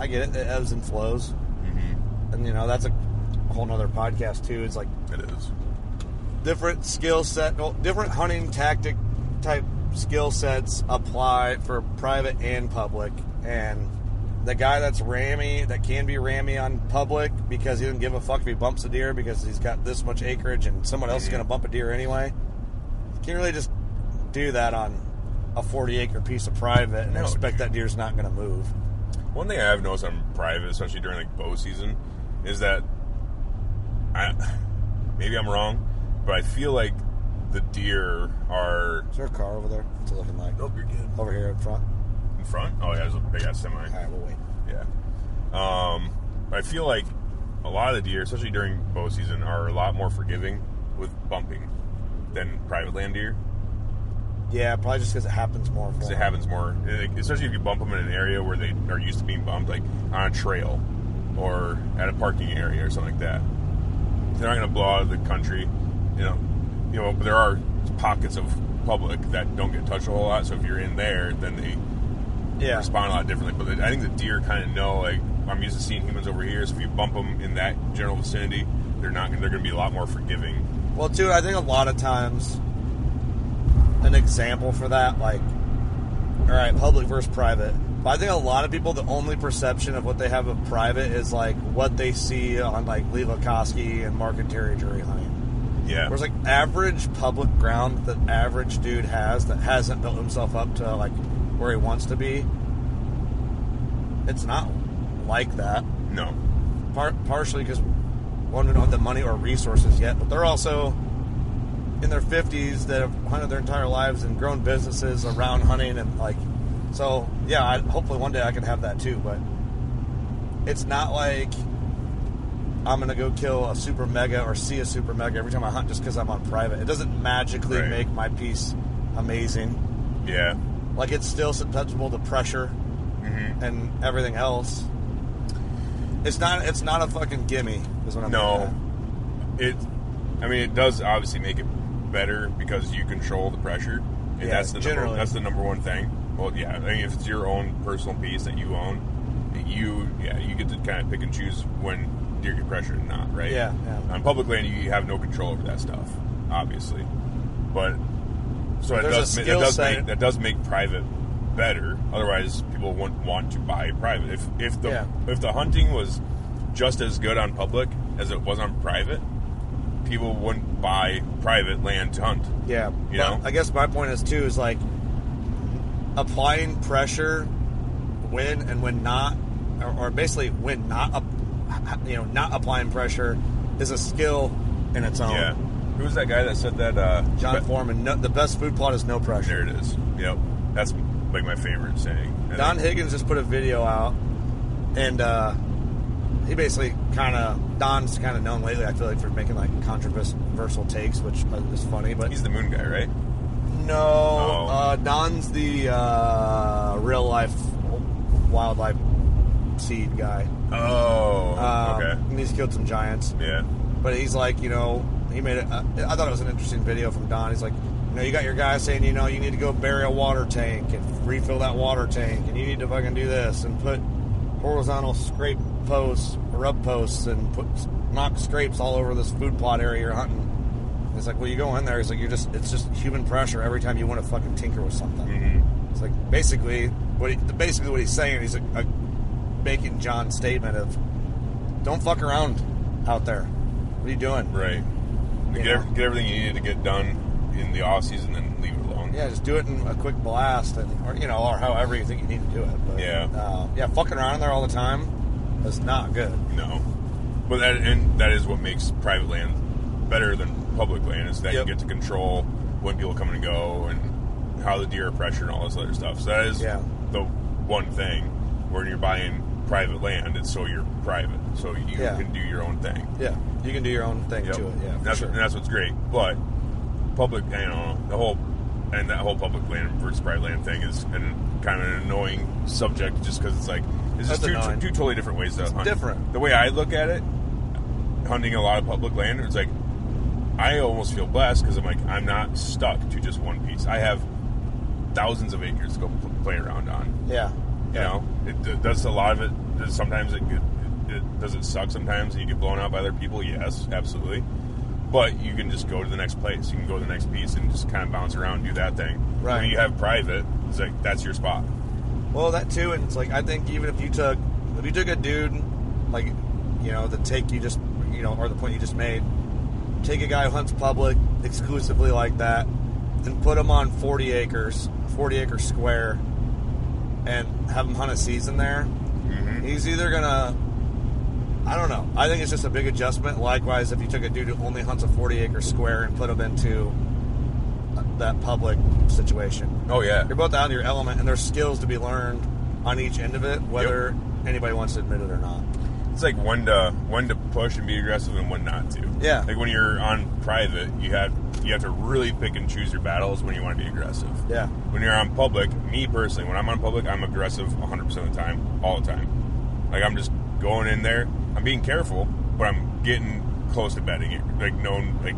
Speaker 3: I get it. It ebbs and flows, and you know that's a whole nother podcast too. It's like
Speaker 2: It is.
Speaker 3: different skill set, well, different hunting tactic type skill sets apply for private and public. And the guy that's rammy, that can be rammy on public because he doesn't give a fuck if he bumps a deer because he's got this much acreage and someone else is going to bump a deer anyway. You can't really just do that on a 40 acre piece of private and
Speaker 2: No,
Speaker 3: expect that deer's not going to move.
Speaker 2: One thing I have noticed on private, especially during like bow season, is that I maybe I'm wrong, but I feel like the deer are
Speaker 3: Is there a car over there? What's it looking like?
Speaker 2: Nope, you're good.
Speaker 3: Over here in front.
Speaker 2: in front. Oh yeah, there's a big ass semi.
Speaker 3: All right, we'll wait.
Speaker 2: Yeah. Um, I feel like a lot of the deer, especially during bow season, are a lot more forgiving with bumping than private land deer
Speaker 3: Yeah, probably just because it happens more. for
Speaker 2: because it
Speaker 3: him.
Speaker 2: happens more, like, especially if you bump them in an area where they are used to being bumped, like on a trail or at a parking area or something like that. They're not going to blow out of the country, you know. You know, but there are pockets of public that don't get touched a whole lot. So if you're in there, then they
Speaker 3: Yeah.
Speaker 2: respond a lot differently. But I think the deer kind of know, like I'm used to seeing humans over here. So if you bump them in that general vicinity, they're not. They're going to be a lot more forgiving.
Speaker 3: Well, dude, I think a lot of times an example for that, like, all right, public versus private. But I think a lot of people, the only perception of what they have of private is like what they see on like Lee Lukoski and Mark and Terry jury hunting.
Speaker 2: Yeah.
Speaker 3: Whereas like average public ground that average dude has that hasn't built himself up to like where he wants to be, it's not like that
Speaker 2: No.
Speaker 3: par- partially because one don't have the money or resources yet, but they're also in their fifties that have hunted their entire lives and grown businesses around hunting and like. So yeah, I, hopefully one day I can have that too. But it's not like I'm gonna go kill a super mega or see a super mega every time I hunt just because I'm on private. It doesn't magically
Speaker 2: Right.
Speaker 3: make my piece amazing.
Speaker 2: Yeah.
Speaker 3: Like it's still susceptible to pressure
Speaker 2: Mm-hmm.
Speaker 3: and everything else. It's not. It's not a fucking gimme. Is what I'm.
Speaker 2: No,
Speaker 3: getting at.
Speaker 2: it. I mean, it does obviously make it better because you control the pressure, and
Speaker 3: Yeah,
Speaker 2: that's the number,
Speaker 3: generally.
Speaker 2: that's the number one thing. Well, yeah, I mean, if it's your own personal piece that you own, you yeah you get to kind of pick and choose when deer get pressured and not right.
Speaker 3: Yeah, yeah.
Speaker 2: On public land, you have no control over that stuff, obviously. But so that
Speaker 3: There's a
Speaker 2: does, ma- that
Speaker 3: skill
Speaker 2: does
Speaker 3: set.
Speaker 2: make that does make private better. Otherwise, people wouldn't want to buy private. If if the
Speaker 3: Yeah.
Speaker 2: if the hunting was just as good on public as it was on private, people wouldn't buy private land to hunt.
Speaker 3: Yeah.
Speaker 2: You
Speaker 3: but
Speaker 2: know?
Speaker 3: I guess my point is too is like applying pressure when and when not, or, or basically when not, up- you know, not applying pressure is a skill in its own.
Speaker 2: Yeah. Who was that guy that said that? Uh,
Speaker 3: Oh. John
Speaker 2: but-
Speaker 3: Foreman, no, the best food plot is no pressure.
Speaker 2: There it is. Yep. That's like my favorite saying. I
Speaker 3: Don
Speaker 2: think-
Speaker 3: Higgins just put a video out, and uh, he basically kind of Don's kind of known lately. I feel like for making like controversial takes, which uh, is funny. But
Speaker 2: He's the moon guy, right?
Speaker 3: No,
Speaker 2: Oh.
Speaker 3: uh, Don's the uh, real life wildlife seed guy.
Speaker 2: Oh.
Speaker 3: Um,
Speaker 2: okay.
Speaker 3: And he's killed some giants,
Speaker 2: Yeah.
Speaker 3: but he's like, you know, he made it. Uh, I thought it was an interesting video from Don. He's like, you know, you got your guy saying, you know, you need to go bury a water tank and refill that water tank, and you need to fucking do this and put horizontal scrape posts, rub posts, and put knock scrapes all over this food plot area you're hunting. It's like, well, you go in there. It's like you're just—it's just human pressure every time you want to fucking tinker with something.
Speaker 2: Mm-hmm.
Speaker 3: It's like basically what he, basically what he's saying. He's like, uh, making John's statement of, "Don't fuck around out there. What are you doing?
Speaker 2: Right. Get,
Speaker 3: Yeah.
Speaker 2: ev- get everything you needed to get done in the off season and leave it alone.
Speaker 3: Yeah, just do it in a quick blast, and or you know, or however you think you need to do it. But,
Speaker 2: Yeah.
Speaker 3: uh, yeah, fucking around in there all the time is not good.
Speaker 2: No. But that and that is what makes private land better than public land is that
Speaker 3: Yep.
Speaker 2: you get to control when people come and go and how the deer are pressured and all this other stuff. So that is
Speaker 3: Yeah.
Speaker 2: the one thing where you're buying private land, it's so you're private, so you
Speaker 3: Yeah.
Speaker 2: can do your own thing.
Speaker 3: Yeah, you can do your own thing
Speaker 2: Yep.
Speaker 3: to it. Yeah, for
Speaker 2: that's
Speaker 3: sure.
Speaker 2: and that's what's great. But public, you know, the whole and that whole public land versus private land thing is an, kind of an annoying subject, just because it's like it's just
Speaker 3: That's
Speaker 2: two,
Speaker 3: annoying.
Speaker 2: two totally different ways to hunt.
Speaker 3: different.
Speaker 2: The way I look at it, hunting a lot of public land, it's like I almost feel blessed because I'm like I'm not stuck to just one piece. I have thousands of acres to go pl- play around on.
Speaker 3: yeah,
Speaker 2: You know, it, d does a lot of it. Does sometimes it, get- it, it does it suck sometimes, and you get blown out by other people. Yes, absolutely. But you can just go to the next place. You can go to the next piece and just kind of bounce around, and do that thing.
Speaker 3: Right.
Speaker 2: When you have private, it's like that's your spot.
Speaker 3: Well, that too, and it's like I think even if you took if you took a dude like you know the take you just you know or the point you just made, take a guy who hunts public exclusively like that, and put him on forty acres, forty acre square, and have him hunt a season there. He's either gonna I don't know. I think it's just a big adjustment. Likewise, if you took a dude who only hunts a forty acre square and put him into that public situation,
Speaker 2: Oh yeah.
Speaker 3: you're both out of your element, and there's skills to be learned on each end of it, whether anybody wants to admit it or not.
Speaker 2: It's like when to when to push and be aggressive and when not to.
Speaker 3: Yeah.
Speaker 2: Like when you're on private, you have you have to really pick and choose your battles when you want to be aggressive.
Speaker 3: Yeah.
Speaker 2: When you're on public, me personally, when I'm on public, I'm aggressive 100% of the time, all the time. Like I'm just going in there. I'm being careful, but I'm getting close to betting it. Like known like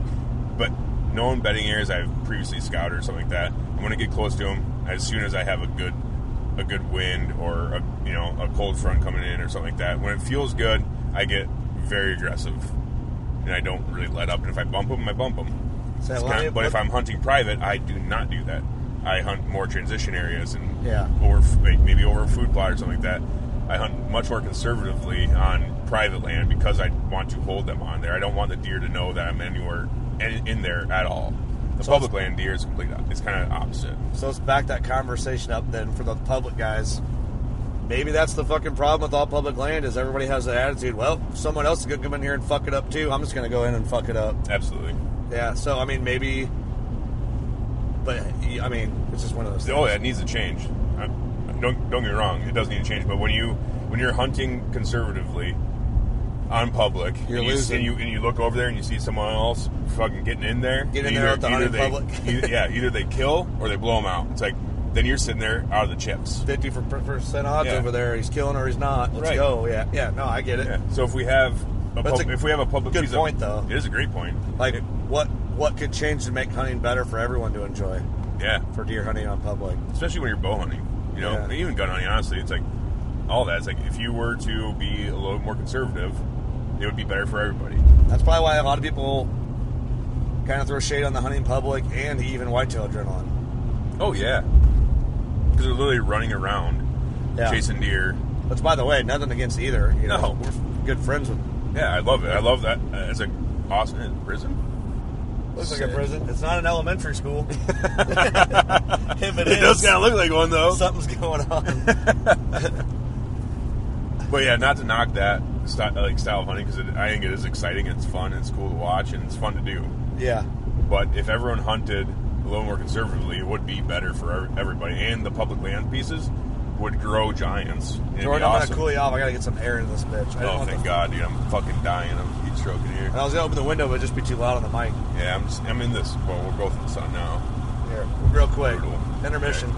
Speaker 2: but known betting areas I've previously scouted or something like that. I'm going to get close to them as soon as I have a good a good wind or a you know a cold front coming in or something like that. When it feels good, I get very aggressive and I don't really let up. And if I bump them, I bump them.
Speaker 3: So
Speaker 2: It's
Speaker 3: let
Speaker 2: kind
Speaker 3: me-
Speaker 2: of- but if I'm hunting private, I do not do that. I hunt more transition areas and
Speaker 3: Yeah.
Speaker 2: over like maybe over a food plot or something like that. I hunt much more conservatively on private land because I want to hold them on there. I don't want the deer to know that I'm anywhere in, in there at all. The public land deer is complete. op- It's kind of opposite.
Speaker 3: So let's back that conversation up then for the public guys. Maybe that's the fucking problem with all public land is everybody has that attitude. Well, someone else is gonna come in here and fuck it up too. I'm just gonna go in and fuck it up.
Speaker 2: Absolutely.
Speaker 3: Yeah. So I mean, maybe. But I mean, it's just one of those. Things.
Speaker 2: Oh, that needs to change. I- Don't don't get me wrong. It does need to change. But when you when you're hunting conservatively on public,
Speaker 3: You're
Speaker 2: and you,
Speaker 3: losing.
Speaker 2: and you and you look over there and you see someone else fucking getting in there,
Speaker 3: Get in there with the hunting
Speaker 2: they,
Speaker 3: public.
Speaker 2: either- yeah, either they kill or they blow them out. It's like then you're sitting there out of the chips.
Speaker 3: Fifty for percent odds
Speaker 2: Yeah.
Speaker 3: over there. He's killing or he's not. Let's
Speaker 2: Right.
Speaker 3: go. Yeah. Yeah. No, I get it.
Speaker 2: Yeah. So if we have a
Speaker 3: That's
Speaker 2: pub-
Speaker 3: a
Speaker 2: if we have a public
Speaker 3: good
Speaker 2: piece
Speaker 3: point,
Speaker 2: of,
Speaker 3: though.
Speaker 2: it is a great point.
Speaker 3: Like,
Speaker 2: It-
Speaker 3: what what could change to make hunting better for everyone to enjoy?
Speaker 2: yeah,
Speaker 3: for deer hunting on public.
Speaker 2: especially when you're bow hunting, you know,
Speaker 3: Yeah.
Speaker 2: and even gun hunting. Honestly, it's like all that. It's like if you were to be a little more conservative, it would be better for everybody.
Speaker 3: That's probably why a lot of people kind of throw shade on the hunting public and even whitetail adrenaline.
Speaker 2: Oh yeah, because they're literally running around
Speaker 3: Yeah.
Speaker 2: chasing deer.
Speaker 3: Which, by the way, nothing against either. You know,
Speaker 2: No.
Speaker 3: we're good friends with.
Speaker 2: Yeah, I love it. I love that. Uh, It's like Austin in prison.
Speaker 3: Looks
Speaker 2: like a
Speaker 3: prison. It's not an elementary school. if it
Speaker 2: It does
Speaker 3: is,
Speaker 2: kind of look like one though.
Speaker 3: something's going on.
Speaker 2: But yeah, not to knock that style, like style of hunting because I think it is exciting. It's fun. It's cool to watch, and it's fun to do.
Speaker 3: yeah,
Speaker 2: But if everyone hunted a little more conservatively, it would be better for ev- everybody. And the public land pieces would grow giants. It'd be
Speaker 3: Jordan, I'm
Speaker 2: awesome.
Speaker 3: gonna cool you off. I gotta get some air into this bitch. I don't
Speaker 2: Oh,
Speaker 3: want
Speaker 2: thank
Speaker 3: the-
Speaker 2: God, dude! I'm fucking dying. I'm heat stroking here.
Speaker 3: And I was gonna open the window, but it'd just be too loud on the mic.
Speaker 2: Yeah, I'm. Just, I'm in this. Well, we're both in the sun now.
Speaker 3: Here, real quick,
Speaker 2: Brutal.
Speaker 3: intermission.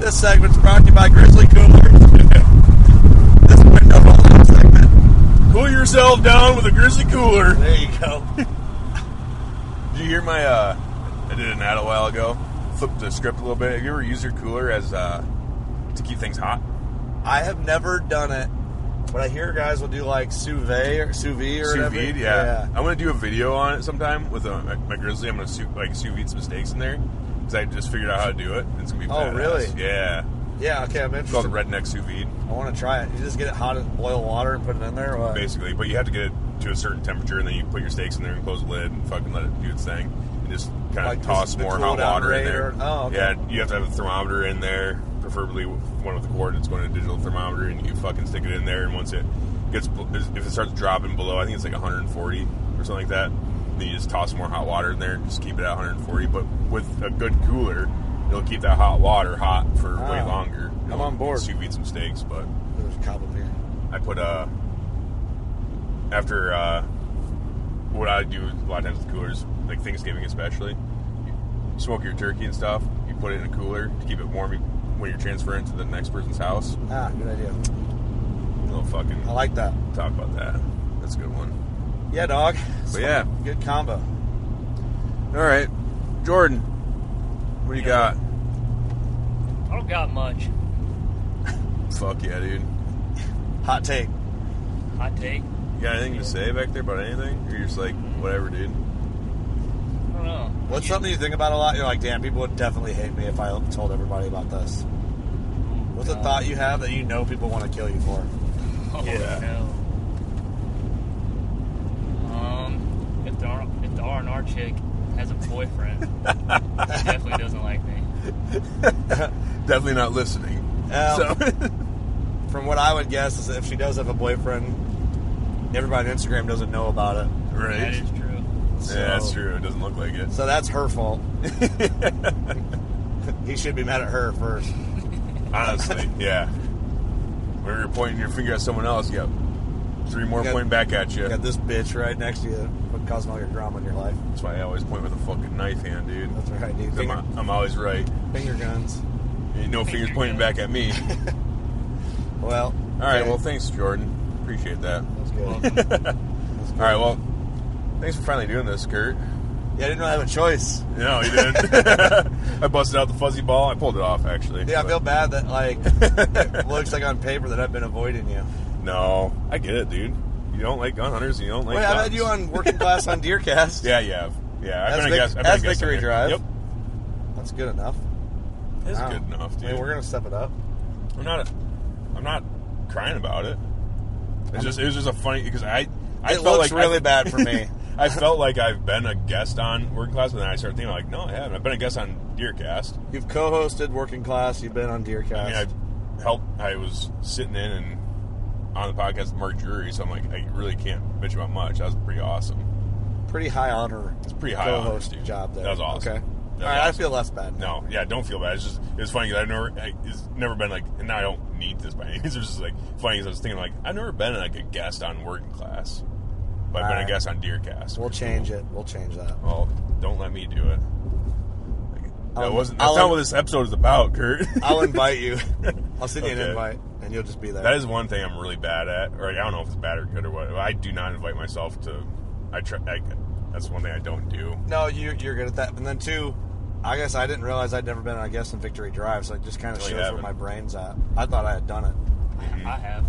Speaker 3: This segment's brought to you by Grizzly Cooler. this window rolling segment.
Speaker 2: Cool yourself down with a grizzly cooler.
Speaker 3: There you go.
Speaker 2: Did you hear my? uh I did an ad a while ago. Flipped the script a little bit. Have you ever used your cooler as uh to keep things hot?
Speaker 3: I have never done it, but I hear guys will do like sous vide or sous vide or
Speaker 2: Sous
Speaker 3: whatever.
Speaker 2: vide, yeah. I'm gonna do a video on it sometime with uh my, my grizzly. I'm gonna sous, like sous vide some steaks in there because I just figured out how to do it. It's gonna be.
Speaker 3: Oh,
Speaker 2: badass.
Speaker 3: really?
Speaker 2: Yeah.
Speaker 3: Yeah, okay, I'm
Speaker 2: It's called
Speaker 3: interested.
Speaker 2: redneck sous vide,
Speaker 3: I want to try it. You just get it hot and boil water and put it in there. Or what?
Speaker 2: basically. But you have to get it to a certain temperature, and then you put your steaks in there and close the lid and fucking let it do its thing, and just kind of
Speaker 3: Like,
Speaker 2: toss
Speaker 3: just the
Speaker 2: more
Speaker 3: cool
Speaker 2: hot
Speaker 3: down
Speaker 2: water in
Speaker 3: rate
Speaker 2: there.
Speaker 3: or- oh, okay.
Speaker 2: Yeah, you have to have a thermometer in there, preferably one with a cord. It's going to a digital thermometer, and you fucking stick it in there. And once it gets, if it starts dropping below, I think it's like 140 or something like that. Then you just toss more hot water in there and just keep it at 140. But with a good cooler, it'll keep that hot water hot for way
Speaker 3: Ah,
Speaker 2: longer.
Speaker 3: I'm
Speaker 2: It'll
Speaker 3: on board.
Speaker 2: Sous vide some steaks, but
Speaker 3: There's a cop up here.
Speaker 2: I put uh after uh what I do a lot of times with coolers, like Thanksgiving especially, you smoke your turkey and stuff, you put it in a cooler to keep it warm when you're transferring to the next person's house.
Speaker 3: Ah, good idea.
Speaker 2: Little fucking
Speaker 3: I like that.
Speaker 2: talk about that. That's a good one.
Speaker 3: Yeah, dog. It's
Speaker 2: But yeah.
Speaker 3: fucking good combo.
Speaker 2: All right. Jordan, what do you got?
Speaker 5: I don't got much.
Speaker 2: Fuck yeah, dude. You
Speaker 3: Hot take.
Speaker 5: Hot take.
Speaker 2: got anything to say back there about anything? Or you're just like, whatever, dude?
Speaker 5: I don't know.
Speaker 3: What's something you think about a lot? You're like, damn, people would definitely hate me if I told everybody about this. What's a thought you have that you know people want to kill you for?
Speaker 5: Oh
Speaker 2: Yeah.
Speaker 5: no. Um, if the R- if the R and R chick has a boyfriend, she definitely doesn't like me.
Speaker 2: Definitely not listening.
Speaker 3: Um,
Speaker 2: so,
Speaker 3: From what I would guess is that if she does have a boyfriend, everybody on Instagram doesn't know about it.
Speaker 5: That
Speaker 2: right.
Speaker 5: is true.
Speaker 3: So,
Speaker 2: yeah, that's true. It doesn't look like it.
Speaker 3: So that's her fault. he should be mad at her first.
Speaker 2: Honestly, yeah. When you're pointing your finger at someone else, you got three more
Speaker 3: You got-
Speaker 2: pointing back at you.
Speaker 3: You got this bitch right next to you, but causing all your drama in your life.
Speaker 2: That's why I always point with a fucking knife hand, dude.
Speaker 3: That's right, dude.
Speaker 2: 'Cause I'm,
Speaker 3: Finger,
Speaker 2: I'm always right.
Speaker 3: finger guns.
Speaker 2: Ain't no fingers pointing back at me. All
Speaker 3: Well,
Speaker 2: right,
Speaker 3: okay.
Speaker 2: well, thanks, Jordan. Appreciate that. All
Speaker 3: That's good.
Speaker 5: Welcome.
Speaker 2: right, well, thanks for finally doing this, Kurt.
Speaker 3: Yeah, I didn't really have a choice.
Speaker 2: No, you didn't. I busted out the fuzzy ball. I pulled it off, actually.
Speaker 3: Yeah, I
Speaker 2: But-
Speaker 3: feel bad that like it looks like on paper that I've been avoiding you.
Speaker 2: No, I get it, dude. You don't like gun hunters. and You don't like.
Speaker 3: Wait, I've had
Speaker 2: guns.
Speaker 3: you on working class on Deercast.
Speaker 2: Yeah, yeah, yeah. I've
Speaker 3: That's
Speaker 2: been a
Speaker 3: vic-
Speaker 2: guest. I've been
Speaker 3: that's
Speaker 2: a guest on
Speaker 3: Victory
Speaker 2: here.
Speaker 3: Drive.
Speaker 2: Yep,
Speaker 3: that's good enough.
Speaker 2: that's
Speaker 3: Wow.
Speaker 2: good enough,
Speaker 3: I
Speaker 2: dude.
Speaker 3: mean, we're gonna step it up.
Speaker 2: I'm not. I'm not crying about it. It's just. It was just a funny because I. I
Speaker 3: It
Speaker 2: felt
Speaker 3: looks
Speaker 2: like
Speaker 3: really
Speaker 2: I-
Speaker 3: bad for me.
Speaker 2: I felt like I've been a guest on Working Class, but then I started thinking like, no, I haven't. I've been a guest on Deercast.
Speaker 3: You've co-hosted working class. You've been on Deercast.
Speaker 2: I mean, I helped. I was sitting in and on the podcast with Mark Drury, so I'm like, I really can't bitch about much. That was pretty awesome.
Speaker 3: Pretty high honor.
Speaker 2: It's pretty high honors,
Speaker 3: co-host
Speaker 2: dude.
Speaker 3: job there.
Speaker 2: That was awesome.
Speaker 3: Okay.
Speaker 2: That was
Speaker 3: All right,
Speaker 2: awesome.
Speaker 3: I feel less bad. now.
Speaker 2: No, yeah, don't feel bad. It's just it's funny because I've never I, it's never been like, and now I don't need this by any means. It's just like funny because I was thinking like I've never been like a guest on Working Class, but I've been
Speaker 3: Alright.
Speaker 2: a guest on Deercast.
Speaker 3: We'll change it. We'll change that.
Speaker 2: Well, don't let me do it. Like, That
Speaker 3: I'll-
Speaker 2: wasn't. That's
Speaker 3: Um, I'll-
Speaker 2: not what this episode is about, Kurt.
Speaker 3: I'll invite you. I'll send you an
Speaker 2: Okay.
Speaker 3: invite, and you'll just be there.
Speaker 2: that is one thing I'm really bad at. Or like, I don't know if it's bad or good or what. I do not invite myself to. I try. I, that's one thing I don't do.
Speaker 3: no, you you're good at that. And then two, I guess I didn't realize I'd never been on a guest in Victory Drive, so it just kind of
Speaker 2: Well, you
Speaker 3: shows where
Speaker 2: haven't.
Speaker 3: my brain's at. I thought I had done it.
Speaker 5: I have.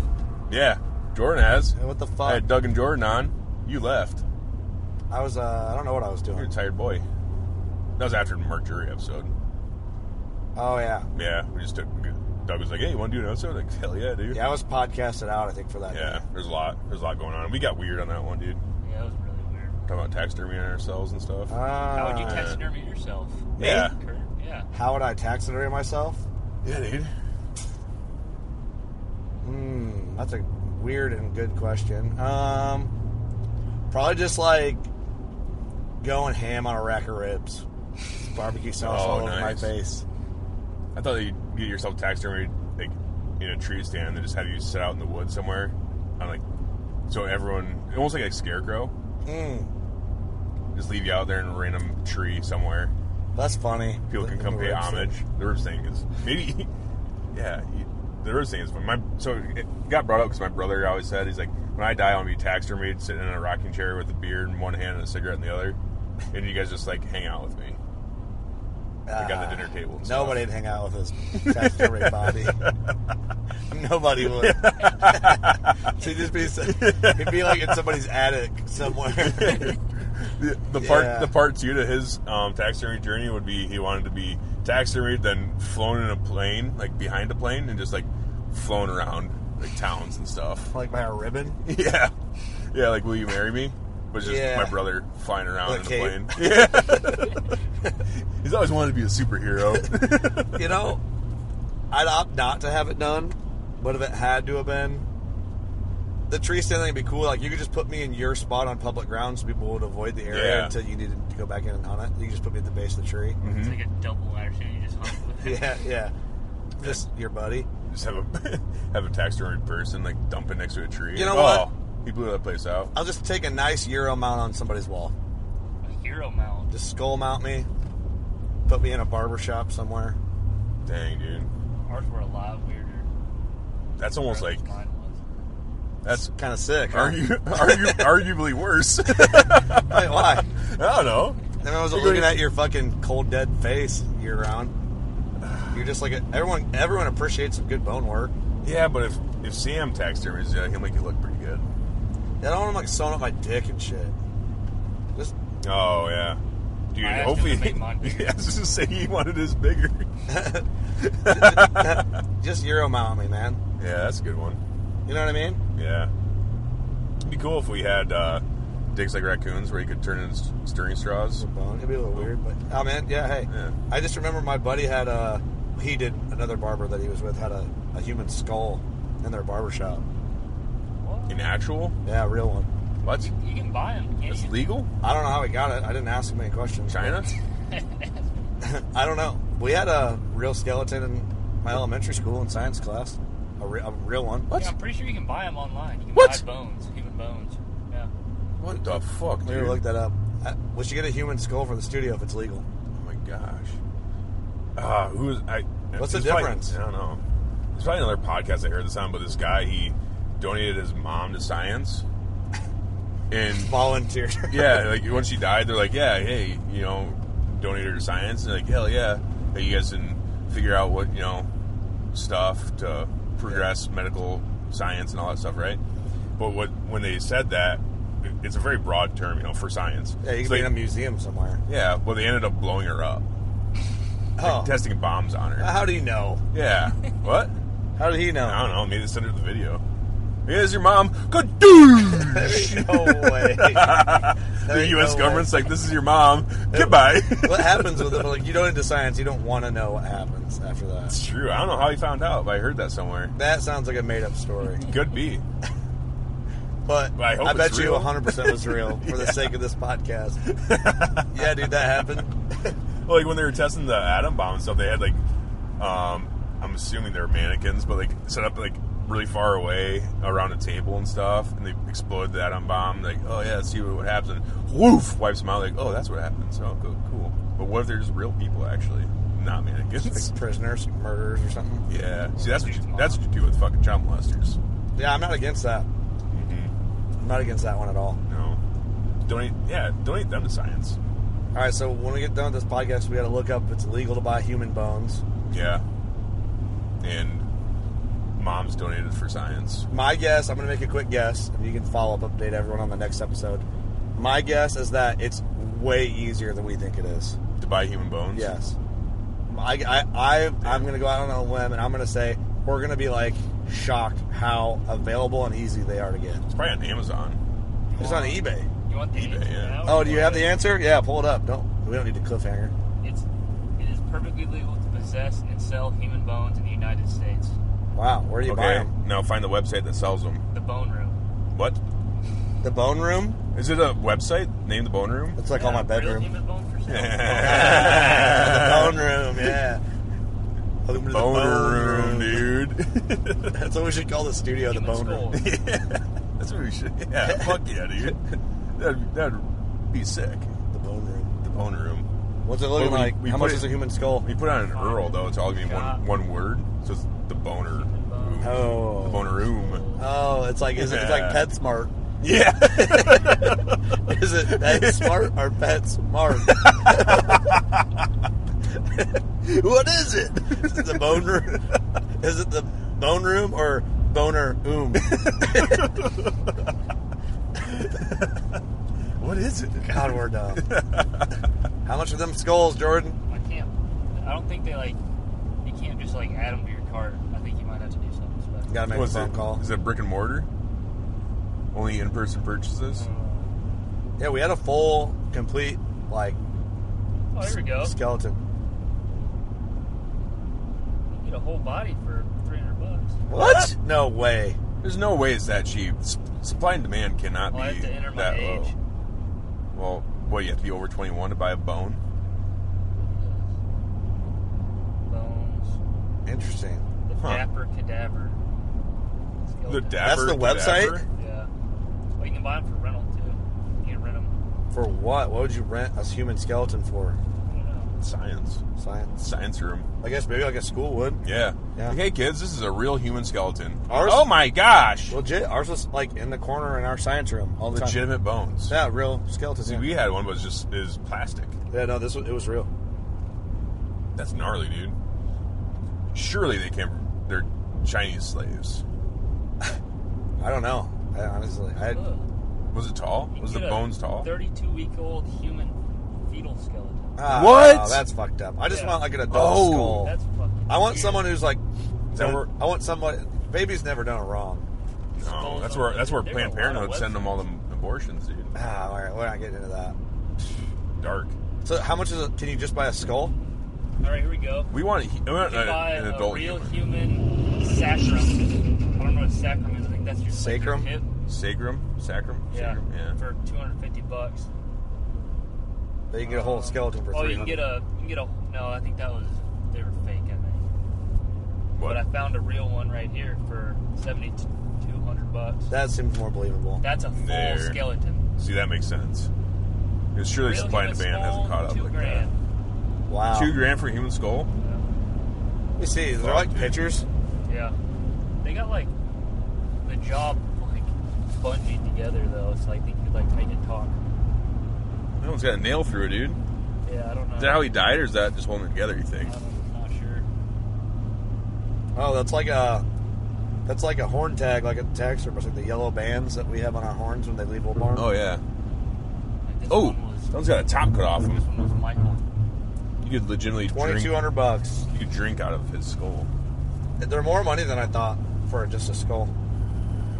Speaker 2: Yeah, Jordan has.
Speaker 3: And what the fuck?
Speaker 2: I had Doug and Jordan on. You left.
Speaker 3: I was, uh, I don't know what I was
Speaker 2: You're a
Speaker 3: doing.
Speaker 2: tired boy. That was after the Mark Jury episode.
Speaker 3: Oh, yeah.
Speaker 2: Yeah, we just took. Doug was like, "Hey, you want to do an episode?" Like, hell yeah, dude.
Speaker 3: Yeah, I was podcasted out, I think, for that.
Speaker 2: Yeah, there's a lot. There's a lot going on. We got weird on that one, dude.
Speaker 5: Yeah, it was really weird.
Speaker 2: Talking about taxidermy on ourselves and stuff.
Speaker 5: How would you
Speaker 3: Uh,
Speaker 5: taxidermy yourself?
Speaker 2: yeah.
Speaker 5: Kurt? Yeah.
Speaker 3: how would I taxidermy myself?
Speaker 2: Yeah, dude.
Speaker 3: Hmm, that's a weird and good question. Um, probably just like going ham on a rack of ribs, barbecue sauce
Speaker 2: Oh,
Speaker 3: all over my
Speaker 2: nice.
Speaker 3: face.
Speaker 2: I thought you'd get yourself taxidermy like in a tree stand and just have you sit out in the woods somewhere. I'm like, so everyone, almost like a scarecrow,
Speaker 3: Mm,
Speaker 2: just leave you out there in a random tree somewhere.
Speaker 3: that's funny.
Speaker 2: People
Speaker 3: The-
Speaker 2: can come
Speaker 3: the
Speaker 2: pay
Speaker 3: ribs thing.
Speaker 2: homage. The ribs thing is maybe, yeah. You, the ribs thing is fun. My so it got brought up because my brother always said he's like, when I die, I want to be taxidermied, sitting in a rocking chair with a beer in one hand and a cigarette in the other, and you guys just like hang out with me. Like on the dinner table. And stuff.
Speaker 3: Nobody'd Ah, hang out with his taxidermy body. Nobody would. He'd just be, so- he'd be like in somebody's attic somewhere.
Speaker 2: The, the part
Speaker 3: Yeah.
Speaker 2: the part two to his um, taxidermy journey would be he wanted to be taxidermied, then flown in a plane, like behind a plane, and just like flown around like towns and stuff.
Speaker 3: like by a ribbon.
Speaker 2: yeah, yeah. Like, will you marry me? Was just
Speaker 3: Yeah.
Speaker 2: my brother flying around
Speaker 3: With
Speaker 2: in
Speaker 3: a
Speaker 2: a
Speaker 3: cape.
Speaker 2: plane. Yeah. He's always wanted to be a superhero.
Speaker 3: You know, I'd opt not to have it done, but if it had to have been, the tree stand thing would be cool. Like, you could just put me in your spot on public grounds so people would avoid the area
Speaker 2: Yeah.
Speaker 3: until you needed to go back in and hunt it. You could just put me at the base of the tree.
Speaker 5: It's like a double ladder shit. You just hunt with it.
Speaker 3: Yeah, yeah. Just your buddy.
Speaker 2: just have a have a taxidermy person like dumping next to a tree.
Speaker 3: You know
Speaker 2: oh, He blew that place out.
Speaker 3: I'll just take a nice Euro mount on somebody's wall.
Speaker 5: A hero mount.
Speaker 3: Just skull mount me, put me in a barber shop somewhere.
Speaker 2: Dang, dude.
Speaker 5: Ours were a lot weirder.
Speaker 2: That's almost like
Speaker 5: Mine was.
Speaker 2: that's
Speaker 3: Kind of sick. Huh?
Speaker 2: argu- argu- arguably worse.
Speaker 3: Wait, why?
Speaker 2: I don't know.
Speaker 3: I was looking at your fucking cold dead face year round. You're just like a, everyone. Everyone appreciates some good bone work.
Speaker 2: Yeah, but if if Sam taxidermies uh, him, like you look pretty good.
Speaker 3: I don't want him like sewing up my dick and shit. Just
Speaker 2: Oh yeah, dude.
Speaker 5: I asked him
Speaker 2: hopefully,
Speaker 5: to make mine bigger.
Speaker 2: yeah, I was just gonna say he wanted his bigger.
Speaker 3: just euro mount me, man.
Speaker 2: Yeah, that's a good one.
Speaker 3: You know what I mean?
Speaker 2: Yeah, it'd be cool if we had uh, dicks like raccoons where you could turn in s- stirring straws.
Speaker 3: Bone. It'd be a little weird, but oh man, yeah. Hey,
Speaker 2: Yeah.
Speaker 3: I just remember my buddy had a. He did another barber that he was with had a, a human skull in their barber shop.
Speaker 5: What?
Speaker 2: In actual,
Speaker 3: Yeah, a real one.
Speaker 2: what?
Speaker 5: You can buy them. Can't
Speaker 2: That's
Speaker 5: you?
Speaker 2: legal?
Speaker 3: I don't know how he got it. I didn't ask him any questions.
Speaker 2: China?
Speaker 3: I don't know. We had a real skeleton in my elementary school in science class. A, re- a real one.
Speaker 5: Yeah, I'm pretty sure you can buy them online. You can
Speaker 2: What?
Speaker 5: buy bones, human bones. Yeah.
Speaker 2: What the fuck,
Speaker 3: Maybe
Speaker 2: dude?
Speaker 3: look that up. I, we should get a human skull for the studio if it's legal.
Speaker 2: Oh my gosh. Ah, who's I?
Speaker 3: What's the
Speaker 2: there's probably-
Speaker 3: difference?
Speaker 2: I don't know. There's probably another podcast I heard this on, but this guy he donated his mom to science, and
Speaker 3: Volunteer.
Speaker 2: yeah, like when she died, they're like, yeah, hey, you know, donate her to science, and they're like, hell yeah, that you guys can figure out what you know stuff to progress medical science and all that stuff, right? But what when they said that, it- it's a very broad term, you know, for science.
Speaker 3: yeah, you could
Speaker 2: It's
Speaker 3: be
Speaker 2: like-
Speaker 3: in a museum somewhere.
Speaker 2: yeah, well, they ended up blowing her up,
Speaker 3: Oh.
Speaker 2: testing bombs on her.
Speaker 3: How do you know?
Speaker 2: Yeah. What?
Speaker 3: How did he know?
Speaker 2: I don't know. Maybe they sent her the video. Here's your mom. Kadoosh!
Speaker 3: No way.
Speaker 2: the
Speaker 3: ain't
Speaker 2: U.S.
Speaker 3: no
Speaker 2: government's like, this is your mom. Goodbye.
Speaker 3: what happens with it? Like you don't into science, you don't want to know what happens after that.
Speaker 2: it's true. I don't know how he found out, but I heard that somewhere.
Speaker 3: That sounds like a made up story,
Speaker 2: Could be.
Speaker 3: but
Speaker 2: I hope
Speaker 3: bet
Speaker 2: it's
Speaker 3: you
Speaker 2: real.
Speaker 3: 100 percent was real for the sake of this podcast. yeah, dude, that happened.
Speaker 2: Well, like when they were testing the atom bomb and stuff, they had like, um, I'm assuming they were mannequins, but like set up like really far away around a table and stuff, and they explode the atom bomb. Like, oh yeah, let's see what, what happens. And woof, wipes them out. Like, oh, that's what happened. So cool, cool. But what if they're just real people actually, not mannequins?
Speaker 3: Like prisoners, murderers, or something.
Speaker 2: yeah. See, that's what you, that's what you do with fucking child molesters.
Speaker 3: Yeah, I'm not against that. I'm not against that one at all.
Speaker 2: No, donate. Yeah, donate them to science.
Speaker 3: All right, so when we get done with this podcast, we got to look up. if It's illegal to buy human bones.
Speaker 2: Yeah. And mom's donated for science.
Speaker 3: My guess, I'm going to make a quick guess, and you can follow up update everyone on the next episode. My guess is that it's way easier than we think it is.
Speaker 2: To buy human bones?
Speaker 3: Yes. I, I, I, I'm going to go out on a limb and I'm going to say we're going to be like shocked how available and easy they are to get.
Speaker 2: It's probably on Amazon.
Speaker 3: It's on eBay.
Speaker 5: You want the answer
Speaker 2: yeah.
Speaker 5: now?
Speaker 3: Oh, do you have the
Speaker 5: answer?
Speaker 3: answer? Yeah, pull it up. Don't we don't need a cliffhanger.
Speaker 5: It's it is perfectly legal to possess and sell human bones in the United States.
Speaker 3: Wow, where do you buy
Speaker 2: Okay,
Speaker 3: 'em?
Speaker 2: now find the website that sells them.
Speaker 5: The bone room.
Speaker 2: What?
Speaker 3: The Bone Room.
Speaker 2: Is it a website named The Bone Room?
Speaker 3: It's like on my
Speaker 5: Yeah, Real
Speaker 3: bedroom.
Speaker 5: human bone for sale.
Speaker 3: the Bone Room. Yeah. Welcome to the
Speaker 2: Bone Room, dude.
Speaker 3: That's what we should call the studio. The
Speaker 5: Human
Speaker 3: Bone Room.
Speaker 5: skulls.
Speaker 2: That's what we should. Yeah, fuck yeah, dude. That'd, that'd be sick.
Speaker 3: The Bone Room.
Speaker 2: The Bone Room.
Speaker 3: What's it looking
Speaker 2: Well, we-
Speaker 3: like?
Speaker 2: we
Speaker 3: How
Speaker 2: put
Speaker 3: much
Speaker 2: it-
Speaker 3: is a human skull?
Speaker 2: We put on an Earl, though. It's all going to be one, one word. So it's The Boner. Room. The
Speaker 3: Oh.
Speaker 2: Boner Room.
Speaker 3: Oh, it's like is it, it's like
Speaker 2: Yeah.
Speaker 3: PetSmart.
Speaker 2: Yeah.
Speaker 3: Is it PetSmart or PetSmart? what is it? Is it the bone room? Is it the bone room or boner oom?
Speaker 2: what is it?
Speaker 3: God, we're dumb. How much are them skulls, Jordan?
Speaker 5: I can't. I don't think they like. You can't just like add them to your cart. I think you might have to do something special.
Speaker 3: Gotta make
Speaker 2: What's
Speaker 3: a phone
Speaker 2: it?
Speaker 3: call.
Speaker 2: Is it brick and mortar? Only in person purchases?
Speaker 3: Yeah, we had a full, complete, like
Speaker 5: Oh, there we go.
Speaker 3: skeleton.
Speaker 5: You get a whole body for 300 bucks.
Speaker 3: What? No way.
Speaker 2: There's no way it's that cheap. S- supply and demand cannot
Speaker 5: Well, I
Speaker 2: be
Speaker 5: have to enter my
Speaker 2: that
Speaker 5: age.
Speaker 2: low. Well, what, you have to be over 21 to buy a bone?
Speaker 5: Bones.
Speaker 3: Interesting.
Speaker 5: The
Speaker 2: Huh.
Speaker 5: dapper cadaver.
Speaker 2: The
Speaker 5: Skeleton.
Speaker 2: dapper
Speaker 3: the website?
Speaker 2: cadaver?
Speaker 5: Yeah. Well, you can buy them for rental too. You can rent them.
Speaker 3: For what? What would you rent a human skeleton for?
Speaker 5: I don't know.
Speaker 2: Science.
Speaker 3: Science.
Speaker 2: Science room.
Speaker 3: I guess maybe like a school would.
Speaker 2: Yeah.
Speaker 3: Yeah.
Speaker 2: Like, hey, kids, this is a real human skeleton.
Speaker 3: Ours-
Speaker 2: oh my gosh!
Speaker 3: Legit. Ours was like in the corner in our science room all the time.
Speaker 2: Legitimate bones.
Speaker 3: Yeah, real skeleton.
Speaker 2: See,
Speaker 3: yeah.
Speaker 2: we had one, but it's just is plastic.
Speaker 3: Yeah, no, this was, it was real.
Speaker 2: That's gnarly, dude. Surely they came. They're Chinese slaves.
Speaker 3: I don't know. I, honestly, I had,
Speaker 5: Look,
Speaker 2: Was it tall?
Speaker 5: you
Speaker 2: Was the
Speaker 5: get a
Speaker 2: bones tall?
Speaker 5: 32 week old human fetal skeleton.
Speaker 3: Ah,
Speaker 2: What?
Speaker 3: that's fucked up. I just
Speaker 5: Yeah.
Speaker 3: want like an adult
Speaker 2: Oh.
Speaker 3: skull.
Speaker 5: That's fucking.
Speaker 3: I want
Speaker 5: weird.
Speaker 3: someone who's like.
Speaker 2: that
Speaker 3: done-
Speaker 2: where-
Speaker 3: I want someone. Baby's never done wrong.
Speaker 2: No, that's where that's where
Speaker 5: There's
Speaker 2: Planned
Speaker 5: a lot of
Speaker 2: Parenthood send them all the abortions, dude.
Speaker 3: Ah, all right, we're not getting into that.
Speaker 2: Dark.
Speaker 3: So, how much is it? Can you just buy a skull?
Speaker 5: All right, here we go.
Speaker 2: We want, a, we want
Speaker 5: You
Speaker 2: a,
Speaker 5: buy
Speaker 2: an
Speaker 5: a
Speaker 2: adult
Speaker 5: real
Speaker 2: human.
Speaker 5: human sacrum. I don't know what sacrum is. I think that's your
Speaker 3: Sacrum?
Speaker 5: Hip.
Speaker 2: Sacrum, sacrum,
Speaker 5: Yeah,
Speaker 2: sacrum. Yeah.
Speaker 5: for 250 bucks.
Speaker 3: That you can get a whole skeleton for
Speaker 5: Oh,
Speaker 3: three
Speaker 5: you can
Speaker 3: hundred.
Speaker 5: get a. You can get a. No, I think that was they were fake. I think. But I
Speaker 2: what?
Speaker 5: found a real one right here for 7,200 bucks.
Speaker 3: That seems more believable.
Speaker 5: That's a full
Speaker 2: There.
Speaker 5: skeleton.
Speaker 2: See, that makes sense. Because surely
Speaker 5: Real
Speaker 2: supply and
Speaker 5: human
Speaker 2: demand hasn't
Speaker 5: skull,
Speaker 2: caught up
Speaker 5: two
Speaker 2: like
Speaker 5: grand.
Speaker 3: Wow.
Speaker 2: that. Two grand for a human skull?
Speaker 3: Let me see. They're like pictures.
Speaker 5: Yeah, they got like the job like bungeed together though. It's like they could like make it talk.
Speaker 2: That one's got a nail through it, dude.
Speaker 5: Yeah, I don't know.
Speaker 2: Is that how he died, or is that just holding it together? You think?
Speaker 5: I'm not sure.
Speaker 3: Oh, that's like a. That's like a horn tag, like a tag service, like the yellow bands that we have on our horns when they leave Old Barn.
Speaker 2: Oh yeah.
Speaker 5: Like, this
Speaker 2: Oh,
Speaker 5: one was,
Speaker 2: that one's got a top cut off
Speaker 5: this
Speaker 2: him.
Speaker 5: one was Michael.
Speaker 2: You could legitimately drink.
Speaker 3: Twenty-two hundred bucks.
Speaker 2: You could drink out of his skull.
Speaker 3: They're more money than I thought for just a skull.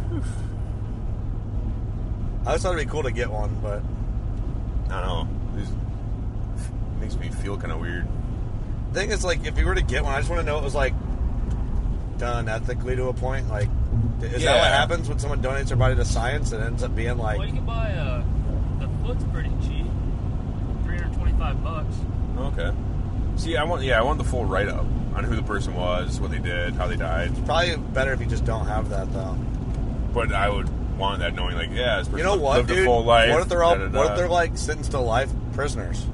Speaker 3: I always thought it'd be cool to get one, but
Speaker 2: I don't know. This makes me feel kind of weird.
Speaker 3: the thing is, like, if you were to get one, I just want to know it was like done ethically to a point. Like, is that
Speaker 2: Yeah.
Speaker 3: what happens when someone donates their body to science? It ends up being
Speaker 5: well, you
Speaker 3: like,
Speaker 5: can buy a. The foot's pretty cheap. 325 bucks.
Speaker 2: Okay. See, I want yeah, I want the full write up on who the person was, what they did, how they died.
Speaker 3: probably better if you just don't have that though.
Speaker 2: But I would want that knowing, like, yeah, this person
Speaker 3: You know what,
Speaker 2: lived
Speaker 3: dude?
Speaker 2: a full life. uh,
Speaker 3: what if they're all?
Speaker 2: da-da-da.
Speaker 3: What if they're like sentenced to life prisoners?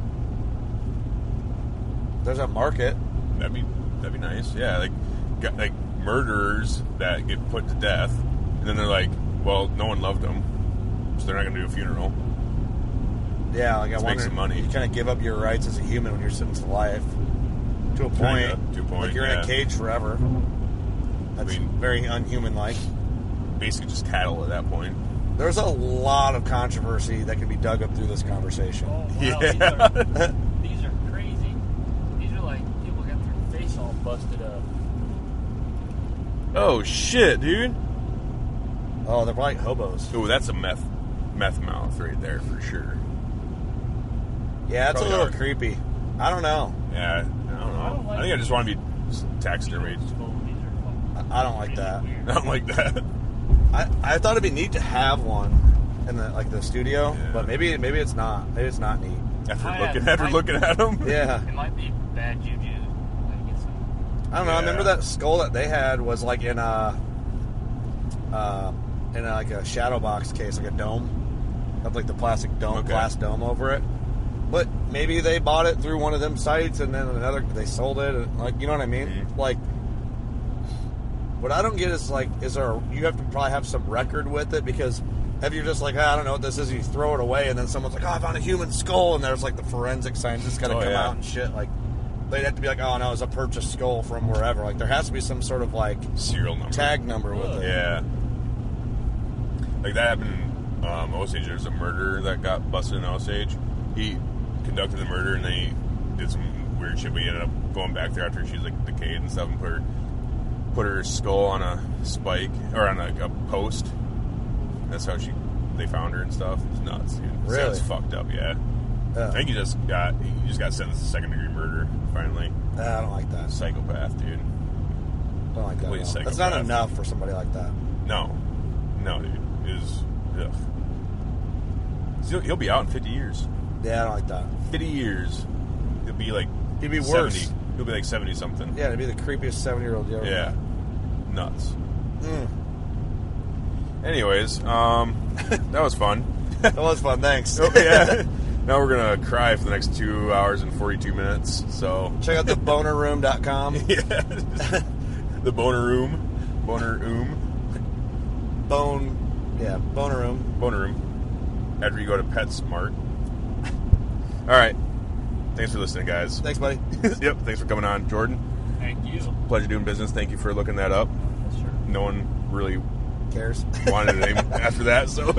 Speaker 3: There's a market.
Speaker 2: That'd be that'd be nice. Yeah, like got, like murderers that get put to death, and then they're like, well, no one loved them, so they're not gonna do a funeral.
Speaker 3: Yeah, like
Speaker 2: Let's make
Speaker 3: I wonder.
Speaker 2: some money.
Speaker 3: You kind of give up your rights as a human when you're sentenced to life. To a point.
Speaker 2: to a point,
Speaker 3: Like you're in
Speaker 2: yeah.
Speaker 3: a cage forever. That's
Speaker 2: I mean-
Speaker 3: very unhuman like.
Speaker 2: Basically, just cattle at that point.
Speaker 3: There's a lot of controversy that can be dug up through this conversation.
Speaker 5: Oh, wow. These,
Speaker 2: Yeah.
Speaker 5: are, these are crazy. These are like people got their face all busted up.
Speaker 2: Oh shit, dude!
Speaker 3: Oh, they're probably hobos.
Speaker 2: Oh, that's a meth, meth mouth right there for sure.
Speaker 3: Yeah, it's a
Speaker 2: Probably
Speaker 3: little
Speaker 2: are.
Speaker 3: creepy. I don't know.
Speaker 2: Yeah, I don't know. I,
Speaker 5: I don't like
Speaker 2: think I
Speaker 5: it.
Speaker 2: just want to be taxidermied.
Speaker 5: These are fucking
Speaker 3: I I don't like that.
Speaker 2: I don't like that.
Speaker 3: I, I thought it'd be neat to have one in the like the studio,
Speaker 2: Yeah.
Speaker 3: but maybe maybe it's not. Maybe it's not neat.
Speaker 2: After
Speaker 5: I-
Speaker 2: looking, after
Speaker 5: I-
Speaker 2: looking at them.
Speaker 3: Yeah.
Speaker 5: It might be bad juju. Like it's
Speaker 3: I don't know. I remember
Speaker 2: Yeah.
Speaker 3: that skull that they had was like in a, uh, in a, like a shadow box case, like a dome, had like the plastic dome,
Speaker 2: Okay.
Speaker 3: glass dome over it. But maybe they bought it through one of them sites, and then another they sold it. And, like you know what I mean?
Speaker 2: Mhm.
Speaker 3: Like what I don't get is like, is there a, you have to probably have some record with it because if you're just like, "Ah, I don't know what this is, you throw it away, and then someone's like, oh, I found a human skull, and there's like the forensic scientists got to
Speaker 2: Oh,
Speaker 3: come
Speaker 2: yeah.
Speaker 3: out and shit. Like they'd have to be like, oh no, it's a purchased skull from wherever. Like there has to be some sort of like
Speaker 2: Serial number.
Speaker 3: tag number with it.
Speaker 2: Oh, Yeah. Like that happened. Um, Osage, there's a murderer that got busted in Osage. He conducted the murder and then he did some weird shit. But he ended up going back there after she was like decayed and stuff, and put her put her skull on a spike or on a, a post. That's how she they found her and stuff. It's nuts, dude.
Speaker 3: Really?
Speaker 2: That's fucked up. Yeah.
Speaker 3: Yeah.
Speaker 2: I think he just got he just got sentenced to second degree murder. Finally,
Speaker 3: Ah, I don't like that.
Speaker 2: psychopath, dude.
Speaker 3: Don't like that.
Speaker 2: Complete
Speaker 3: at all. That's not
Speaker 2: psychopath.
Speaker 3: enough for somebody like that.
Speaker 2: No, no, dude. It Is ugh. He'll, he'll be out in fifty years.
Speaker 3: Yeah, I don't like that.
Speaker 2: Fifty years. He'll be like.
Speaker 3: He'd be worse.
Speaker 2: 70. He'll be like seventy something.
Speaker 3: Yeah, it'd be the creepiest seven year old you ever.
Speaker 2: Yeah. Nuts.
Speaker 3: Mm.
Speaker 2: Anyways, um, that was fun.
Speaker 3: That was fun. Thanks.
Speaker 2: Oh, yeah. now we're gonna cry for the next two hours and forty-two minutes. So
Speaker 3: Check out the bonerroom.com.
Speaker 2: yeah, the boner room, boner room,
Speaker 3: Bone. Yeah, boner room.
Speaker 2: boner room. After you go to PetSmart. All right. Thanks for listening, guys.
Speaker 3: Thanks, buddy.
Speaker 2: yep. Thanks for coming on, Jordan.
Speaker 5: Thank you.
Speaker 2: Pleasure doing business. Thank you for looking that up.
Speaker 5: Yes, sir.
Speaker 2: No one really
Speaker 3: Cares.
Speaker 2: wanted a name after that, so.